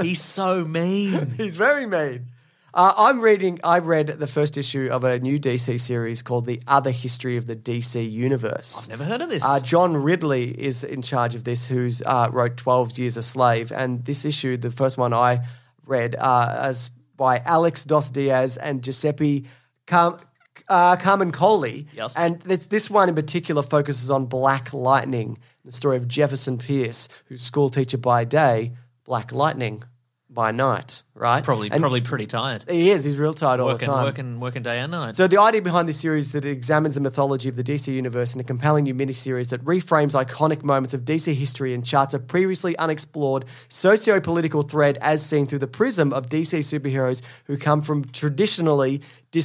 Speaker 4: He's so mean.
Speaker 5: He's very mean. Uh, I'm reading. I read the first issue of a new DC series called "The Other History of the DC Universe."
Speaker 4: Never heard of this.
Speaker 5: Uh, John Ridley is in charge of this, who's uh, wrote 12 Years a Slave. And this issue, the first one I read, uh, is by Alex Dos Diaz and Giuseppe Car- uh, Carmen Coley.
Speaker 4: Yes.
Speaker 5: And this, this one in particular focuses on Black Lightning, the story of Jefferson Pierce, who's school teacher by day, Black Lightning by night, right?
Speaker 4: probably
Speaker 5: And
Speaker 4: probably pretty tired.
Speaker 5: He is. He's real tired all the
Speaker 4: Working
Speaker 5: time.
Speaker 4: working working day and night.
Speaker 5: So the idea behind this series is that it examines the mythology of the DC universe in a compelling new miniseries that reframes iconic moments of DC history and charts a previously unexplored socio-political thread as seen through the prism of DC superheroes who come from traditionally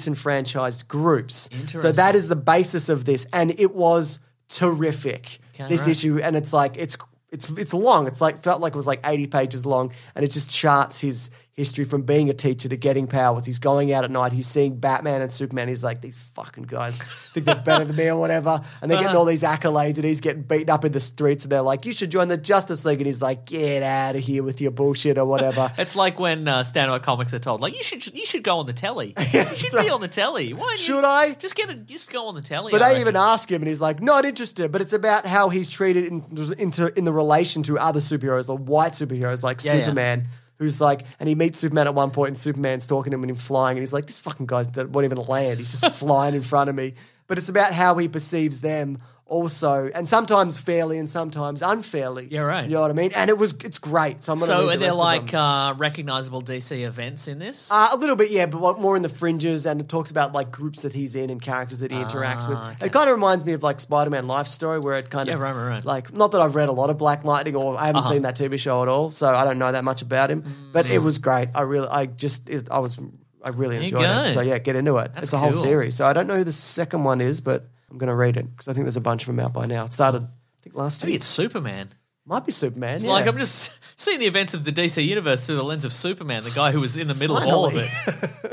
Speaker 5: disenfranchised groups. So that is the basis of this, and it was terrific. this issue, and it's like it's it's it's long. It's like felt like it was like eighty pages long, and it just charts his history from being a teacher to getting powers. He's going out at night. He's seeing Batman and Superman. He's like these fucking guys think they're better than me or whatever, and they're getting all these accolades, and he's getting beaten up in the streets. And they're like, "You should join the Justice League," and he's like, "Get out of here with your bullshit or whatever."
Speaker 4: It's like when uh, stand-up comics are told, like you should you should go on the telly. you should be on the telly. Why don't you-
Speaker 5: Should I?
Speaker 4: Just get a, just go on the telly.
Speaker 5: But
Speaker 4: I
Speaker 5: they even
Speaker 4: reckon.
Speaker 5: ask him, and he's like, "Not interested." But it's about how he's treated in, into in the relation to other superheroes, or white superheroes, like
Speaker 4: Yeah, yeah.
Speaker 5: Superman, who's like, and he meets Superman at one point, and Superman's talking to him, and he's flying, and he's like, "This fucking guy's that won't even land. He's just flying in front of me." But it's about how he perceives them also, and sometimes fairly, and sometimes unfairly.
Speaker 4: Yeah, right.
Speaker 5: You know what I mean? And it was it's great. So I'm gonna
Speaker 4: So
Speaker 5: read
Speaker 4: are
Speaker 5: the
Speaker 4: there
Speaker 5: rest of
Speaker 4: like
Speaker 5: them.
Speaker 4: uh, recognizable DC events in this?
Speaker 5: Uh, a little bit, yeah, but what- more in the fringes, and it talks about like groups that he's in and characters that he interacts with. It kind of reminds me of like Spider-Man Life Story, where it kind
Speaker 4: Ah, Yeah,
Speaker 5: of
Speaker 4: right, right, Uh-huh. right.
Speaker 5: like not that I've read a lot of Black Lightning or I haven't seen that TV show at all, so I don't know that much about him.
Speaker 4: Mm,
Speaker 5: But it was great. I really, I just, it, I was, I really
Speaker 4: you
Speaker 5: enjoyed
Speaker 4: go.
Speaker 5: it. So yeah, get into it. it's a whole
Speaker 4: cool.
Speaker 5: series. So I don't know who the second one is, but I'm gonna read it because I think there's a bunch of them out by now. It started, I think last
Speaker 4: Maybe
Speaker 5: year.
Speaker 4: it's Superman.
Speaker 5: Might be Superman.
Speaker 4: It's
Speaker 5: yeah.
Speaker 4: Like I'm just seeing the events of the DC universe through the lens of Superman, the guy who was in the middle of all of it.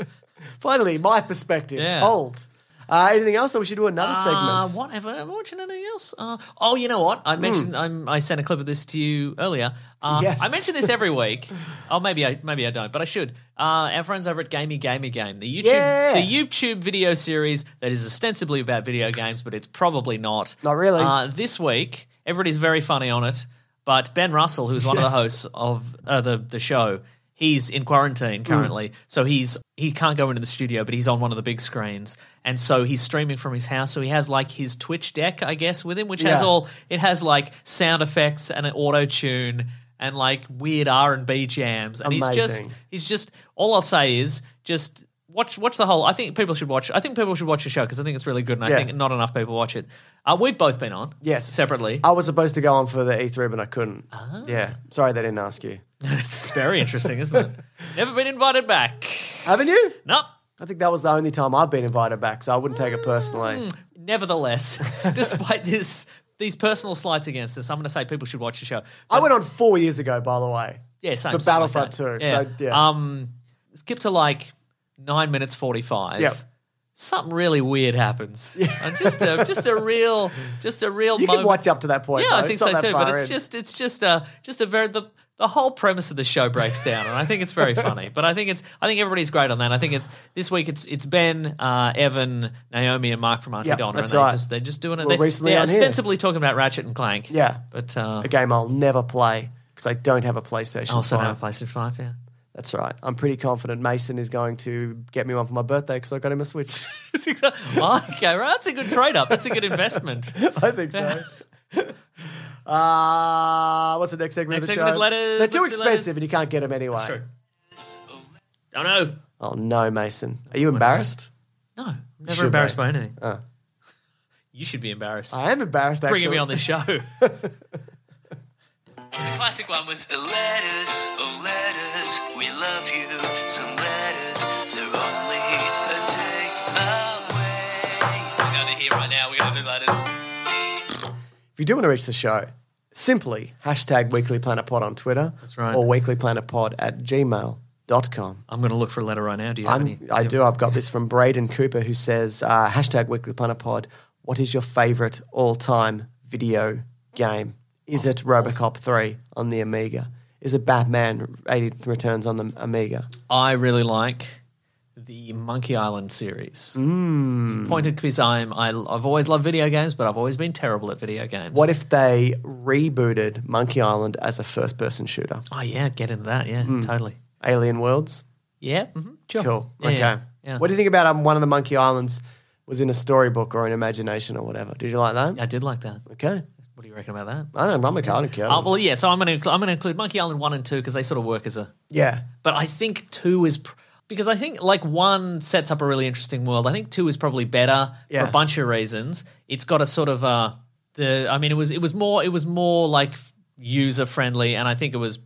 Speaker 5: Finally, my perspective
Speaker 4: Yeah.
Speaker 5: told. Uh, anything else? Or we should do another
Speaker 4: Uh,
Speaker 5: segment.
Speaker 4: what have I am I watching anything else? Uh, oh, you know what? I mentioned I'm, I sent a clip of this to you earlier. Uh,
Speaker 5: Hmm. Yes.
Speaker 4: I mention this every week. oh, maybe I maybe I don't, but I should. Uh, our friends over at Gamey Gamer Game, the YouTube
Speaker 5: Yeah.
Speaker 4: the YouTube video series that is ostensibly about video games, but it's probably not.
Speaker 5: Not really.
Speaker 4: Uh, this week, everybody's very funny on it, but Ben Russell, who's one of the hosts of uh, the the show. He's in quarantine currently,
Speaker 5: Hmm.
Speaker 4: so he's he can't go into the studio, but he's on one of the big screens, and so he's streaming from his house. So he has like his Twitch deck, I guess, with him, which has
Speaker 5: Yeah.
Speaker 4: all it has like sound effects and an auto tune and like weird R and B jams, and he's just
Speaker 5: Amazing.
Speaker 4: he's just all I'll say is just watch watch the whole. I think people should watch. I think people should watch the show because I think it's really good, and I
Speaker 5: Yeah.
Speaker 4: think not enough people watch it. Uh, we've both been on,
Speaker 5: Yes.
Speaker 4: separately.
Speaker 5: I was supposed to go on for the E3, but I couldn't.
Speaker 4: Ah.
Speaker 5: Yeah. Sorry they didn't ask you.
Speaker 4: it's very interesting, isn't it? Never been invited back.
Speaker 5: Haven't you?
Speaker 4: Nope.
Speaker 5: I think that was the only time I've been invited back, so I wouldn't take it personally.
Speaker 4: Mm. Nevertheless, despite this these personal slights against us, I'm going to say people should watch the show.
Speaker 5: I went on four years ago, by the way.
Speaker 4: Yeah, same.
Speaker 5: The
Speaker 4: something like
Speaker 5: Battlefront
Speaker 4: that.
Speaker 5: 2, so, yeah.
Speaker 4: Um, skip to like nine minutes forty five.
Speaker 5: Yep.
Speaker 4: Something really weird happens. Uh, just a just a real just a real.
Speaker 5: You
Speaker 4: moment.
Speaker 5: can watch up to that point.
Speaker 4: Yeah, I
Speaker 5: though.
Speaker 4: think
Speaker 5: It's not
Speaker 4: so
Speaker 5: that
Speaker 4: too. But
Speaker 5: far
Speaker 4: it's
Speaker 5: in.
Speaker 4: just it's just a just a very the the whole premise of the show breaks down, and I think it's very funny. But I think it's I think everybody's great on that. And I think it's this week it's it's Ben, uh, Evan, Naomi, and Mark from Auntie
Speaker 5: Yeah,
Speaker 4: Donna,
Speaker 5: that's
Speaker 4: and they're
Speaker 5: right.
Speaker 4: just they're just doing it.
Speaker 5: Well,
Speaker 4: They-
Speaker 5: recently
Speaker 4: they're
Speaker 5: on here.
Speaker 4: ostensibly talking about Ratchet and Clank.
Speaker 5: Yeah.
Speaker 4: but uh, Oh,
Speaker 5: a game I'll never play because I don't have a PlayStation
Speaker 4: I also
Speaker 5: 5.
Speaker 4: now PlayStation Five. Yeah.
Speaker 5: That's right. I'm pretty confident Mason is going to get me one for my birthday because I got him a Switch.
Speaker 4: It's exa- Oh, okay, right. That's a good trade up. That's a good investment.
Speaker 5: I think so. uh, what's the next segment
Speaker 4: Next
Speaker 5: of the
Speaker 4: segment
Speaker 5: show?
Speaker 4: is letters.
Speaker 5: They're too
Speaker 4: Let's do letters.
Speaker 5: expensive and you can't get them anyway.
Speaker 4: That's true. Don't know.
Speaker 5: Oh, no, Mason. Are you embarrassed?
Speaker 4: No, I'm never
Speaker 5: Should
Speaker 4: embarrassed
Speaker 5: they?
Speaker 4: by anything.
Speaker 5: Oh.
Speaker 4: You should be embarrassed.
Speaker 5: I am embarrassed, Uh, actually.
Speaker 4: Bringing me on the show.
Speaker 3: Classic one was uh, letters, oh letters, we love you. Some letters, they're only a day away.
Speaker 4: Down to here right now. We're gonna do letters.
Speaker 5: If you do want to reach the show, simply hashtag WeeklyPlanetPod on Twitter.
Speaker 4: That's right.
Speaker 5: Or WeeklyPlanetPod at gmail.com.
Speaker 4: I'm gonna look for a letter right now. Do you have
Speaker 5: I'm,
Speaker 4: any?
Speaker 5: I do. I've got this from Braden Cooper who says, uh, hashtag WeeklyPlanetPod, what is your favourite all-time video game? Is
Speaker 4: Oh,
Speaker 5: it Robocop 3 on the Amiga? Is it Batman 80 Returns on the Amiga?
Speaker 4: I really like the Monkey Island series. Mm. Pointed because I'm I, I've always loved video games, but I've always been terrible at video games.
Speaker 5: What if they rebooted Monkey Island as a first-person shooter?
Speaker 4: Oh yeah, get into that. Yeah, totally.
Speaker 5: Alien Worlds?
Speaker 4: Yeah, mhm, sure.
Speaker 5: Cool.
Speaker 4: Yeah,
Speaker 5: okay.
Speaker 4: yeah, yeah.
Speaker 5: What do you think about um, one of the Monkey Islands was in a storybook or an imagination or whatever? Did you like that?
Speaker 4: I did like that.
Speaker 5: Okay.
Speaker 4: What do you reckon about that?
Speaker 5: I don't know. I'm a I don't care.
Speaker 4: Uh, well, yeah. So I'm going to I'm going to include Monkey Island one and two because they sort of work as a.
Speaker 5: yeah.
Speaker 4: But I think two is pr- because I think like one sets up a really interesting world. I think two is probably better for
Speaker 5: Yeah.
Speaker 4: a bunch of reasons. It's got a sort of uh the I mean it was it was more it was more like user friendly and I think it was it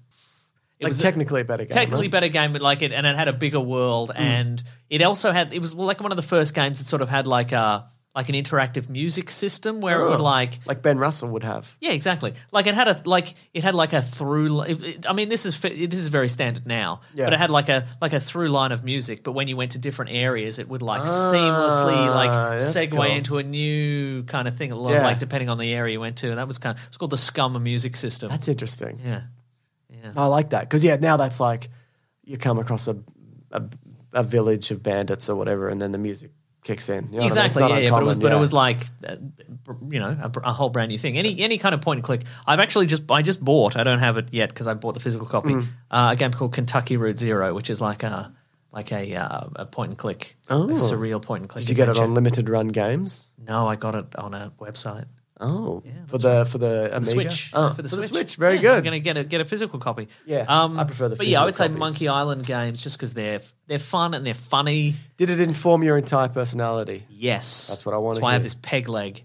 Speaker 5: Like
Speaker 4: was
Speaker 5: technically a better game.
Speaker 4: technically
Speaker 5: right?
Speaker 4: better game, but like it, and it had a bigger world, and it also had it was like one of the first games that sort of had like a like an interactive music system where it would like
Speaker 5: Like Ben Russell would have.
Speaker 4: yeah, exactly. Like it had a like it had like a through. li- It, it- I mean, this is fi- this is very standard now,
Speaker 5: Yeah.
Speaker 4: but it had like a like a through line of music. But when you went to different areas, it would like seamlessly like
Speaker 5: Ah, that's
Speaker 4: segue
Speaker 5: cool.
Speaker 4: into a new kind of thing. A lot,
Speaker 5: Yeah.
Speaker 4: like depending on the area you went to, and that was kind of it's called the Scum music system.
Speaker 5: That's interesting.
Speaker 4: yeah,
Speaker 5: I like that because yeah, now that's like you come across a, a a village of bandits or whatever, and then the music kicks in. You know what I mean? It's
Speaker 4: exactly.
Speaker 5: not
Speaker 4: Yeah, yeah, but it was
Speaker 5: uncommon,
Speaker 4: but it
Speaker 5: yeah.
Speaker 4: was like uh, you know a, br- a whole brand new thing. Any any kind of point and click. I've actually just I just bought. I don't have it yet because I bought the physical copy.
Speaker 5: Hmm.
Speaker 4: Uh, a game called Kentucky Route Zero, which is like a like a uh, a point and click, a surreal point and click.
Speaker 5: Oh. Did you get it
Speaker 4: adventure.
Speaker 5: on limited run games?
Speaker 4: No, I got it on a website.
Speaker 5: Oh, for the for the Amiga?
Speaker 4: Switch
Speaker 5: Oh,
Speaker 4: for the Switch.
Speaker 5: Very
Speaker 4: Yeah,
Speaker 5: good.
Speaker 4: I'm gonna get a get a physical copy. Um,
Speaker 5: Yeah, I prefer the
Speaker 4: But yeah, I
Speaker 5: physical
Speaker 4: would say
Speaker 5: copies.
Speaker 4: Monkey Island games just because they're they're fun and they're funny.
Speaker 5: Did it inform your entire personality?
Speaker 4: Yes,
Speaker 5: That's what I wanna
Speaker 4: That's why I have
Speaker 5: hear.
Speaker 4: this peg leg.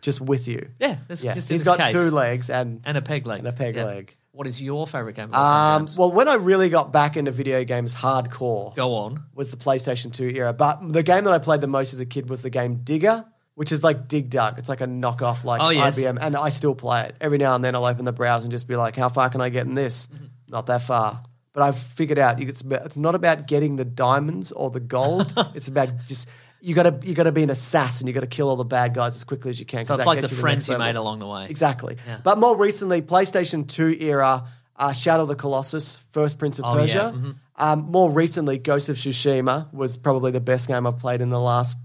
Speaker 5: Just with you.
Speaker 4: Yeah, that's
Speaker 5: Yeah,
Speaker 4: just in
Speaker 5: he's
Speaker 4: this
Speaker 5: got
Speaker 4: case.
Speaker 5: two legs and
Speaker 4: And a peg leg.
Speaker 5: And a peg
Speaker 4: Yeah.
Speaker 5: leg.
Speaker 4: What is your favorite game? Of all time,
Speaker 5: um,
Speaker 4: James?
Speaker 5: well, when I really got back into video games hardcore
Speaker 4: Go on.
Speaker 5: was the PlayStation 2 era. But the game that I played the most as a kid was the game Digger, which is like Dig Dug. It's like a knockoff like
Speaker 4: Oh, yes.
Speaker 5: IBM, and I still play it every now and then. I'll open the browser and just be like, "How far can I get in this?"
Speaker 4: Mm-hmm.
Speaker 5: Not that far. But I've figured out it's about, it's not about getting the diamonds or the gold. it's about just you gotta you gotta be an assassin. You gotta kill all the bad guys as quickly as you can.
Speaker 4: So
Speaker 5: 'cause
Speaker 4: it's
Speaker 5: that
Speaker 4: like the
Speaker 5: gets to
Speaker 4: friends you
Speaker 5: next
Speaker 4: made
Speaker 5: level.
Speaker 4: along the way.
Speaker 5: Exactly. But more recently, PlayStation 2 era, uh, Shadow of the Colossus, First Prince of
Speaker 4: Oh, yeah.
Speaker 5: Persia.
Speaker 4: Mhm.
Speaker 5: Um, more recently, Ghost of Tsushima was probably the best game I've played in the last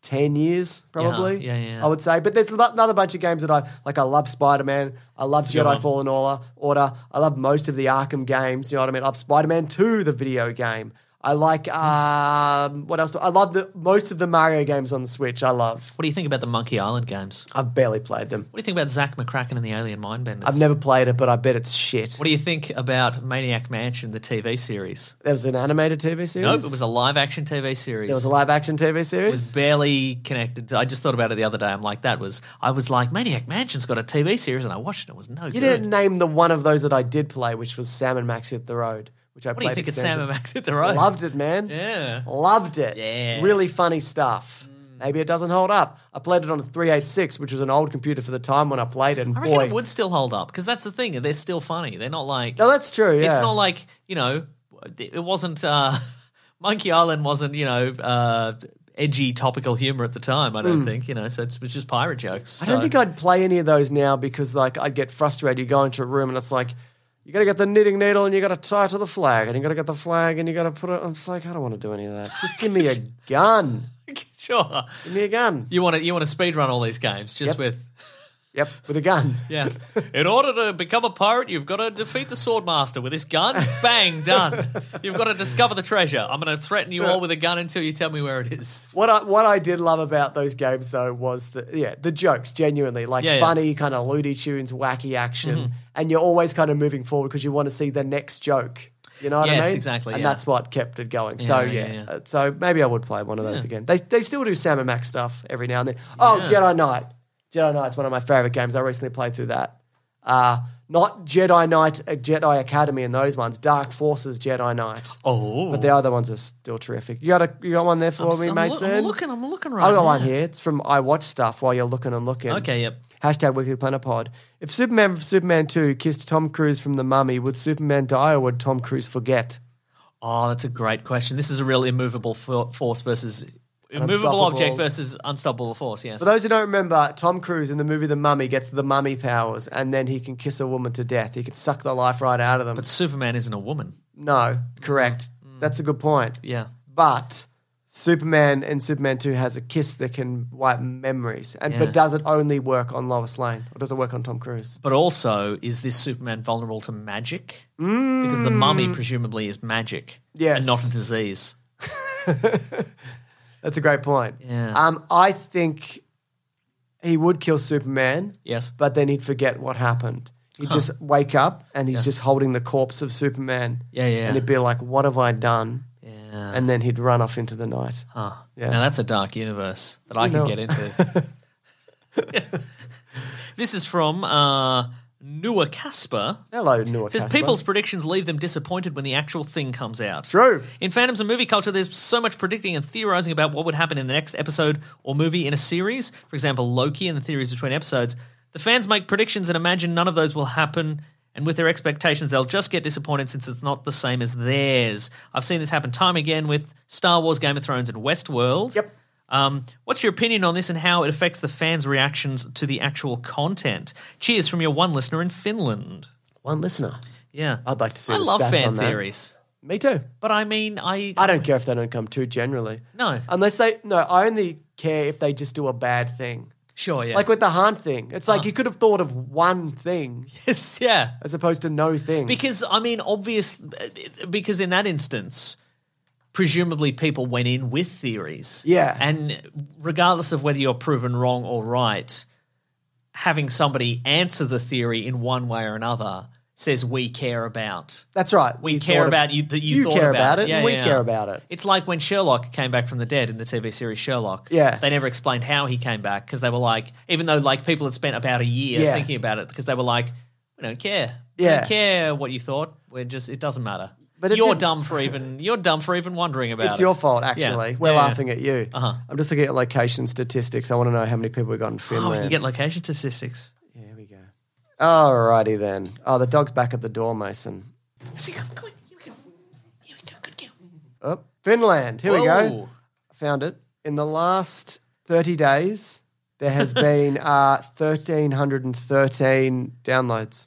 Speaker 5: 10 years, probably.
Speaker 4: Yeah, yeah, yeah.
Speaker 5: I would say. But there's lo- another bunch of games that I like. I love Spider Man. I love
Speaker 4: a good
Speaker 5: Jedi
Speaker 4: one.
Speaker 5: Fallen Order- Order. I love most of the Arkham games. You know what I mean? I love Spider Man 2, the video game. I like
Speaker 4: Hmm.
Speaker 5: um, what else? do- I love the most of the Mario games on the Switch. I love.
Speaker 4: What do you think about the Monkey Island games?
Speaker 5: I've barely played them.
Speaker 4: What do you think about Zach McCracken and the Alien Mindbenders?
Speaker 5: I've never played it, but I bet it's shit.
Speaker 4: What do you think about Maniac Mansion, the TV series?
Speaker 5: There was an animated TV series.
Speaker 4: Nope, it was a live action TV series.
Speaker 5: There was a live action TV
Speaker 4: It was
Speaker 5: series.
Speaker 4: barely connected. to- I just thought about it the other day. I'm like, that was. I was like, Maniac Mansion's got a TV series, and I watched it. It was no
Speaker 5: You
Speaker 4: good.
Speaker 5: didn't name the one of those that I did play, which was Sam and Max Hit the Road, which I
Speaker 4: what do
Speaker 5: played.
Speaker 4: you think of Sam
Speaker 5: extensively.
Speaker 4: and Max hit the road?
Speaker 5: Loved it, man.
Speaker 4: Yeah.
Speaker 5: Loved it.
Speaker 4: Yeah. Mm.
Speaker 5: Really funny stuff. Maybe it doesn't hold up. I played it on a 386, which was an old computer for the time when I played it. And
Speaker 4: I reckon
Speaker 5: boy,
Speaker 4: it would still hold up because that's the thing. They're still funny. They're not like.
Speaker 5: no, that's true. Yeah.
Speaker 4: It's not like you know. It wasn't. Uh, Monkey Island wasn't you know. Uh, Edgy topical humor at the time, I don't think you know. So it's, it was just pirate jokes.
Speaker 5: Hmm. I don't
Speaker 4: so-
Speaker 5: think I'd play any of those now because like I'd get frustrated. You go into a room and it's like you got to get the knitting needle and you got to tie it to the flag and you got to get the flag and you got to put it. I'm just like I don't want to do any of that. Just give me a gun.
Speaker 4: sure.
Speaker 5: Give me a gun.
Speaker 4: You want to you want to speed run all these games just
Speaker 5: Yep.
Speaker 4: with
Speaker 5: Yep, with a gun.
Speaker 4: yeah. In order to become a pirate, you've got to defeat the swordmaster with this gun. Bang, done. You've got to discover the treasure. I'm going to threaten you all with a gun until you tell me where it is.
Speaker 5: What I what I did love about those games though was the yeah the jokes genuinely like
Speaker 4: Yeah, Mm-hmm. yeah.
Speaker 5: funny kind of Looney Tunes wacky action and you're always kind of moving forward because you want to see the next joke. You know what I
Speaker 4: Yes,
Speaker 5: mean?
Speaker 4: exactly,
Speaker 5: And
Speaker 4: yeah.
Speaker 5: that's what kept it going. so
Speaker 4: Yeah,
Speaker 5: yeah,
Speaker 4: yeah, yeah.
Speaker 5: Uh, so maybe I would play one of those again. They they still do Sam and Max stuff every now and then. Oh, Jedi Knight. Jedi Knight's one of my favorite games. I recently played through that. Uh, not Jedi Knight, uh, Jedi Academy, and those ones. Dark Forces, Jedi Knight.
Speaker 4: Oh,
Speaker 5: But the other ones are still terrific. You got a, you got one there for
Speaker 4: I'm, I'm
Speaker 5: me,
Speaker 4: loo-
Speaker 5: Mason?
Speaker 4: I'm looking. I'm looking right.
Speaker 5: I got
Speaker 4: now.
Speaker 5: one here. It's from I Watch Stuff while you're looking and looking.
Speaker 4: Okay. Yep.
Speaker 5: Hashtag Weekly Planet Pod. If Superman Superman 2 kissed Tom Cruise from The Mummy, would Superman die or would Tom Cruise forget?
Speaker 4: Oh, that's a great question. This is a real immovable for- force versus immovable
Speaker 5: unstoppable-
Speaker 4: object versus unstoppable force. Yes.
Speaker 5: For those who don't remember, Tom Cruise in the movie The Mummy gets the mummy powers and then he can kiss a woman to death. He can suck the life right out of them.
Speaker 4: but Mm, Superman isn't a woman.
Speaker 5: no, correct. That's a good point.
Speaker 4: Yeah.
Speaker 5: But Superman and Superman 2 has a kiss that can wipe memories. And
Speaker 4: Yeah.
Speaker 5: but does it only work on Lois Lane or does it work on Tom Cruise?
Speaker 4: But also, is this Superman vulnerable to magic? Because the mummy presumably is magic,
Speaker 5: Yes.
Speaker 4: and not a disease.
Speaker 5: That's a great point.
Speaker 4: Yeah.
Speaker 5: Um, I think he would kill Superman,
Speaker 4: Yes.
Speaker 5: but then he'd forget what happened. He'd just wake up and he's just holding the corpse of Superman.
Speaker 4: Yeah, yeah.
Speaker 5: And he'd be like, "What have I done?"
Speaker 4: Yeah.
Speaker 5: And then he'd run off into the night.
Speaker 4: Huh.
Speaker 5: Yeah.
Speaker 4: Now that's a dark universe that I
Speaker 5: No.
Speaker 4: could get into. this is from uh, Newer Casper.
Speaker 5: Hello, Newark.
Speaker 4: It says
Speaker 5: Casper.
Speaker 4: people's predictions leave them disappointed when the actual thing comes out.
Speaker 5: True.
Speaker 4: In fandoms and movie culture, there's so much predicting and theorizing about what would happen in the next episode or movie in a series. For example, Loki and the theories between episodes. The fans make predictions and imagine none of those will happen. And with their expectations, they'll just get disappointed since it's not the same as theirs. I've seen this happen time again with Star Wars, Game of Thrones, and Westworld.
Speaker 5: Yep.
Speaker 4: Um, what's your opinion on this and how it affects the fans' reactions to the actual content? Cheers from your one listener in Finland.
Speaker 5: One listener.
Speaker 4: Yeah,
Speaker 5: I'd like to see
Speaker 4: I
Speaker 5: the
Speaker 4: love
Speaker 5: stats
Speaker 4: fan
Speaker 5: on that.
Speaker 4: theories,
Speaker 5: Me too.
Speaker 4: but I mean, I,
Speaker 5: I don't care if they don't come too generally.
Speaker 4: No.
Speaker 5: Unless they no, I only care if they just do a bad thing.
Speaker 4: sure, yeah,
Speaker 5: Like with the Han thing. It's like you could have thought of one thing
Speaker 4: yes, yeah,
Speaker 5: as opposed to no thing.
Speaker 4: because I mean, obvious, because in that instance, presumably people went in with theories,
Speaker 5: Yeah.
Speaker 4: and regardless of whether you're proven wrong or right, having somebody answer the theory in one way or another says we care about.
Speaker 5: That's right.
Speaker 4: We
Speaker 5: You
Speaker 4: care
Speaker 5: thought
Speaker 4: about you that you,
Speaker 5: you
Speaker 4: thought
Speaker 5: care about it,
Speaker 4: Yeah,
Speaker 5: and we
Speaker 4: yeah, yeah.
Speaker 5: care about it.
Speaker 4: It's like when Sherlock came back from the dead in the TV series Sherlock.
Speaker 5: Yeah.
Speaker 4: they never explained how he came back because they were like, even though like people had spent about a year
Speaker 5: Yeah.
Speaker 4: thinking about it because they were like, we don't care. We
Speaker 5: Yeah.
Speaker 4: don't care what you thought. We're just it doesn't matter.
Speaker 5: But it
Speaker 4: you're
Speaker 5: didn't-
Speaker 4: dumb for even you're dumb for even wondering about it.
Speaker 5: It's your fault, actually.
Speaker 4: Yeah.
Speaker 5: We're
Speaker 4: Yeah, yeah.
Speaker 5: laughing at you. Uh-huh. I'm just looking at location statistics. I want to know how many people we got in
Speaker 4: Oh, we can
Speaker 5: Finland.
Speaker 4: get location statistics.
Speaker 5: Here we go. Alrighty then. Oh, the dog's back at the door, Mason. Oh, Finland. Here we go.
Speaker 4: Whoa.
Speaker 5: Found it. In the last 30 days, there has been uh, 1,313 downloads.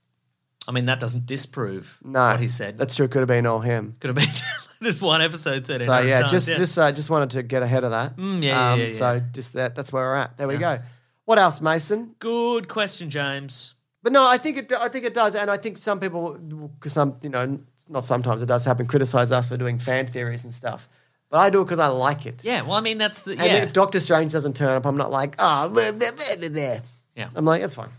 Speaker 4: I mean, that doesn't disprove
Speaker 5: No,
Speaker 4: what he said.
Speaker 5: That's true. It could have been all him.
Speaker 4: could have been downloaded one episode thirty.
Speaker 5: So yeah, just just uh, just wanted to get ahead of that.
Speaker 4: Mm,
Speaker 5: Um,
Speaker 4: yeah, yeah, yeah,
Speaker 5: So just that that's where we're at. There we go. What else, Mason?
Speaker 4: good question, James.
Speaker 5: But no, I think it. I think it does, and I think some people, because some, you know, not sometimes it does happen, criticize us for doing fan theories and stuff. But I do it because I like it.
Speaker 4: Yeah, well, I mean, that's the yeah.
Speaker 5: And if Doctor Strange doesn't turn up, I'm not like, oh, bleh, bleh, bleh, bleh, bleh."
Speaker 4: Yeah.
Speaker 5: I'm like, that's fine.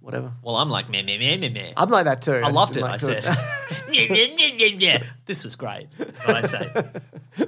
Speaker 5: Whatever.
Speaker 4: well, I'm like meh meh meh meh meh.
Speaker 5: I'm like that too.
Speaker 4: I loved it.
Speaker 5: I'm like,
Speaker 4: I
Speaker 5: "Good."
Speaker 4: said, yeah, yeah, yeah, yeah, yeah. This was great. is What I say.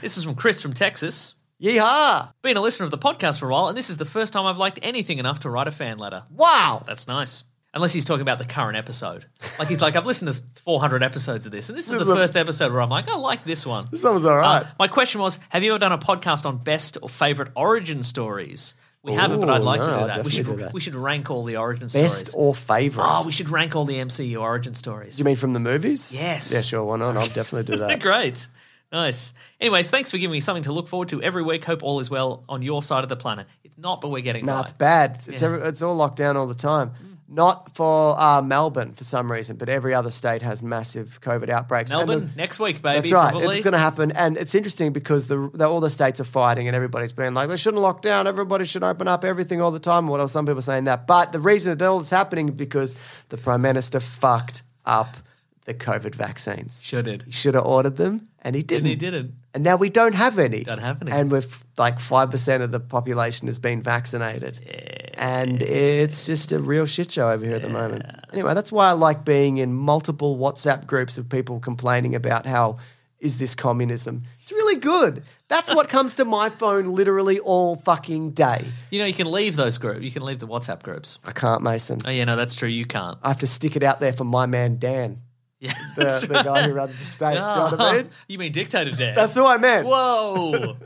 Speaker 4: this is from Chris from Texas.
Speaker 5: Yeehaw!
Speaker 4: Been a listener of the podcast for a while, and this is the first time I've liked anything enough to write a fan letter.
Speaker 5: Wow.
Speaker 4: That's nice. Unless he's talking about the current episode. Like he's like, I've listened to 400 episodes of this, and this is
Speaker 5: This
Speaker 4: the
Speaker 5: is the-
Speaker 4: first episode where I'm like, I like this one.
Speaker 5: This one's all right.
Speaker 4: Uh, my question was, have you ever done a podcast on best or favorite origin stories? We haven't, but
Speaker 5: Ooh,
Speaker 4: I'd like
Speaker 5: no,
Speaker 4: to
Speaker 5: I'd
Speaker 4: do that. We
Speaker 5: definitely
Speaker 4: should
Speaker 5: do that.
Speaker 4: we should rank all the origin
Speaker 5: Best
Speaker 4: stories.
Speaker 5: or favorite?
Speaker 4: oh, we should rank all the MCU origin stories.
Speaker 5: you mean from the movies?
Speaker 4: Yes.
Speaker 5: Yeah, sure. Why not? I'll definitely do
Speaker 4: They're
Speaker 5: that.
Speaker 4: great. Nice. Anyways, thanks for giving me something to look forward to every week. Hope all is well on your side of the planet. It's not, but we're getting
Speaker 5: No,
Speaker 4: right.
Speaker 5: it's bad. It's, it's, every, it's all locked down all the time. Not for uh, Melbourne for some reason, but every other state has massive COVID outbreaks. And the-
Speaker 4: Melbourne next week, baby.
Speaker 5: That's right.
Speaker 4: Probably.
Speaker 5: It's going to happen, and it's interesting because the, the all the states are fighting, and everybody's been like, "We shouldn't lock down. Everybody should open up everything all the time." What else? Some people are saying that, but the reason that all this happening is because the prime minister fucked up the COVID vaccines.
Speaker 4: Sure did.
Speaker 5: He should have ordered them, and he didn't.
Speaker 4: And he didn't.
Speaker 5: And now we don't have any.
Speaker 4: Don't have any.
Speaker 5: And we're f- like five percent of the population has been vaccinated, and it's just a real shit show over here at the moment. Anyway, that's why I like being in multiple WhatsApp groups of people complaining about how is this communism? It's really good. That's what comes to my phone literally all fucking day.
Speaker 4: You know, you can leave those groups. You can leave the WhatsApp groups.
Speaker 5: I can't, Mason.
Speaker 4: Oh, yeah, no, that's true. You can't.
Speaker 5: I have to stick it out there for my man Dan,
Speaker 4: Yeah,
Speaker 5: the,
Speaker 4: that's
Speaker 5: the
Speaker 4: right.
Speaker 5: guy who runs the state. Do you know what I mean?
Speaker 4: You mean dictator dad?
Speaker 5: That's who I meant.
Speaker 4: Whoa!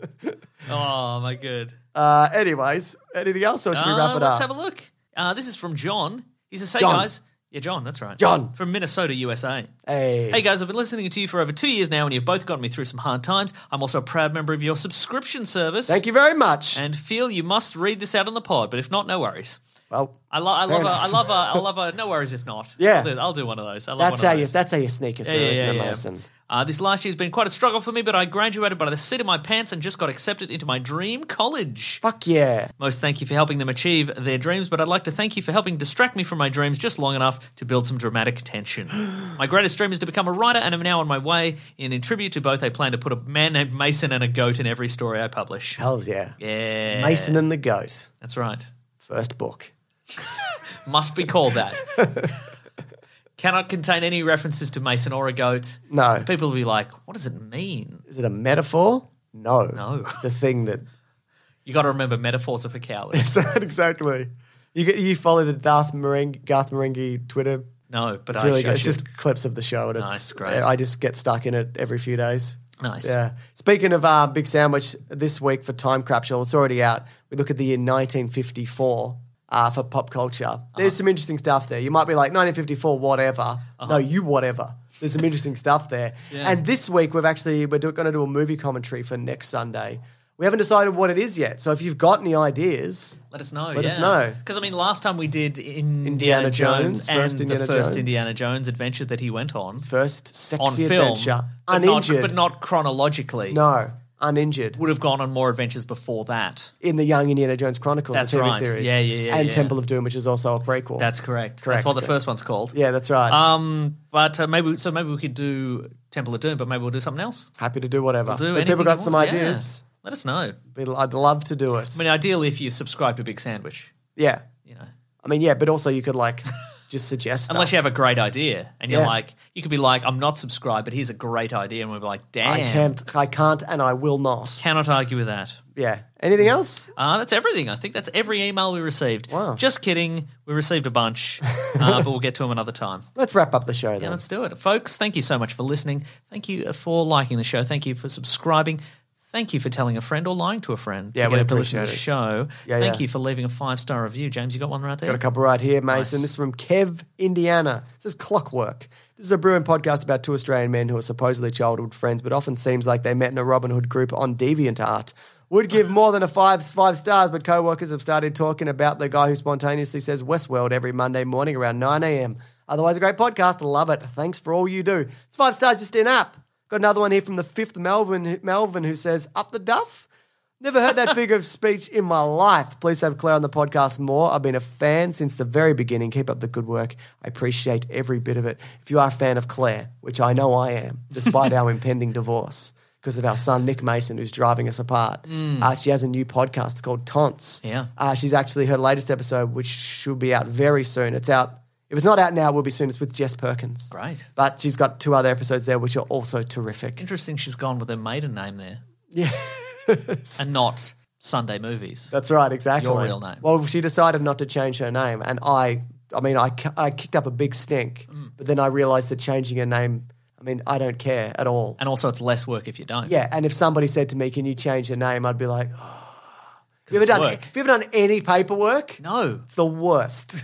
Speaker 4: oh my good.
Speaker 5: Uh, anyways, anything else, or should we
Speaker 4: Uh,
Speaker 5: wrap it
Speaker 4: let's
Speaker 5: up?
Speaker 4: have a look. Uh, this is from John. He says, "Hey
Speaker 5: John.
Speaker 4: guys, yeah, John, that's right,
Speaker 5: John.
Speaker 4: from Minnesota, USA."
Speaker 5: hey.
Speaker 4: Hey guys, I've been listening to you for over two years now, and you've both gotten me through some hard times. I'm also a proud member of your subscription service.
Speaker 5: Thank you very much.
Speaker 4: And feel you must read this out on the pod, but if not, no worries.
Speaker 5: well,
Speaker 4: I, lo- I love a,
Speaker 5: enough.
Speaker 4: I love a, I love a, no worries if not.
Speaker 5: Yeah.
Speaker 4: I'll do, I'll do one of those. I love
Speaker 5: that's
Speaker 4: one
Speaker 5: how
Speaker 4: of
Speaker 5: you
Speaker 4: those.
Speaker 5: that's how you sneak it through, isn't it, Mason?
Speaker 4: Uh, this last year has been quite a struggle for me, but I graduated by the seat of my pants and just got accepted into my dream college.
Speaker 5: Fuck yeah.
Speaker 4: Most thank you for helping them achieve their dreams, but I'd like to thank you for helping distract me from my dreams just long enough to build some dramatic tension. my greatest dream is to become a writer, and I'm now on my way. And in tribute to both, I plan to put a man named Mason and a goat in every story I publish.
Speaker 5: Hells yeah.
Speaker 4: Yeah,
Speaker 5: Mason and the Goat.
Speaker 4: that's right.
Speaker 5: First book.
Speaker 4: Must be called that. Cannot contain any references to Mason or a goat.
Speaker 5: No.
Speaker 4: People will be like, what does it mean?
Speaker 5: Is it a metaphor? No.
Speaker 4: No.
Speaker 5: It's a thing that
Speaker 4: You got to remember metaphors are for cowards.
Speaker 5: That's right, exactly. You get- you follow the Darth Marenghi, Garth Marenghi Twitter.
Speaker 4: No, but
Speaker 5: It's
Speaker 4: I,
Speaker 5: really
Speaker 4: I
Speaker 5: good. It's
Speaker 4: should.
Speaker 5: just clips of the show and it's
Speaker 4: Nice, great.
Speaker 5: I just get stuck in it every few days.
Speaker 4: Nice.
Speaker 5: Yeah. Speaking of uh, Big Sandwich, this week for Time Capsule, it's already out. We look at the year 1954 uh, for pop culture.
Speaker 4: Uh-huh.
Speaker 5: There's some interesting stuff there. You might be like, 1954, whatever.
Speaker 4: Uh-huh.
Speaker 5: No, you whatever. There's some interesting stuff there. And this week, we've actually, we're going to do a movie commentary for next Sunday. We haven't decided what it is yet. So if you've got any ideas,
Speaker 4: Let us know.
Speaker 5: Let us know.
Speaker 4: Because I mean, last time we did Indiana,
Speaker 5: Indiana
Speaker 4: Jones,
Speaker 5: Jones,
Speaker 4: and
Speaker 5: first Indiana
Speaker 4: the first
Speaker 5: Jones.
Speaker 4: Indiana Jones adventure that he went on
Speaker 5: first
Speaker 4: on
Speaker 5: sexy
Speaker 4: film,
Speaker 5: adventure,
Speaker 4: but not,
Speaker 5: uninjured.
Speaker 4: but not chronologically.
Speaker 5: no, uninjured.
Speaker 4: would have gone on more adventures before that.
Speaker 5: in the Young Indiana Jones Chronicles,
Speaker 4: That's
Speaker 5: the TV
Speaker 4: right.
Speaker 5: series.
Speaker 4: Yeah, yeah, yeah,
Speaker 5: And
Speaker 4: yeah.
Speaker 5: Temple of Doom, which is also a prequel.
Speaker 4: That's correct. That's
Speaker 5: Correct,
Speaker 4: what the
Speaker 5: correct.
Speaker 4: first one's called.
Speaker 5: yeah, that's right.
Speaker 4: Um, but uh, maybe so. Maybe we could do Temple of Doom, but maybe we'll do something else.
Speaker 5: Happy to do whatever.
Speaker 4: We'll do
Speaker 5: if
Speaker 4: anything
Speaker 5: people got
Speaker 4: you
Speaker 5: some
Speaker 4: want.
Speaker 5: ideas,
Speaker 4: Yeah. Let us know.
Speaker 5: we'd- I'd love to do it.
Speaker 4: I mean, ideally, if you subscribe to Big Sandwich,
Speaker 5: yeah.
Speaker 4: you know.
Speaker 5: I mean, yeah, but also you could like just suggest
Speaker 4: Unless you
Speaker 5: stuff.
Speaker 4: have a great idea and you're
Speaker 5: Yeah.
Speaker 4: like, you could be like, I'm not subscribed, but here's a great idea. And we'll be like, damn.
Speaker 5: I can't, I can't, and I will not.
Speaker 4: Cannot argue with that.
Speaker 5: Yeah. Anything else?
Speaker 4: Uh, that's everything. I think that's every email we received.
Speaker 5: Wow.
Speaker 4: Just kidding. We received a bunch, uh, but we'll get to them another time.
Speaker 5: Let's wrap up the show
Speaker 4: Yeah,
Speaker 5: then.
Speaker 4: let's do it. Folks, thank you so much for listening. Thank you uh, for liking the show. Thank you for subscribing. Thank you for telling a friend or lying to a friend
Speaker 5: Yeah,
Speaker 4: to
Speaker 5: we
Speaker 4: get them to listen to the
Speaker 5: appreciate it.
Speaker 4: show.
Speaker 5: Yeah,
Speaker 4: thank
Speaker 5: yeah.
Speaker 4: you for leaving a five star review. James, you got one right there?
Speaker 5: Got a couple right here, Mason. This is from Kev, Indiana. This is Clockwork. This is a Bruin podcast about two Australian men who are supposedly childhood friends, but often seems like they met in a Robin Hood group on DeviantArt. Would give more than a five five stars, but co-workers have started talking about the guy who spontaneously says Westworld every Monday morning around 9 a.m. Otherwise, a great podcast. Love it. Thanks for all you do. It's five stars just in app. Got another one here from the fifth Melvin, Melvin who says, Up the duff? Never heard that figure of speech in my life. Please have Claire on the podcast more. I've been a fan since the very beginning. Keep up the good work. I appreciate every bit of it. If you are a fan of Claire, which I know I am, despite our impending divorce because of our son Nick Mason, who's driving us apart, uh, she has a new podcast called Taunts.
Speaker 4: Mm. Yeah.
Speaker 5: Uh, she's actually her latest episode, which should be out very soon. It's out. If it's not out now, it will be soon. It's with Jess Perkins.
Speaker 4: Great.
Speaker 5: But she's got two other episodes there, which are also terrific.
Speaker 4: Interesting she's gone with her maiden name there
Speaker 5: Yeah.
Speaker 4: and not Sunday movies.
Speaker 5: That's right, exactly.
Speaker 4: Your real name.
Speaker 5: Well, she decided not to change her name, and I, I mean, I, ki- I kicked up a big stink,
Speaker 4: Mm.
Speaker 5: but then I realized that changing her name, I mean, I don't care at all.
Speaker 4: and also, it's less work if you don't.
Speaker 5: yeah, and if somebody said to me, "Can you change your name?" I'd be like, oh. "You ever
Speaker 4: it's
Speaker 5: done?
Speaker 4: work.
Speaker 5: Have you ever done any paperwork?
Speaker 4: No.
Speaker 5: It's the worst."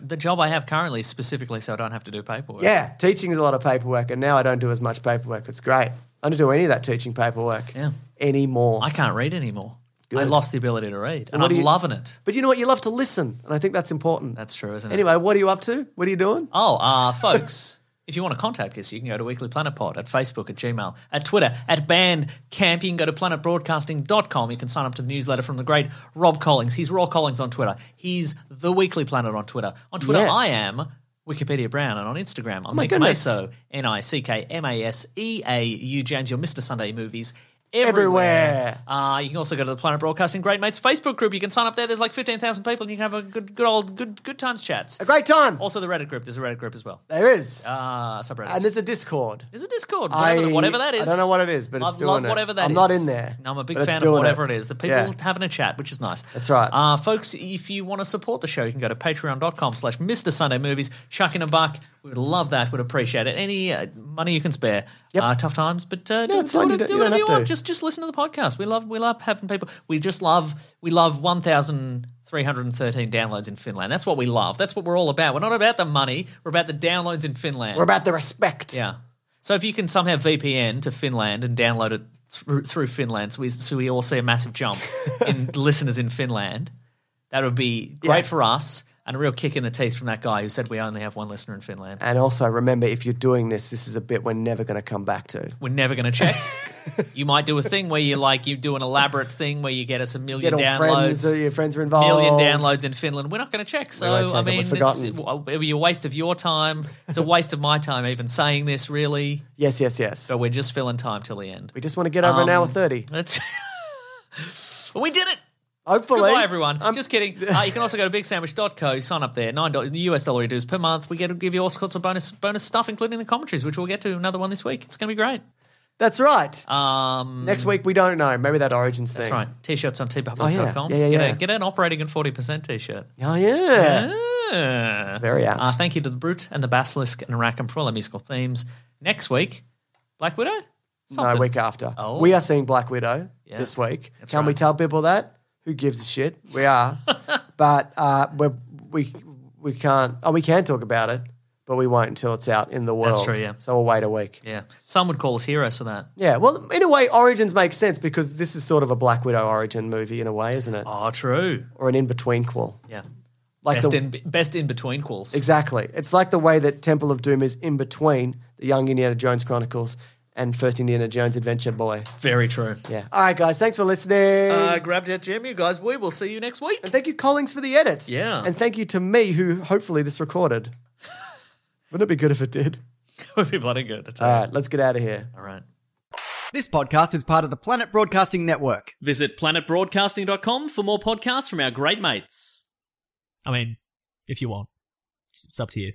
Speaker 4: The job I have currently is specifically so I don't have to do paperwork.
Speaker 5: yeah, teaching is a lot of paperwork, and now I don't do as much paperwork. It's great. I don't do any of that teaching paperwork
Speaker 4: Yeah.
Speaker 5: anymore.
Speaker 4: I can't read anymore. I
Speaker 5: Good.
Speaker 4: lost the ability to read. and
Speaker 5: what
Speaker 4: I'm
Speaker 5: do you-
Speaker 4: loving it.
Speaker 5: but you know what? You love to listen, and I think that's important.
Speaker 4: That's true, isn't it?
Speaker 5: anyway. What are you up to? What are you doing?
Speaker 4: Oh, uh, folks, if you want to contact us, you can go to Weekly Planet Pod at Facebook, at Gmail, at Twitter, at Bandcamp. You can go to planetbroadcasting.com. You can sign up to the newsletter from the great Rob Collings. He's Raw Collings on Twitter. He's The Weekly Planet on Twitter. On Twitter,
Speaker 5: Yes.
Speaker 4: I am Wikipedia Brown, and on Instagram, I'm
Speaker 5: my
Speaker 4: Nick
Speaker 5: goodness.
Speaker 4: Maso, N I C K M A S E A U. James, your Mr. Sunday Movies.
Speaker 5: Everywhere.
Speaker 4: Everywhere. Uh, you can also go to the Planet Broadcasting Great Mates Facebook group. You can sign up there. There's like 15,000 people, and you can have a good, good old, good, good times chats.
Speaker 5: A great time.
Speaker 4: Also, the Reddit group. There's a Reddit group as well.
Speaker 5: There is.
Speaker 4: Uh, subreddit.
Speaker 5: and there's a Discord.
Speaker 4: there's a Discord, whatever,
Speaker 5: I-
Speaker 4: whatever that is.
Speaker 5: I don't know what it is, but
Speaker 4: Love,
Speaker 5: it's doing
Speaker 4: love
Speaker 5: it.
Speaker 4: whatever that
Speaker 5: I'm
Speaker 4: is.
Speaker 5: not in there,
Speaker 4: No, I'm a big
Speaker 5: but it's
Speaker 4: fan of
Speaker 5: doing
Speaker 4: whatever
Speaker 5: it.
Speaker 4: it is. The people
Speaker 5: Yeah.
Speaker 4: having a chat, which is nice.
Speaker 5: That's right.
Speaker 4: Uh, folks, if you want to support the show, you can go to patreon.com slash Mr. Sunday Movies. Chuck in a buck. We would love that. Would appreciate it. Any uh, money you can spare.
Speaker 5: Yep.
Speaker 4: Uh, tough times, but uh, do,
Speaker 5: it's
Speaker 4: do,
Speaker 5: fine. You
Speaker 4: whatever-
Speaker 5: don't-
Speaker 4: do
Speaker 5: you don't
Speaker 4: whatever you
Speaker 5: have to.
Speaker 4: want. Just just listen to the podcast. We love we love having people. We just love we love one thousand three hundred and thirteen downloads in Finland. That's what we love. That's what we're all about. We're not about the money. We're about the downloads in Finland.
Speaker 5: We're about the respect.
Speaker 4: Yeah. So if you can somehow VPN to Finland and download it through, through Finland, so we, so we all see a massive jump in listeners in Finland, that would be great for us and a real kick in the teeth from that guy who said we only have one listener in Finland.
Speaker 5: And also remember, if you're doing this, this is a bit we're never going to come back to.
Speaker 4: We're never going to check. you might do a thing where you like you do an elaborate thing where you get us a million
Speaker 5: Get all
Speaker 4: downloads.
Speaker 5: friends, uh, your friends are involved.
Speaker 4: Million downloads in Finland. We're not going to check. So
Speaker 5: won't check
Speaker 4: I
Speaker 5: it. We've
Speaker 4: mean, it's,
Speaker 5: forgotten.
Speaker 4: it'll be a waste of your time. It's a waste of my time even saying this, really.
Speaker 5: Yes, yes, yes.
Speaker 4: But we're just filling time till the end.
Speaker 5: We just want to get over an hour
Speaker 4: Um,
Speaker 5: thirty.
Speaker 4: That's we did it.
Speaker 5: Hopefully,
Speaker 4: Goodbye, everyone.
Speaker 5: I'm-
Speaker 4: Just kidding. Uh, you can also go to bigsandwich.co, sign up there. Nine dollars US dollar dues per month. We get to give you all sorts of bonus bonus stuff, including the commentaries, which we'll get to another one this week. It's going to be great.
Speaker 5: That's right.
Speaker 4: Um,
Speaker 5: Next week we don't know. Maybe that Origins
Speaker 4: that's
Speaker 5: thing.
Speaker 4: right. T-shirts on tpublic.com.
Speaker 5: Oh, yeah. Yeah, yeah,
Speaker 4: get,
Speaker 5: yeah.
Speaker 4: A, get an operating and forty percent T-shirt.
Speaker 5: Oh yeah.
Speaker 4: Yeah.
Speaker 5: very apt.
Speaker 4: Uh, thank you to the Brute and the Basilisk and Rackham for all their musical themes. Next week, Black Widow.
Speaker 5: No,
Speaker 4: Something.
Speaker 5: week after.
Speaker 4: Oh.
Speaker 5: We are seeing Black Widow this week. Can we
Speaker 4: right.
Speaker 5: tell people that? Who gives a shit? We are. but uh, we're, we we can't. Oh, we can talk about it, but we won't until it's out in the
Speaker 4: That's
Speaker 5: world.
Speaker 4: true, yeah.
Speaker 5: So we'll wait a week.
Speaker 4: Yeah. Some would call us heroes for that.
Speaker 5: Yeah. Well, in a way, Origins makes sense because this is sort of a Black Widow origin movie in a way, isn't it?
Speaker 4: Oh, true.
Speaker 5: Or an in between qual.
Speaker 4: Yeah.
Speaker 5: Like
Speaker 4: best
Speaker 5: the,
Speaker 4: in best in between quills.
Speaker 5: exactly. It's like the way that Temple of Doom is in between the Young Indiana Jones Chronicles and First Indiana Jones Adventure Boy.
Speaker 4: Very true.
Speaker 5: Yeah. All right, guys. Thanks for listening.
Speaker 4: Uh, grab that gem, you guys. We will see you next week.
Speaker 5: And thank you, Collings, for the edit.
Speaker 4: Yeah.
Speaker 5: And thank you to me, who hopefully this recorded. Wouldn't it be good if it did?
Speaker 4: would be bloody good. I tell
Speaker 5: All
Speaker 4: you.
Speaker 5: right, let's get out of here.
Speaker 4: All right.
Speaker 1: This podcast is part of the Planet Broadcasting Network.
Speaker 2: Visit planetbroadcasting.com for more podcasts from our great mates. I mean, if you want. It's, it's up to you.